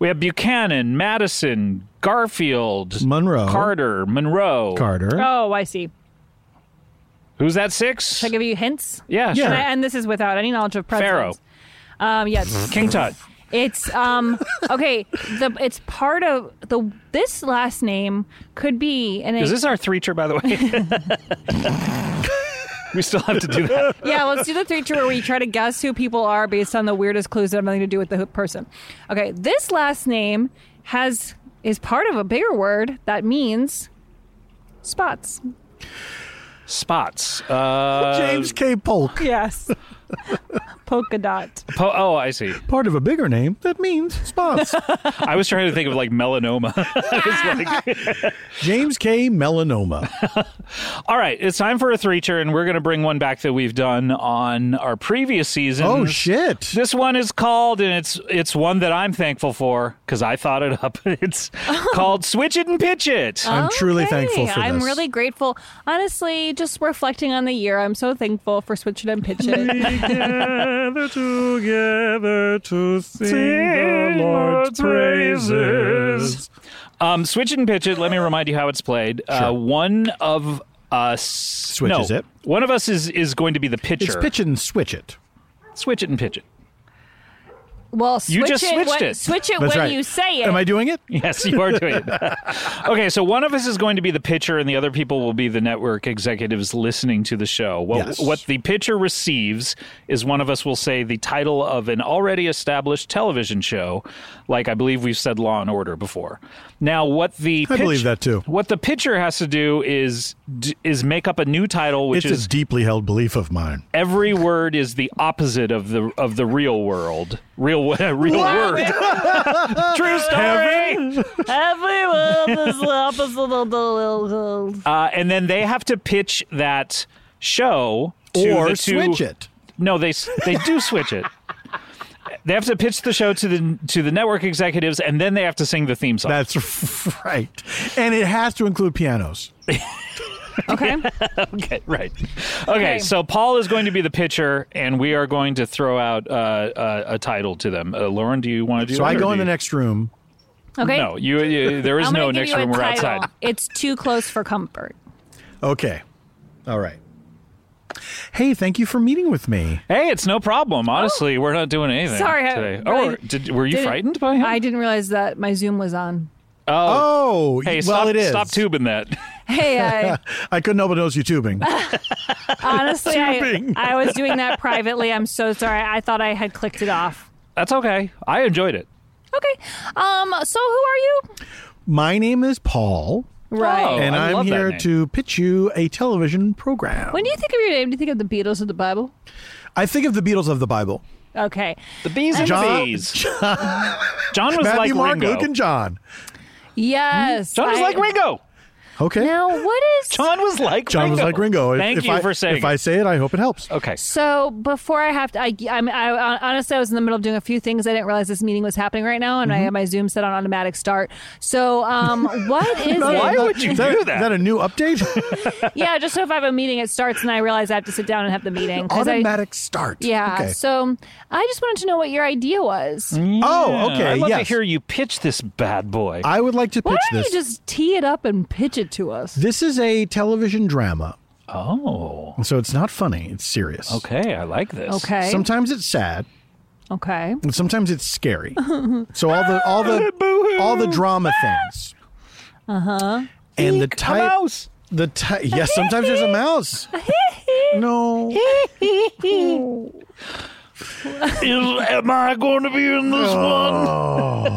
Speaker 3: We have Buchanan, Madison, Garfield,
Speaker 5: Monroe.
Speaker 3: Carter, Monroe.
Speaker 5: Carter.
Speaker 4: Oh, I see.
Speaker 3: Who's that? Six?
Speaker 4: Should I give you hints?
Speaker 3: yeah,
Speaker 5: Yeah.
Speaker 4: And,
Speaker 3: sure.
Speaker 4: I, and this is without any knowledge of
Speaker 3: Pharaoh,
Speaker 4: presidents. Um, yes.
Speaker 3: King Tut.
Speaker 4: It's um okay. The it's part of the this last name could be and
Speaker 3: Is
Speaker 4: it,
Speaker 3: this our three-ter, by the way? we still have to do that.
Speaker 4: yeah. Let's do the three two where we try to guess who people are based on the weirdest clues that have nothing to do with the person. Okay, this last name has is part of a bigger word that means spots.
Speaker 3: Spots. Uh,
Speaker 5: James K. Polk.
Speaker 4: Yes, polka dot.
Speaker 3: po- oh, I see.
Speaker 5: Part of a bigger name that means spots.
Speaker 3: I was trying to think of like melanoma. I was like,
Speaker 5: James K. Melanoma.
Speaker 3: all right, it's time for a three-ter, and we're going to bring one back that we've done on our previous season.
Speaker 5: Oh shit.
Speaker 3: This one is called, and it's it's one that I'm thankful for because I thought it up. It's called "Switch It and Pitch It."
Speaker 5: I'm truly
Speaker 4: Okay,
Speaker 5: thankful for
Speaker 4: I'm
Speaker 5: this.
Speaker 4: really grateful. Honestly, just reflecting on the year, I'm so thankful for switching and pitching.
Speaker 5: Gather together to sing the Lord's praises.
Speaker 3: Um, switch it and pitch it. Let me remind you how it's played. Uh, one of us
Speaker 5: Switches
Speaker 3: no,
Speaker 5: it.
Speaker 3: One of us is is going to be the
Speaker 5: It's
Speaker 3: pitcher.
Speaker 5: pitch it and switch it.
Speaker 3: Switch it and pitch it.
Speaker 4: well, switch
Speaker 3: You just
Speaker 4: it
Speaker 3: switched
Speaker 4: when,
Speaker 3: it.
Speaker 4: Switch it
Speaker 5: That's
Speaker 4: when
Speaker 5: right.
Speaker 4: you say it.
Speaker 5: Am I doing it?
Speaker 3: Yes, you are doing it. okay, so one of us is going to be the pitcher, and the other people will be the network executives listening to the show. What,
Speaker 5: Yes.
Speaker 3: what the pitcher receives is one of us will say the title of an already established television show, like I believe we've said Law and Order before. Now, what the
Speaker 5: I believe that too.
Speaker 3: What the pitcher has to do is d- is make up a new title, which
Speaker 5: It's
Speaker 3: is
Speaker 5: a deeply held belief of mine.
Speaker 3: every word is the opposite of the of the real world. Real real word. True story.
Speaker 4: Everyone is the opposite of the
Speaker 3: Uh, and then they have to pitch that show to
Speaker 5: or
Speaker 3: the two-
Speaker 5: switch it.
Speaker 3: No, they s- they do switch it. They have to pitch the show to the to the network executives, and then they have to sing the theme song.
Speaker 5: That's right. And it has to include pianos.
Speaker 4: Okay.
Speaker 3: okay, right. Okay,
Speaker 4: Okay.
Speaker 3: so Paul is going to be the pitcher, and we are going to throw out uh, uh, a title to them. Uh, Lauren, do you want to do?
Speaker 5: So
Speaker 3: it,
Speaker 5: I
Speaker 3: or
Speaker 5: go
Speaker 3: do
Speaker 5: in the
Speaker 3: you-
Speaker 5: next room.
Speaker 4: Okay.
Speaker 3: No, you, you. There is
Speaker 4: I'm gonna
Speaker 3: no
Speaker 4: give
Speaker 3: next
Speaker 4: you a
Speaker 3: room. We're
Speaker 4: title.
Speaker 3: outside.
Speaker 4: It's too close for comfort.
Speaker 5: Okay. All right. Hey, thank you for meeting with me.
Speaker 3: Hey, it's no problem. Honestly, we're not doing anything.
Speaker 4: Oh. Sorry, I
Speaker 3: Today.
Speaker 4: really
Speaker 3: oh, did, were you
Speaker 4: didn't-
Speaker 3: frightened by him?
Speaker 4: I didn't realize that my Zoom was on.
Speaker 3: oh,
Speaker 5: Oh,
Speaker 3: hey,
Speaker 5: well,
Speaker 3: stop,
Speaker 5: it is.
Speaker 3: stop tubing that.
Speaker 4: Hey, I,
Speaker 5: I couldn't help but notice you tubing.
Speaker 4: honestly, I,
Speaker 5: Tubing.
Speaker 4: I was doing that privately. I'm so sorry. I thought I had clicked it off.
Speaker 3: That's okay. I enjoyed it.
Speaker 4: Okay. Um. So who are you?
Speaker 5: My name is Paul,
Speaker 3: Oh,
Speaker 5: and
Speaker 3: I
Speaker 5: I'm
Speaker 3: love that
Speaker 5: here
Speaker 3: name.
Speaker 5: to pitch you a television program.
Speaker 4: When do you think of your name? Do you think of the Beatles or the Bible?
Speaker 5: I think of the Beatles of the Bible.
Speaker 4: Okay.
Speaker 3: The bees and the
Speaker 5: John-
Speaker 3: bees. John,
Speaker 5: Matthew,
Speaker 3: was like
Speaker 5: Mark,
Speaker 3: Ringo.
Speaker 5: Luke, and John.
Speaker 4: Yes.
Speaker 3: John was
Speaker 4: I-
Speaker 3: like Ringo.
Speaker 5: Okay.
Speaker 4: Now, what is
Speaker 3: John was like
Speaker 5: John was
Speaker 3: Ringo.
Speaker 5: like Ringo. If-
Speaker 3: Thank
Speaker 5: if
Speaker 3: you
Speaker 5: I,
Speaker 3: for saying.
Speaker 5: If
Speaker 3: it.
Speaker 5: I say it, I hope it helps.
Speaker 3: okay,
Speaker 4: So before I have to, I, I'm, I honestly I was in the middle of doing a few things. I didn't realize this meeting was happening right now, and
Speaker 3: Mm-hmm.
Speaker 4: I had my Zoom set on automatic start. So um, what is
Speaker 3: Why
Speaker 4: it?
Speaker 3: would you
Speaker 5: is that,
Speaker 3: do
Speaker 5: Is
Speaker 3: that?
Speaker 5: that a new update?
Speaker 4: Yeah, just so if I have a meeting, it starts, and I realize I have to sit down and have the meeting. 'cause I-
Speaker 5: Automatic start.
Speaker 4: yeah.
Speaker 5: Okay.
Speaker 4: So I just wanted to know what your idea was.
Speaker 5: oh, okay.
Speaker 3: Mm, I'd love
Speaker 5: yes.
Speaker 3: to hear you pitch this bad boy.
Speaker 5: I would like to
Speaker 4: Why
Speaker 5: pitch
Speaker 4: don't
Speaker 5: this.
Speaker 4: you just tee it up and pitch it to us?
Speaker 5: This is a television drama,
Speaker 3: oh,
Speaker 5: so it's not funny. It's serious.
Speaker 3: okay, I like this.
Speaker 4: Okay.
Speaker 5: Sometimes it's sad,
Speaker 4: okay.
Speaker 5: and sometimes it's scary. so all the all the all the drama things. Uh huh. And the type.
Speaker 3: mouse.
Speaker 5: The type. Yes. sometimes there's a mouse. no.
Speaker 3: Is, am I going to be in this
Speaker 5: Oh.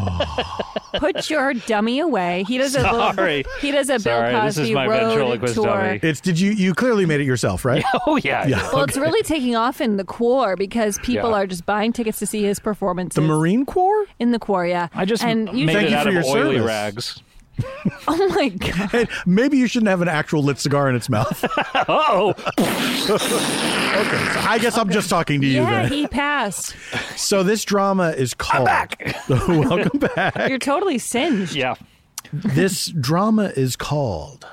Speaker 4: Put your dummy away. He does a
Speaker 3: Sorry.
Speaker 4: little, he does a
Speaker 3: Sorry,
Speaker 4: Bill
Speaker 3: this is
Speaker 4: Cosby
Speaker 3: my
Speaker 4: road
Speaker 3: ventriloquist
Speaker 4: tour.
Speaker 3: dummy.
Speaker 5: It's did you you clearly made it yourself, right?
Speaker 3: one? Oh yeah, yeah.
Speaker 4: Well, it's really taking off in the core because people
Speaker 3: Yeah.
Speaker 4: are just buying tickets to see his performances
Speaker 5: The Marine Corps.
Speaker 4: in the core. Yeah,
Speaker 3: I just
Speaker 4: and
Speaker 3: made
Speaker 5: Thank
Speaker 3: it
Speaker 5: you
Speaker 3: out
Speaker 5: for
Speaker 3: of
Speaker 5: your
Speaker 3: oily
Speaker 5: service.
Speaker 3: rags.
Speaker 4: Oh my god!
Speaker 5: Hey, maybe you shouldn't have an actual lit cigar in its mouth.
Speaker 3: Oh,
Speaker 5: I guess I'm just talking to you
Speaker 4: Yeah,
Speaker 5: then.
Speaker 4: he passed.
Speaker 5: So this drama is called. Welcome back.
Speaker 4: You're totally singed.
Speaker 3: yeah.
Speaker 5: This drama is called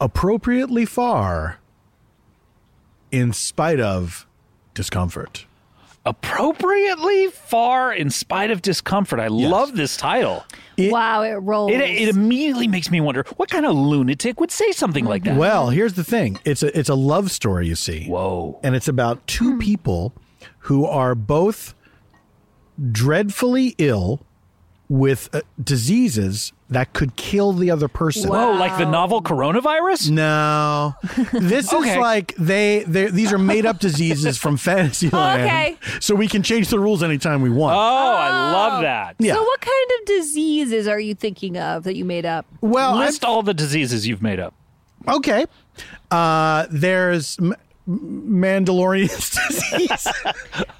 Speaker 5: appropriately far, in spite of discomfort.
Speaker 3: Appropriately far, in spite of discomfort. I love this title.
Speaker 4: wow, it rolls.
Speaker 3: It, it immediately makes me wonder what kind of lunatic would say something like that.
Speaker 5: Well, here's the thing. It's a it's a love story. You see.
Speaker 3: Whoa.
Speaker 5: and it's about two people who are both dreadfully ill with uh, diseases that could kill the other person.
Speaker 3: Whoa, like the novel coronavirus?
Speaker 5: No, this is
Speaker 3: Okay.
Speaker 5: like they they these are made up diseases from Fantasyland,
Speaker 4: Okay.
Speaker 5: so we can change the rules anytime we want.
Speaker 3: Oh, I love that.
Speaker 5: yeah.
Speaker 4: So, what kind of diseases are you thinking of that you made up?
Speaker 5: well, I'm-
Speaker 3: List all the diseases you've made up.
Speaker 5: okay. Uh, there's M- Mandalorian's disease.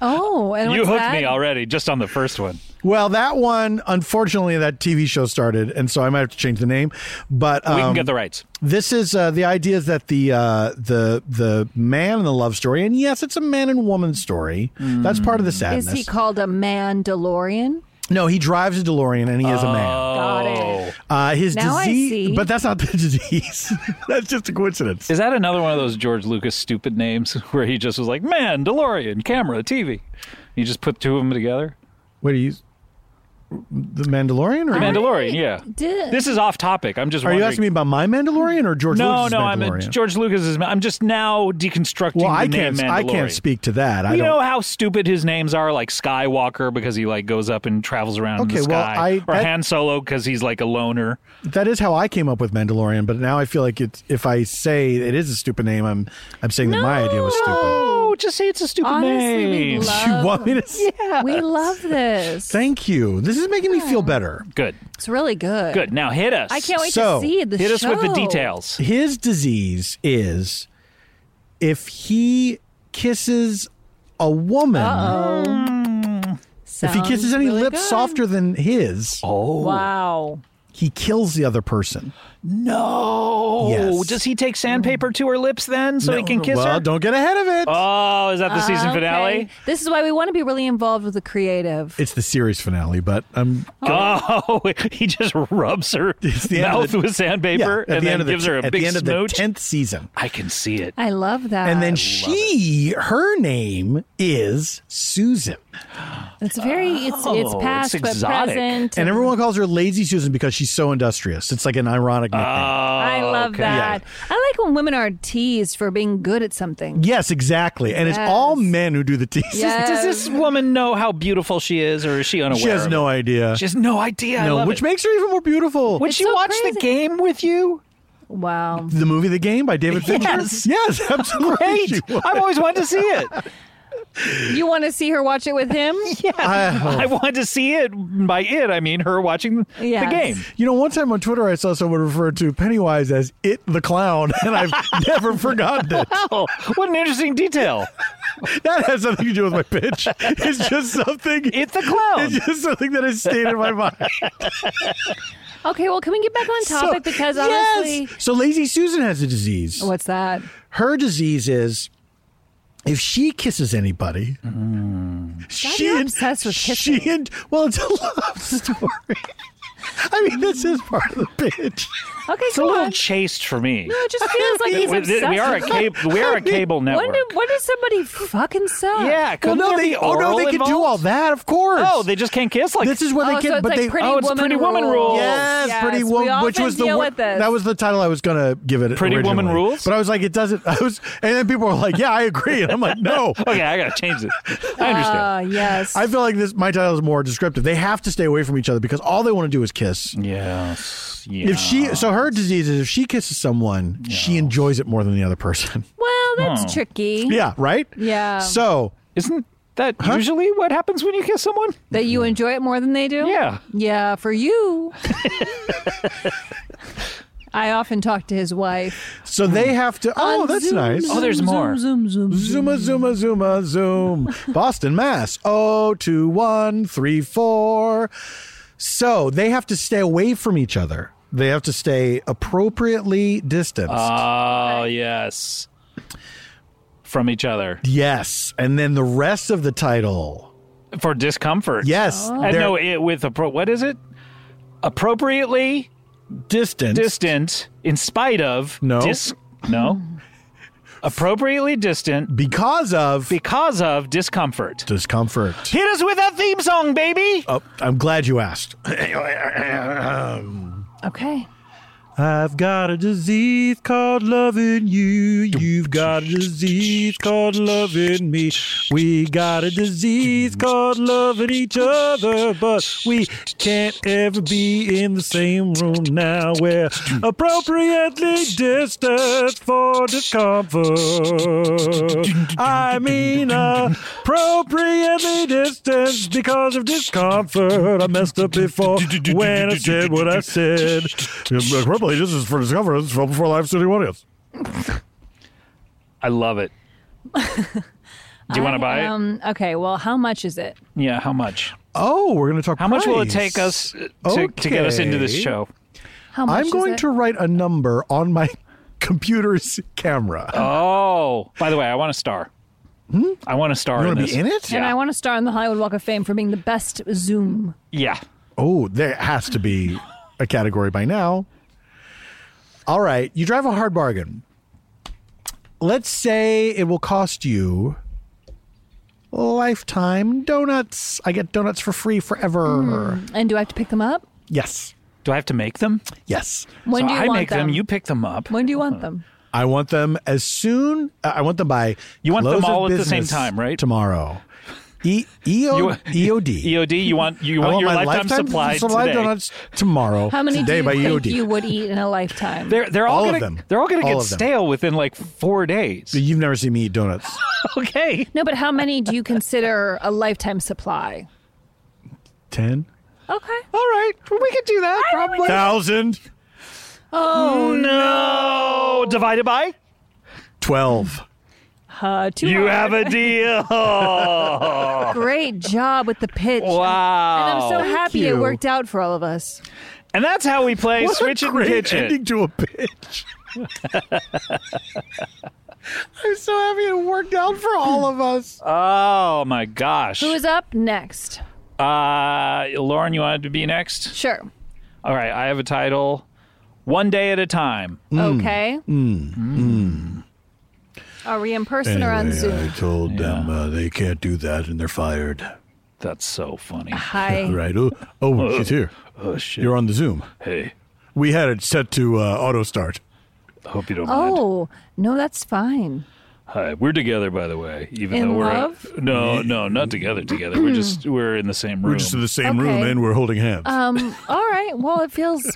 Speaker 4: Oh, and
Speaker 3: You
Speaker 4: what's
Speaker 3: hooked
Speaker 4: that?
Speaker 3: me already just on the first one.
Speaker 5: well, that one, unfortunately, that TV show started, and so I might have to change the name. But um,
Speaker 3: We can get the rights.
Speaker 5: This is uh, the idea is that the uh, the the man in the love story, and yes, it's a man and woman story.
Speaker 3: Hmm.
Speaker 5: That's part of the
Speaker 4: Is
Speaker 5: sadness.
Speaker 4: he called a Mandalorian?
Speaker 5: no, he drives a DeLorean, and he is a man.
Speaker 4: Got
Speaker 3: Oh.
Speaker 4: it.
Speaker 5: Uh, his
Speaker 4: Now I
Speaker 5: disease,
Speaker 4: see.
Speaker 5: but that's not the disease. that's just a coincidence.
Speaker 3: Is that another one of those George Lucas stupid names where he just was like, man, DeLorean, camera, TV? You just put two of them together?
Speaker 5: What are you? The Mandalorian, or
Speaker 3: Mandalorian, yeah.
Speaker 4: Did-
Speaker 3: This is off topic. I'm just
Speaker 5: are you
Speaker 3: wondering-
Speaker 5: asking me about my Mandalorian or George
Speaker 3: No,
Speaker 5: Lucas's
Speaker 3: no, I'm
Speaker 5: Mandalorian?
Speaker 3: a, George Lucas is. I'm just now deconstructing.
Speaker 5: well,
Speaker 3: the
Speaker 5: I
Speaker 3: name
Speaker 5: can't. I can't
Speaker 3: Mandalorian.
Speaker 5: speak to that. I
Speaker 3: you
Speaker 5: don't.
Speaker 3: know how stupid his names are, like Skywalker because he like goes up and travels around in
Speaker 5: Okay,
Speaker 3: the
Speaker 5: well,
Speaker 3: sky,
Speaker 5: I-
Speaker 3: or
Speaker 5: that-
Speaker 3: Han Solo because he's like a loner.
Speaker 5: that is how I came up with Mandalorian, but now I feel like it's, if I say it is a stupid name, I'm I'm saying that my idea was stupid.
Speaker 3: Oh, just say it's a stupid
Speaker 4: Honestly, we
Speaker 5: You
Speaker 3: name.
Speaker 4: love,
Speaker 5: want me to say
Speaker 4: we love this.
Speaker 5: Thank you. This is making me feel better.
Speaker 3: Good,
Speaker 4: it's really good.
Speaker 3: good. Now hit us.
Speaker 4: I can't wait
Speaker 5: So,
Speaker 4: to see the
Speaker 3: Hit us with the
Speaker 4: show.
Speaker 3: details.
Speaker 5: His disease is if he kisses a woman, if he kisses
Speaker 4: Sounds
Speaker 5: any
Speaker 4: really
Speaker 5: lips
Speaker 4: good.
Speaker 5: softer than his,
Speaker 4: Wow.
Speaker 5: he kills the other person.
Speaker 3: No.
Speaker 5: Yes.
Speaker 3: Does he take sandpaper to her lips then so he can kiss
Speaker 5: well,
Speaker 3: her?
Speaker 5: don't get ahead of it.
Speaker 3: Oh, is that the season
Speaker 4: Uh, Okay.
Speaker 3: finale?
Speaker 4: This is why we want to be really involved with the creative.
Speaker 5: It's the series finale, but um,
Speaker 3: Oh, he just rubs her
Speaker 5: It's the end of
Speaker 3: mouth
Speaker 5: the-
Speaker 3: with sandpaper
Speaker 5: yeah, at
Speaker 3: and
Speaker 5: the
Speaker 3: then
Speaker 5: end of the
Speaker 3: gives her a
Speaker 5: at
Speaker 3: big
Speaker 5: the end of
Speaker 3: smooch.
Speaker 5: the tenth season,
Speaker 3: I can see it.
Speaker 4: I love that.
Speaker 5: and then she, her name is Susan,
Speaker 4: it's very it's it's
Speaker 3: Oh,
Speaker 4: past
Speaker 3: it's
Speaker 4: but
Speaker 3: exotic.
Speaker 4: present.
Speaker 5: and everyone calls her Lazy Susan because she's so industrious. It's like an ironic nickname.
Speaker 3: Ah.
Speaker 4: I
Speaker 5: Oh,
Speaker 4: love that. I like when women are teased for being good at something.
Speaker 5: Yes, exactly. And it's all
Speaker 4: Yes.
Speaker 5: men who do the teasing.
Speaker 4: Yes.
Speaker 3: Does this woman know how beautiful she is, or is she unaware?
Speaker 5: She has
Speaker 3: of
Speaker 5: no
Speaker 3: it?
Speaker 5: idea.
Speaker 3: She has no idea. I
Speaker 5: no,
Speaker 3: love
Speaker 5: which
Speaker 3: it.
Speaker 5: makes her even more beautiful.
Speaker 3: Would
Speaker 4: It's
Speaker 3: she
Speaker 4: so
Speaker 3: watch
Speaker 4: crazy.
Speaker 3: the game with you?
Speaker 4: Wow.
Speaker 5: the movie The Game by David Fincher?
Speaker 3: Yes.
Speaker 5: Yes, absolutely.
Speaker 3: Great!
Speaker 5: she would.
Speaker 3: I've always wanted to see it.
Speaker 4: You want to see her watch it with him?
Speaker 5: I-
Speaker 3: I wanted to see it. By it, I mean her watching
Speaker 4: Yes.
Speaker 3: the game.
Speaker 5: you know, one time on Twitter, I saw someone refer to Pennywise as It the Clown, and I've never forgotten it.
Speaker 3: Oh, what an interesting detail!
Speaker 5: That has nothing to do with my pitch. It's just something.
Speaker 3: It's the clown.
Speaker 5: It's just something that has stayed in my mind.
Speaker 4: Okay, well, can we get back on topic because
Speaker 5: yes!
Speaker 4: honestly,
Speaker 5: so Lazy Susan has a disease.
Speaker 4: what's that?
Speaker 5: Her disease is if she kisses anybody,
Speaker 3: Mm.
Speaker 5: she
Speaker 4: you're
Speaker 5: and-
Speaker 4: obsessed with
Speaker 5: She and well, it's a love story. I mean, this is part of the pitch.
Speaker 4: Okay,
Speaker 3: It's a
Speaker 4: come
Speaker 3: little
Speaker 4: on.
Speaker 3: chaste for me.
Speaker 4: No, it just feels like he's
Speaker 3: we,
Speaker 4: obsessed.
Speaker 3: we are a
Speaker 4: with-
Speaker 3: cable. We are a cable
Speaker 4: When
Speaker 3: network.
Speaker 4: did, when did somebody fucking suck?
Speaker 3: yeah.
Speaker 5: Well,
Speaker 3: couldn't
Speaker 5: no,
Speaker 3: there
Speaker 5: they
Speaker 3: be
Speaker 5: oh no,
Speaker 3: oral
Speaker 5: they can do
Speaker 3: involved?
Speaker 5: all that, of course.
Speaker 3: Oh, they just can't kiss. Like
Speaker 5: this is where
Speaker 4: Oh,
Speaker 5: they can,
Speaker 4: so it's
Speaker 5: but
Speaker 4: like
Speaker 5: they
Speaker 4: pretty,
Speaker 3: oh, it's
Speaker 4: woman
Speaker 3: Pretty Woman
Speaker 4: rules.
Speaker 3: Rules.
Speaker 5: Yes, Pretty
Speaker 4: we
Speaker 5: Woman,
Speaker 4: often
Speaker 5: which was the
Speaker 4: deal
Speaker 5: wo-
Speaker 4: with this.
Speaker 5: that was the title I was gonna give it.
Speaker 3: Pretty Woman
Speaker 5: originally.
Speaker 3: Rules?
Speaker 5: but I was like, it doesn't. I was, and then people were like, "Yeah, I agree," and I'm like, "No."
Speaker 3: Okay, I gotta change it. I understand.
Speaker 4: Uh, yes.
Speaker 5: I feel like this. My title is more descriptive. They have to stay away from each other because all they want to do is kiss.
Speaker 3: yes. Yeah.
Speaker 5: If she, so her disease is if she kisses someone, she enjoys it more than the other person.
Speaker 4: well, that's
Speaker 3: Hmm.
Speaker 4: tricky.
Speaker 5: yeah, right.
Speaker 4: Yeah.
Speaker 5: So
Speaker 3: Isn't that usually what happens when you kiss someone?
Speaker 4: That you enjoy it more than they do?
Speaker 3: Yeah.
Speaker 4: Yeah, for you. I often talk to his wife.
Speaker 5: So they have to. Oh,
Speaker 4: On
Speaker 5: that's
Speaker 4: Zoom,
Speaker 5: nice.
Speaker 4: Zoom,
Speaker 3: Oh, there's
Speaker 4: zoom,
Speaker 3: more.
Speaker 4: Zoom, zoom, zoom.
Speaker 5: Zuma, Zuma, Zuma, Zoom. Boston, Mass. Oh, two, one, three, four. So they have to stay away from each other. They have to stay appropriately distanced.
Speaker 3: Oh yes. From each other
Speaker 5: yes. And then the rest of the title.
Speaker 3: for discomfort.
Speaker 5: Yes.
Speaker 3: And
Speaker 5: they're
Speaker 3: no, it with appro- what is it? Appropriately
Speaker 5: distance.
Speaker 3: distant, in spite of
Speaker 5: No.
Speaker 3: dis- no. Appropriately distant
Speaker 5: because of
Speaker 3: because of discomfort.
Speaker 5: discomfort.
Speaker 3: Hit us with that theme song, baby.
Speaker 4: Uh,
Speaker 5: Oh, I'm glad you asked.
Speaker 4: Okay.
Speaker 5: I've got a disease called loving you. You've got a disease called loving me. We got a disease called loving each other, but we can't ever be in the same room now. We're appropriately distanced for discomfort. I mean, appropriately distanced because of discomfort. I messed up before when I said what I said. Probably this is for discovery. This is for before live studio audience.
Speaker 3: I love it. Do you want to buy it?
Speaker 4: Um, okay, well, how much is it?
Speaker 3: Yeah, how much?
Speaker 5: Oh, we're going to talk.
Speaker 3: How much will it take us to, to get us into this
Speaker 5: Okay.
Speaker 3: show?
Speaker 4: How much
Speaker 5: I'm
Speaker 4: is
Speaker 5: going
Speaker 4: it?
Speaker 5: to write a number on my computer's camera.
Speaker 3: Oh, by the way, I want a star. I want a star.
Speaker 5: Hmm? you
Speaker 3: in
Speaker 5: want to
Speaker 3: this.
Speaker 5: be in it?
Speaker 4: And I want to star on the Hollywood Walk of Fame for being the best Zoom.
Speaker 3: Yeah.
Speaker 5: Oh, there has to be a category by now. All right, you drive a hard bargain. Let's say it will cost you lifetime donuts. I get donuts for free forever.
Speaker 4: And do I have to pick them up?
Speaker 5: Yes.
Speaker 3: Do I have to make them?
Speaker 5: Yes.
Speaker 4: When
Speaker 3: so
Speaker 4: do you
Speaker 3: I
Speaker 4: want
Speaker 3: make them? You Oh, pick them up.
Speaker 4: When do you want them?
Speaker 5: I want them as soon uh, I want them by
Speaker 3: You want them
Speaker 5: close of
Speaker 3: all at the same
Speaker 5: business
Speaker 3: time, right?
Speaker 5: Tomorrow. E- EO-
Speaker 3: You- E
Speaker 5: EOD.
Speaker 3: EOD. You want you
Speaker 5: I
Speaker 3: want,
Speaker 5: want
Speaker 3: your
Speaker 5: my
Speaker 3: lifetime, supply today.
Speaker 5: donuts tomorrow.
Speaker 4: How many
Speaker 5: today
Speaker 4: do
Speaker 5: by
Speaker 3: E
Speaker 5: E
Speaker 4: you think
Speaker 5: EOD.
Speaker 4: you would eat in a lifetime?
Speaker 3: They're they're all,
Speaker 5: All of
Speaker 3: gonna,
Speaker 5: them.
Speaker 3: They're all gonna
Speaker 5: All
Speaker 3: get
Speaker 5: of them.
Speaker 3: stale within like four days.
Speaker 5: You've never seen me eat donuts.
Speaker 3: okay.
Speaker 4: no, but how many do you consider a lifetime supply?
Speaker 5: 10?
Speaker 4: Okay.
Speaker 3: All right. Well, we could do that. Probably.
Speaker 5: Thousand.
Speaker 4: Oh,
Speaker 3: no. Divided by.
Speaker 5: Twelve.
Speaker 4: uh, two
Speaker 3: You
Speaker 4: more.
Speaker 3: have a deal.
Speaker 4: Great job with the pitch. And
Speaker 3: wow.
Speaker 4: I'm so happy
Speaker 5: you.
Speaker 4: it worked out for all of us.
Speaker 3: And that's how we play
Speaker 5: What
Speaker 3: switch
Speaker 5: a
Speaker 3: it and
Speaker 5: great
Speaker 3: pitch it.
Speaker 5: ending to a pitch. I'm so happy it worked out for all of us.
Speaker 3: Oh my gosh.
Speaker 4: Who's up next?
Speaker 3: Uh, Lauren, you wanted to be next?
Speaker 4: Sure.
Speaker 3: All right, I have a title. One day at a time.
Speaker 4: Okay.
Speaker 3: Mm.
Speaker 4: Are we in person or on Zoom?
Speaker 5: told them uh, they can't do that and they're fired.
Speaker 3: That's so funny.
Speaker 4: Hi.
Speaker 5: Right? Oh, oh she's here.
Speaker 3: Oh shit.
Speaker 5: You're on the Zoom.
Speaker 3: hey,
Speaker 5: We had it set to uh, auto start.
Speaker 3: hope you don't mind.
Speaker 4: Oh, no, that's fine.
Speaker 3: Hi, we're together by the way, even
Speaker 4: In
Speaker 3: though we're uh,
Speaker 4: love?
Speaker 3: no, no, not together. Together, we're just we're in the same room.
Speaker 5: We're just in the same room
Speaker 4: Okay.
Speaker 5: and we're holding hands.
Speaker 4: Um, all right. Well, it feels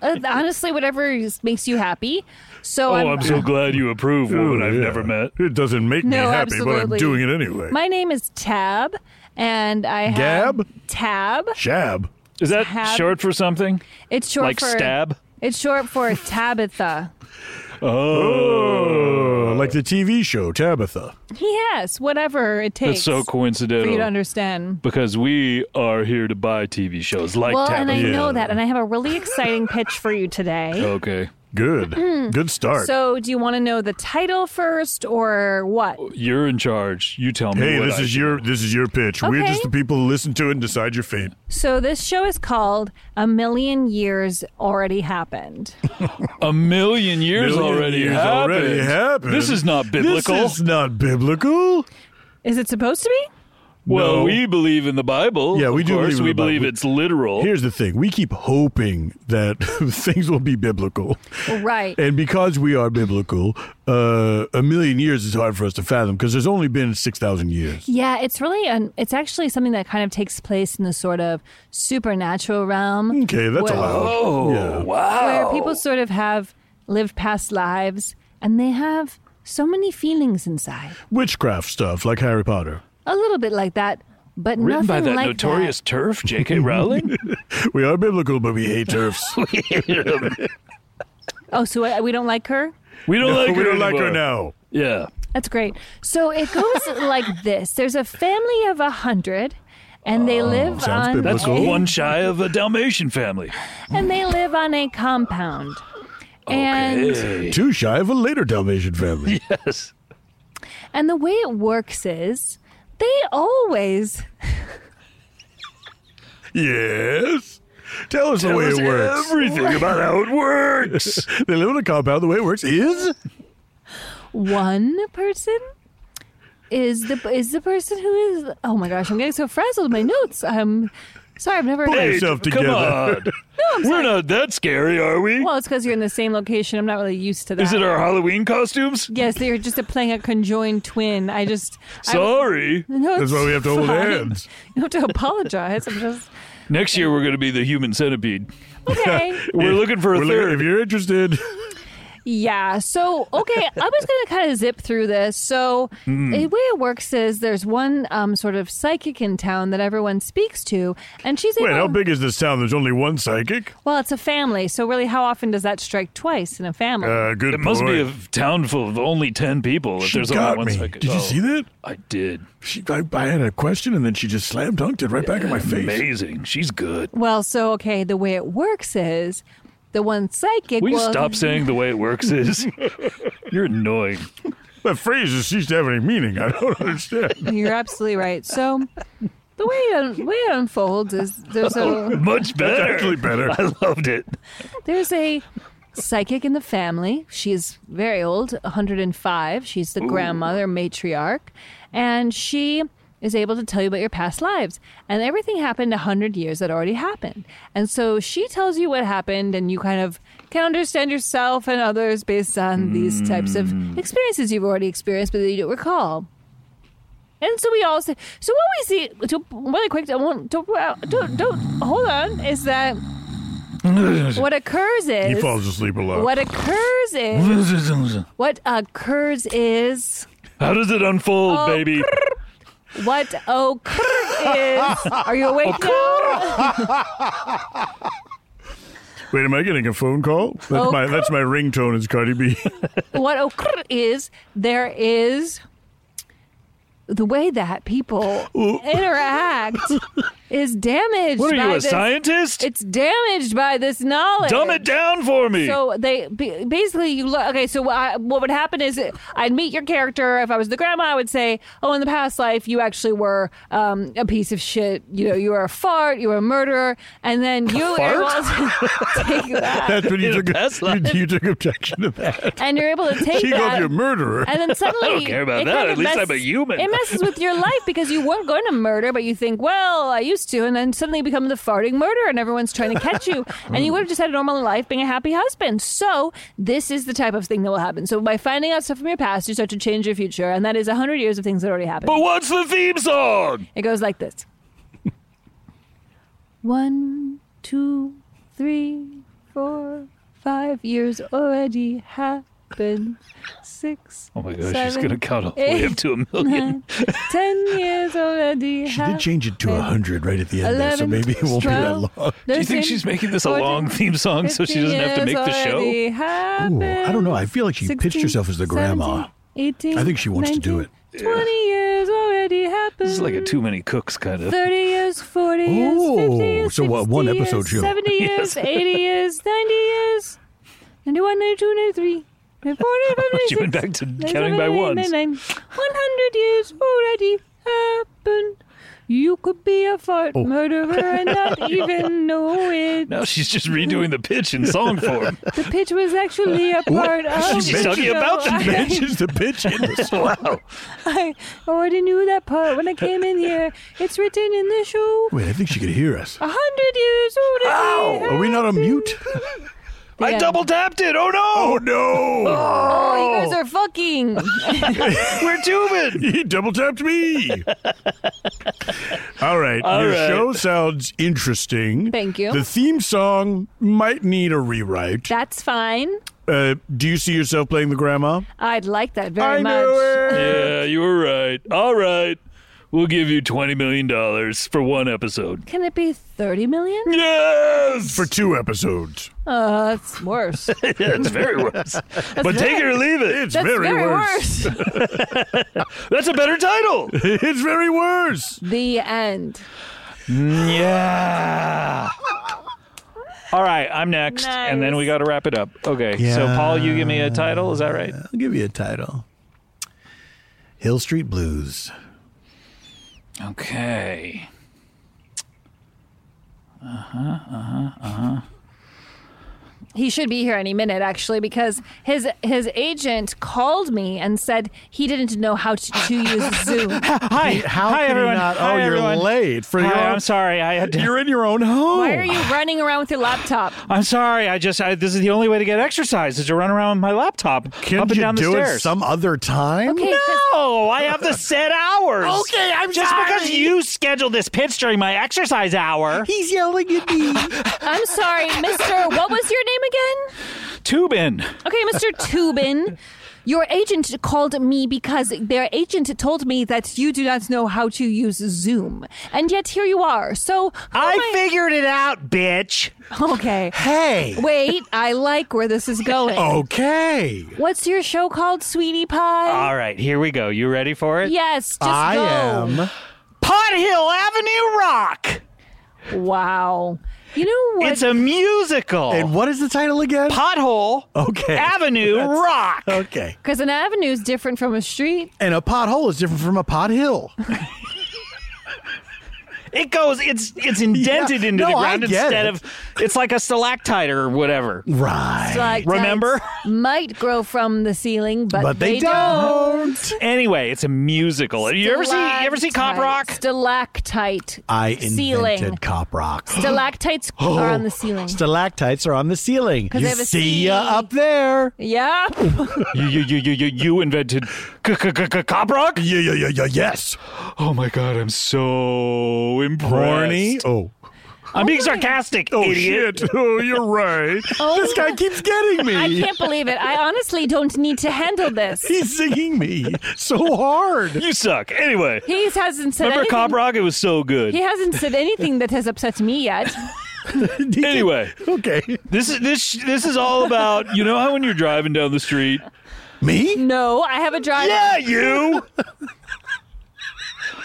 Speaker 4: uh, honestly whatever is- makes you happy. So
Speaker 3: oh,
Speaker 4: I'm,
Speaker 3: I'm, so glad you approve,
Speaker 6: Oh,
Speaker 3: woman I've
Speaker 5: yeah.
Speaker 3: never met.
Speaker 5: It doesn't make me
Speaker 4: No,
Speaker 5: happy, but I'm
Speaker 4: absolutely.
Speaker 5: doing it anyway.
Speaker 4: My name is Tab, and I have
Speaker 5: Gab?
Speaker 4: Tab.
Speaker 5: Jab.
Speaker 3: Is that
Speaker 4: Tab-
Speaker 3: short for something?
Speaker 4: It's short
Speaker 3: like
Speaker 4: for
Speaker 3: stab?
Speaker 4: It's short for Tabitha.
Speaker 5: Oh, like
Speaker 6: like the TV show Tabitha.
Speaker 4: Yes, whatever it takes
Speaker 3: That's so
Speaker 4: for
Speaker 3: coincidental.
Speaker 4: you to understand.
Speaker 3: because we are here to buy TV shows like
Speaker 4: well,
Speaker 3: Tabitha.
Speaker 4: and I know that, and I have a really exciting pitch for you today.
Speaker 3: Okay.
Speaker 6: Good, good start.
Speaker 4: So, do you want to know the title first, or what?
Speaker 3: You're in charge. You tell me.
Speaker 6: hey,
Speaker 3: what
Speaker 6: this
Speaker 3: I
Speaker 6: is
Speaker 3: should-
Speaker 6: your this is your pitch. We're
Speaker 4: Okay.
Speaker 6: just the people who listen to it and decide your fate.
Speaker 4: So, this show is called "A Million Years Already Happened."
Speaker 3: a million years
Speaker 6: Million
Speaker 3: already
Speaker 6: years
Speaker 3: happened.
Speaker 6: already happened.
Speaker 3: This is not biblical.
Speaker 6: This is not biblical.
Speaker 4: Is it supposed to be?
Speaker 3: well,
Speaker 6: No.
Speaker 3: we believe in the Bible.
Speaker 6: Yeah, we
Speaker 3: of
Speaker 6: do
Speaker 3: Course.
Speaker 6: believe in
Speaker 3: we
Speaker 6: the Bible.
Speaker 3: believe it's literal.
Speaker 6: Here's the thing: we keep hoping that things will be biblical,
Speaker 4: Right.
Speaker 6: and because we are biblical, uh, a million years is hard for us to fathom because there's only been six thousand years.
Speaker 4: Yeah, it's really an it's actually something that kind of takes place in the sort of supernatural realm
Speaker 6: Okay, that's
Speaker 4: Well-
Speaker 6: allowed.
Speaker 3: oh,
Speaker 6: Yeah.
Speaker 3: wow.
Speaker 4: where people sort of have lived past lives and they have so many feelings inside.
Speaker 6: Witchcraft stuff like Harry Potter.
Speaker 4: A little bit like that, but
Speaker 3: Written
Speaker 4: nothing
Speaker 3: by that
Speaker 4: like
Speaker 3: notorious turf, J.K. Rowling.
Speaker 6: We are biblical, but we hate turfs.
Speaker 4: that. Oh, so uh, we don't like her?
Speaker 3: we don't like
Speaker 6: we
Speaker 3: her.
Speaker 6: don't like her
Speaker 3: anymore.
Speaker 6: now.
Speaker 3: Yeah.
Speaker 4: That's great. So it goes like this. There's a family of a hundred and they live
Speaker 6: Oh, sounds
Speaker 4: on
Speaker 3: That's
Speaker 6: Biblical.
Speaker 4: a-
Speaker 3: one shy of a Dalmatian family.
Speaker 4: and they live on a compound. And
Speaker 3: Hey.
Speaker 6: Too shy of a later Dalmatian family.
Speaker 3: Yes.
Speaker 4: And the way it works is they always
Speaker 6: yes. Tell us the way
Speaker 3: Tell us
Speaker 6: it works.
Speaker 3: Everything about how it works.
Speaker 6: they live in a compound. The way it works is
Speaker 4: one person is the is the person who is oh my gosh, I'm getting so frazzled with my notes. I'm sorry, I've never
Speaker 6: Put
Speaker 3: Hey,
Speaker 6: yourself
Speaker 3: come
Speaker 6: together.
Speaker 3: on. We're not that scary, are we?
Speaker 4: Well, it's because you're in the same location. I'm not really used to that.
Speaker 3: Is it our Halloween costumes?
Speaker 4: Yes, they're just a, playing a conjoined twin. I just I-
Speaker 3: Sorry.
Speaker 4: no,
Speaker 6: that's
Speaker 4: it's
Speaker 6: why we have to hold
Speaker 4: fine.
Speaker 6: hands.
Speaker 4: You have to apologize. I'm just
Speaker 3: Next year we're going to be the human centipede.
Speaker 4: okay.
Speaker 3: We're looking for a
Speaker 6: We're looking-
Speaker 3: third.
Speaker 6: if you're interested,
Speaker 4: Yeah. So, okay, I'm just going to kind of zip through this. So,
Speaker 6: Hmm.
Speaker 4: the way it works is there's one um, sort of psychic in town that everyone speaks to, and she's
Speaker 6: wait,
Speaker 4: able.
Speaker 6: how big is this town? There's only one psychic.
Speaker 4: well, it's a family. So, really, how often does that strike twice in a family?
Speaker 6: Uh, good.
Speaker 3: it must
Speaker 6: boy.
Speaker 3: be a town full of only 10 people if
Speaker 6: She
Speaker 3: there's only
Speaker 6: got
Speaker 3: one
Speaker 6: me.
Speaker 3: psychic.
Speaker 6: Did you
Speaker 3: Oh,
Speaker 6: see that?
Speaker 3: I did.
Speaker 6: She, I, I had a question, and then she just slam dunked it right back in my face.
Speaker 3: Amazing. She's good.
Speaker 4: well, so, okay, the way it works is the one psychic
Speaker 3: Will you
Speaker 4: will.
Speaker 3: stop saying the way it works is? You're annoying.
Speaker 6: That phrase has ceased to have any meaning. I don't understand.
Speaker 4: You're absolutely right. So, the way it, way it unfolds is there's a
Speaker 3: Much better.
Speaker 6: actually better.
Speaker 3: I loved it.
Speaker 4: there's a psychic in the family. She is very old, 105. She's the grandmother, matriarch, and she is able to tell you about your past lives. And everything happened 100 years that already happened. And so she tells you what happened, and you kind of can understand yourself and others based on these types of experiences you've already experienced, but that you don't recall. And so we all say. So what we see, to, really quick, I won't, don't, don't, don't, hold on, is that what occurs is
Speaker 6: he falls asleep a lot.
Speaker 4: what occurs is
Speaker 3: How
Speaker 4: what occurs is
Speaker 3: does it unfold,
Speaker 4: Oh,
Speaker 3: baby?
Speaker 4: what occurs is. Are you awake now?
Speaker 6: Wait, am I getting a phone call? That's
Speaker 4: Oh,
Speaker 6: my that's my ringtone. Is Cardi B?
Speaker 4: What occurs is there is the way that people interact is damaged.
Speaker 3: What are
Speaker 4: by
Speaker 3: you, a
Speaker 4: this-
Speaker 3: scientist?
Speaker 4: It's damaged by this knowledge.
Speaker 3: Dumb it down for me.
Speaker 4: So they ba- basically you look okay. So I, what would happen is I'd meet your character. If I was the grandma, I would say, "Oh, in the past life, you actually were um, a piece of shit. You know, you were a fart. You were a murderer." And then you were able to take that,
Speaker 6: That's when you
Speaker 3: In a
Speaker 6: took
Speaker 3: past
Speaker 6: you,
Speaker 3: life.
Speaker 6: you took objection to that.
Speaker 4: and you're able to take
Speaker 6: She called
Speaker 4: that.
Speaker 6: you a murderer.
Speaker 4: and then suddenly,
Speaker 3: I don't care about
Speaker 4: it
Speaker 3: that.
Speaker 4: kind
Speaker 3: At
Speaker 4: of
Speaker 3: least
Speaker 4: messes-
Speaker 3: I'm a human.
Speaker 4: It messes with your life because you weren't going to murder, but you think, well, I used to, and then suddenly you become the farting murderer, and everyone's trying to catch you,
Speaker 3: Hmm.
Speaker 4: and you would have just had a normal life, being a happy husband. So this is the type of thing that will happen. So by finding out stuff from your past, you start to change your future, and that is hundred years of things that already happened.
Speaker 3: but what's the theme song?
Speaker 4: It goes like this: one, two, three, four, five years already happened. Six.
Speaker 3: Oh my gosh, she's
Speaker 4: seven,
Speaker 3: going to count all the way up
Speaker 4: eight,
Speaker 3: to a million.
Speaker 4: Ten years already.
Speaker 6: she did change it to a hundred right at the end, there, so
Speaker 4: 11,
Speaker 6: maybe it won't be that
Speaker 4: 12,
Speaker 6: long.
Speaker 3: Do you think she's making this a long theme song so she doesn't have to make the show?
Speaker 6: Ooh, I don't know. I feel like she pitched herself as the grandma.
Speaker 4: 18.
Speaker 5: I think she wants to do
Speaker 4: 19, 20 years already happened.
Speaker 3: This is like a too many cooks kind of.
Speaker 4: 30 years, 40 years, 50
Speaker 5: Oh,
Speaker 4: years,
Speaker 5: so what, one
Speaker 4: 60
Speaker 5: episode
Speaker 4: years,
Speaker 5: show.
Speaker 4: 70 years, 80 years, 90 years, 91, 92, 93. 94, 95,
Speaker 3: She went
Speaker 4: 96,
Speaker 3: back to
Speaker 4: 97,
Speaker 3: counting by
Speaker 4: 98,
Speaker 3: ones.
Speaker 4: 99. 100 years already uh, happened. You could be a fart murderer and not even know it.
Speaker 3: Now she's just redoing the pitch in song form.
Speaker 4: The pitch was actually a part of.
Speaker 3: Oh, She's talking about the
Speaker 4: I-
Speaker 3: pitch.
Speaker 5: She's the bitch in this.
Speaker 3: Wow.
Speaker 4: Oh, I already knew that part when I came in here. It's written in the show.
Speaker 5: Wait, I think she could hear us.
Speaker 4: A hundred years already.
Speaker 5: Are we not on mute?
Speaker 3: I
Speaker 4: Yeah.
Speaker 3: double tapped it. Oh no.
Speaker 5: Oh no!
Speaker 4: Oh, you guys are fucking.
Speaker 3: We're tubing.
Speaker 5: He double tapped me. All right, your
Speaker 3: right.
Speaker 5: show sounds interesting.
Speaker 4: Thank you.
Speaker 5: The theme song might need a rewrite.
Speaker 4: That's fine.
Speaker 5: Uh, do you see yourself playing the grandma?
Speaker 4: I'd like that very much.
Speaker 3: Yeah, you were right. All right. We'll give you $20 million for one episode.
Speaker 4: Can it be thirty million?
Speaker 3: Yes!
Speaker 5: For two episodes.
Speaker 4: Uh, that's worse. That's
Speaker 3: yeah, it's very worse. but take it or leave it.
Speaker 5: It's very, worse.
Speaker 4: worse.
Speaker 3: That's a better title.
Speaker 5: it's very worse.
Speaker 4: the end.
Speaker 3: yeah. All right, I'm next, and then we got to wrap it up. Okay, so
Speaker 5: Yeah.
Speaker 3: Paul, you give me a title. Is that right?
Speaker 5: I'll give you a title. Hill Street Blues.
Speaker 3: Okay.
Speaker 4: He should be here any minute, actually, because his his agent called me and said he didn't know how to, to use Zoom.
Speaker 3: Hi,
Speaker 5: How
Speaker 3: hi
Speaker 5: can
Speaker 3: everyone.
Speaker 5: You not?
Speaker 3: Hi,
Speaker 5: oh,
Speaker 3: everyone.
Speaker 5: you're late. For your
Speaker 3: Hi,
Speaker 5: own-
Speaker 3: I'm sorry. I had to.
Speaker 5: You're in your own home.
Speaker 4: Why are you running around with your laptop?
Speaker 3: I'm sorry. I just. I, this is the only way to get exercise is to run around with my laptop
Speaker 5: Can't
Speaker 3: up and
Speaker 5: you
Speaker 3: down the
Speaker 5: do
Speaker 3: stairs.
Speaker 5: it some other time?
Speaker 4: Okay, 'cause-
Speaker 3: no, I have the set hours.
Speaker 5: Okay, I'm
Speaker 3: just because
Speaker 5: sorry.
Speaker 3: you scheduled this pitch during my exercise hour.
Speaker 5: He's yelling at me.
Speaker 4: I'm sorry, Mister. What was your name again?
Speaker 3: Tubin.
Speaker 4: Okay, Mr. Tubin, your agent called me because their agent told me that you do not know how to use Zoom. And yet here you are. So who am
Speaker 3: I figured it out, bitch.
Speaker 4: Okay.
Speaker 5: hey.
Speaker 4: Wait, I like where this is going.
Speaker 3: Oh.
Speaker 5: Okay.
Speaker 4: What's your show called, Sweetie Pie?
Speaker 3: All right, here we go. You ready for it?
Speaker 4: yes, just
Speaker 5: I
Speaker 4: go.
Speaker 5: am.
Speaker 3: Pot Hill Avenue Rock.
Speaker 4: Wow. You know what?
Speaker 3: It's a musical.
Speaker 5: And what is the title again?
Speaker 3: Pothole
Speaker 5: Okay.
Speaker 3: Avenue Rock.
Speaker 5: Okay.
Speaker 4: Because an avenue is different from a street.
Speaker 5: And a pothole is different from a pot hill.
Speaker 3: It goes. It's it's indented
Speaker 5: Yeah.
Speaker 3: into the
Speaker 5: No, I
Speaker 3: ground
Speaker 5: get
Speaker 3: instead
Speaker 5: it.
Speaker 3: of. It's like a stalactite or whatever.
Speaker 5: right.
Speaker 4: Like
Speaker 3: Remember?
Speaker 4: might grow from the ceiling, but,
Speaker 5: but they,
Speaker 4: don't.
Speaker 5: don't.
Speaker 3: Anyway, it's a musical. you ever see you ever see Cop
Speaker 4: Stalactite.
Speaker 3: Rock?
Speaker 4: Stalactite.
Speaker 5: I invented Oh.
Speaker 4: ceiling.
Speaker 5: cop rock.
Speaker 4: Stalactites are on the ceiling.
Speaker 5: Stalactites are on the ceiling. You
Speaker 4: they have a
Speaker 5: see ya
Speaker 4: C.
Speaker 5: up there.
Speaker 4: yeah.
Speaker 3: You you you you you, you invented c- c- c- c- Cop Rock?
Speaker 5: Yeah, yeah, yeah, yeah, yes.
Speaker 3: Oh my god, I'm so impressed.
Speaker 5: Horny. Oh.
Speaker 3: I'm being sarcastic,
Speaker 5: Oh,
Speaker 3: idiot.
Speaker 5: shit. Oh, you're right. this guy keeps getting me.
Speaker 4: Oh, I can't believe it. I honestly don't need to handle this.
Speaker 5: He's singing me so hard.
Speaker 3: You suck. Anyway,
Speaker 4: He hasn't said
Speaker 3: remember
Speaker 4: anything.
Speaker 3: Cop Rock? It was so good.
Speaker 4: He hasn't said anything that has upset me yet.
Speaker 3: Anyway,
Speaker 5: Okay.
Speaker 3: this is this this is all about you know how when you're driving down the street.
Speaker 5: Me?
Speaker 4: No, I have a driver.
Speaker 3: Yeah, you.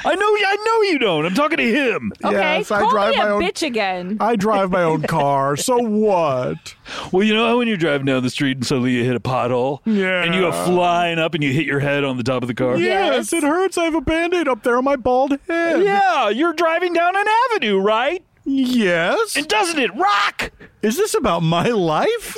Speaker 3: I know. I know you don't. I'm talking to him.
Speaker 4: Okay,
Speaker 5: Yes, I
Speaker 4: call
Speaker 5: drive
Speaker 4: me a
Speaker 5: my own-
Speaker 4: bitch again.
Speaker 5: I drive my own car, so what?
Speaker 3: Well, you know how when you're driving down the street and suddenly you hit a pothole,
Speaker 5: Yeah.
Speaker 3: and you go flying up and you hit your head on the top of the car.
Speaker 5: Yes,
Speaker 4: Yes.
Speaker 5: it hurts. I have a band aid up there on my bald head.
Speaker 3: Yeah, you're driving down an avenue, right?
Speaker 5: Yes.
Speaker 3: And doesn't it rock?
Speaker 5: Is this about my life?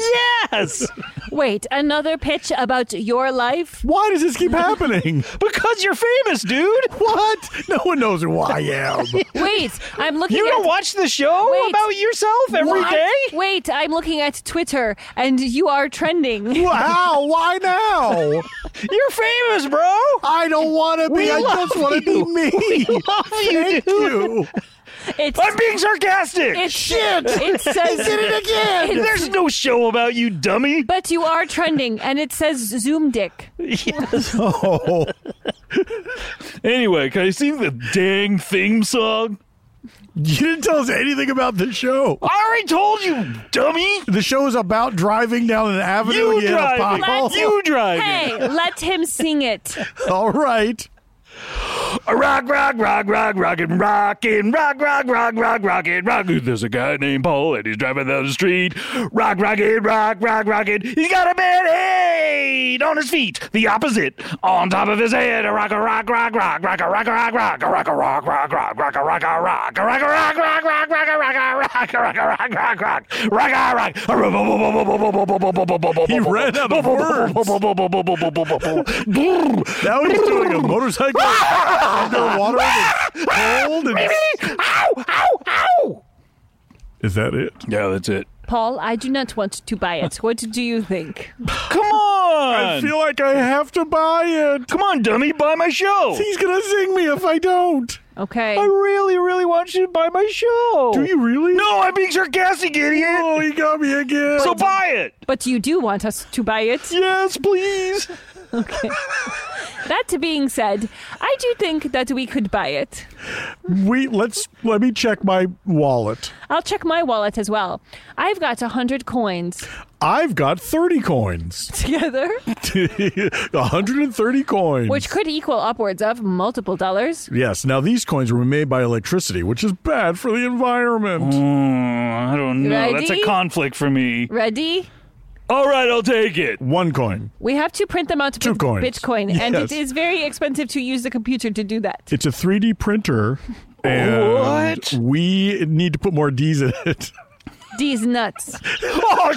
Speaker 3: Yes,
Speaker 4: Wait, another pitch about your life?
Speaker 5: Why does this keep happening?
Speaker 3: because you're famous, dude.
Speaker 5: what? No one knows who I am.
Speaker 4: Wait, I'm looking
Speaker 3: You
Speaker 4: at
Speaker 3: don't watch the show
Speaker 4: Wait.
Speaker 3: about yourself every
Speaker 4: What?
Speaker 3: day.
Speaker 4: Wait, I'm looking at Twitter and you are trending.
Speaker 5: Wow, why now?
Speaker 3: You're famous, bro.
Speaker 5: I don't want to be.
Speaker 3: We
Speaker 5: I
Speaker 3: love
Speaker 5: just want to be
Speaker 3: you.
Speaker 5: me.
Speaker 3: love you,
Speaker 5: Thank
Speaker 3: dude.
Speaker 5: you.
Speaker 4: It's
Speaker 3: I'm being sarcastic.
Speaker 4: it's shit. It says it again.
Speaker 3: There's no show about you, dummy.
Speaker 4: But you are trending, and it says Zoom dick.
Speaker 5: Oh,
Speaker 3: Anyway, can I sing the dang theme song?
Speaker 5: You didn't tell us anything about the show.
Speaker 3: I already told you, dummy.
Speaker 5: The show is about driving down an avenue.
Speaker 3: You
Speaker 5: and you hit a
Speaker 3: driving.
Speaker 5: pothole.
Speaker 4: Let's-
Speaker 3: You driving.
Speaker 4: Hey, let him sing it.
Speaker 5: All right.
Speaker 3: Rock, rock, rock, rock, rockin', rockin', rock, rock, rock, rock, rockin', rock. There's a guy named Paul and he's driving down the street. Rock, rockin', rock, rock, rockin'. He's got a bad head on his feet, the opposite on top of his head. A rock, a rock, rock, rock, rock, a rock, a rock, rock, a rock, a rock, rock, rock, rock, a rock, a rock, a rock, a rock, rock, rock, rock, a rock, a rock, a rock, a rock, rock, rock, rock, a rock, a rock.
Speaker 5: He ran out of words. Now he's doing a motorcycle underwater. and cold and-
Speaker 3: Ow, ow, ow.
Speaker 5: Is that it?
Speaker 3: Yeah, that's it.
Speaker 4: Paul, I do not want to buy it. What do you think?
Speaker 3: Come on.
Speaker 5: I feel like I have to buy it.
Speaker 3: Come on, dummy, buy my show.
Speaker 5: He's gonna zing me if I don't.
Speaker 4: Okay.
Speaker 3: I really, really want you to buy my show.
Speaker 5: Do you really?
Speaker 3: No, I'm being sarcastic, idiot.
Speaker 5: Oh, he got me again.
Speaker 3: so buy it.
Speaker 4: But you do want us to buy it.
Speaker 3: Yes, please.
Speaker 4: That being said, I do think that we could buy it.
Speaker 5: we let's let me check my wallet.
Speaker 4: I'll check my wallet as well. I've got a 100 coins
Speaker 5: I've got thirty coins.
Speaker 4: together,
Speaker 5: 130 coins.
Speaker 4: which could equal upwards of multiple dollars.
Speaker 5: Yes. Now these coins were made by electricity, which is bad for the environment.
Speaker 3: Hmm, I don't know. That's a
Speaker 4: Ready?
Speaker 3: conflict for me.
Speaker 4: Ready?
Speaker 3: All right, I'll take it.
Speaker 5: One coin.
Speaker 4: We have to print them out
Speaker 5: Two
Speaker 4: with
Speaker 5: coins.
Speaker 4: Bitcoin, and
Speaker 5: Yes.
Speaker 4: it is very expensive to use the computer to do that.
Speaker 5: It's a 3D printer. And
Speaker 3: What?
Speaker 5: We need to put more D's in it.
Speaker 4: These nuts.
Speaker 3: Oh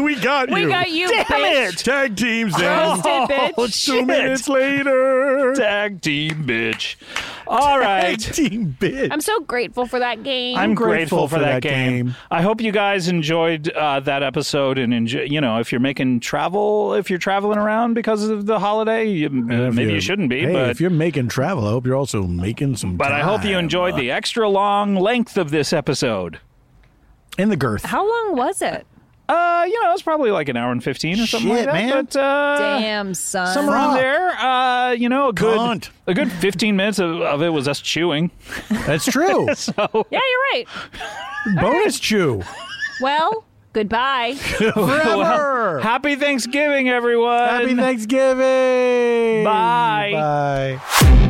Speaker 5: we got
Speaker 4: We
Speaker 5: you.
Speaker 4: got you,
Speaker 3: Damn
Speaker 4: bitch.
Speaker 3: it!
Speaker 5: Tag teams in.
Speaker 4: Roasted,
Speaker 3: Oh
Speaker 4: bitch.
Speaker 5: Two minutes
Speaker 3: shit!
Speaker 5: later.
Speaker 3: Tag team, bitch.
Speaker 5: Tag
Speaker 3: All right.
Speaker 5: team bitch.
Speaker 4: I'm so grateful for that game.
Speaker 3: I'm
Speaker 5: grateful
Speaker 3: grateful,
Speaker 5: for
Speaker 3: for
Speaker 5: that
Speaker 3: that, game.
Speaker 5: game.
Speaker 3: I hope you guys enjoyed uh, that episode and enjoy. You know, if you're making travel, if you're traveling around because of the holiday, you, uh,
Speaker 5: If
Speaker 3: maybe
Speaker 5: you're-
Speaker 3: you shouldn't be.
Speaker 5: Hey,
Speaker 3: but
Speaker 5: if you're making travel, I hope you're also making some.
Speaker 3: but I hope you
Speaker 5: time.
Speaker 3: enjoyed the extra long length of this episode.
Speaker 5: in the girth.
Speaker 4: How long was it?
Speaker 3: Uh, you know, it's probably like an hour and fifteen or something
Speaker 5: Shit,
Speaker 3: like that.
Speaker 5: man.
Speaker 3: But uh,
Speaker 4: Damn, son.
Speaker 3: somewhere around
Speaker 5: Fuck.
Speaker 3: there, uh, you know, a good
Speaker 5: Cunt.
Speaker 3: a good fifteen minutes of, of it was us chewing.
Speaker 5: That's true.
Speaker 4: Yeah, you're right.
Speaker 5: Bonus chew.
Speaker 4: Well, goodbye.
Speaker 5: Forever.
Speaker 3: Happy Thanksgiving, everyone.
Speaker 5: Happy Thanksgiving.
Speaker 3: Bye.
Speaker 5: Bye.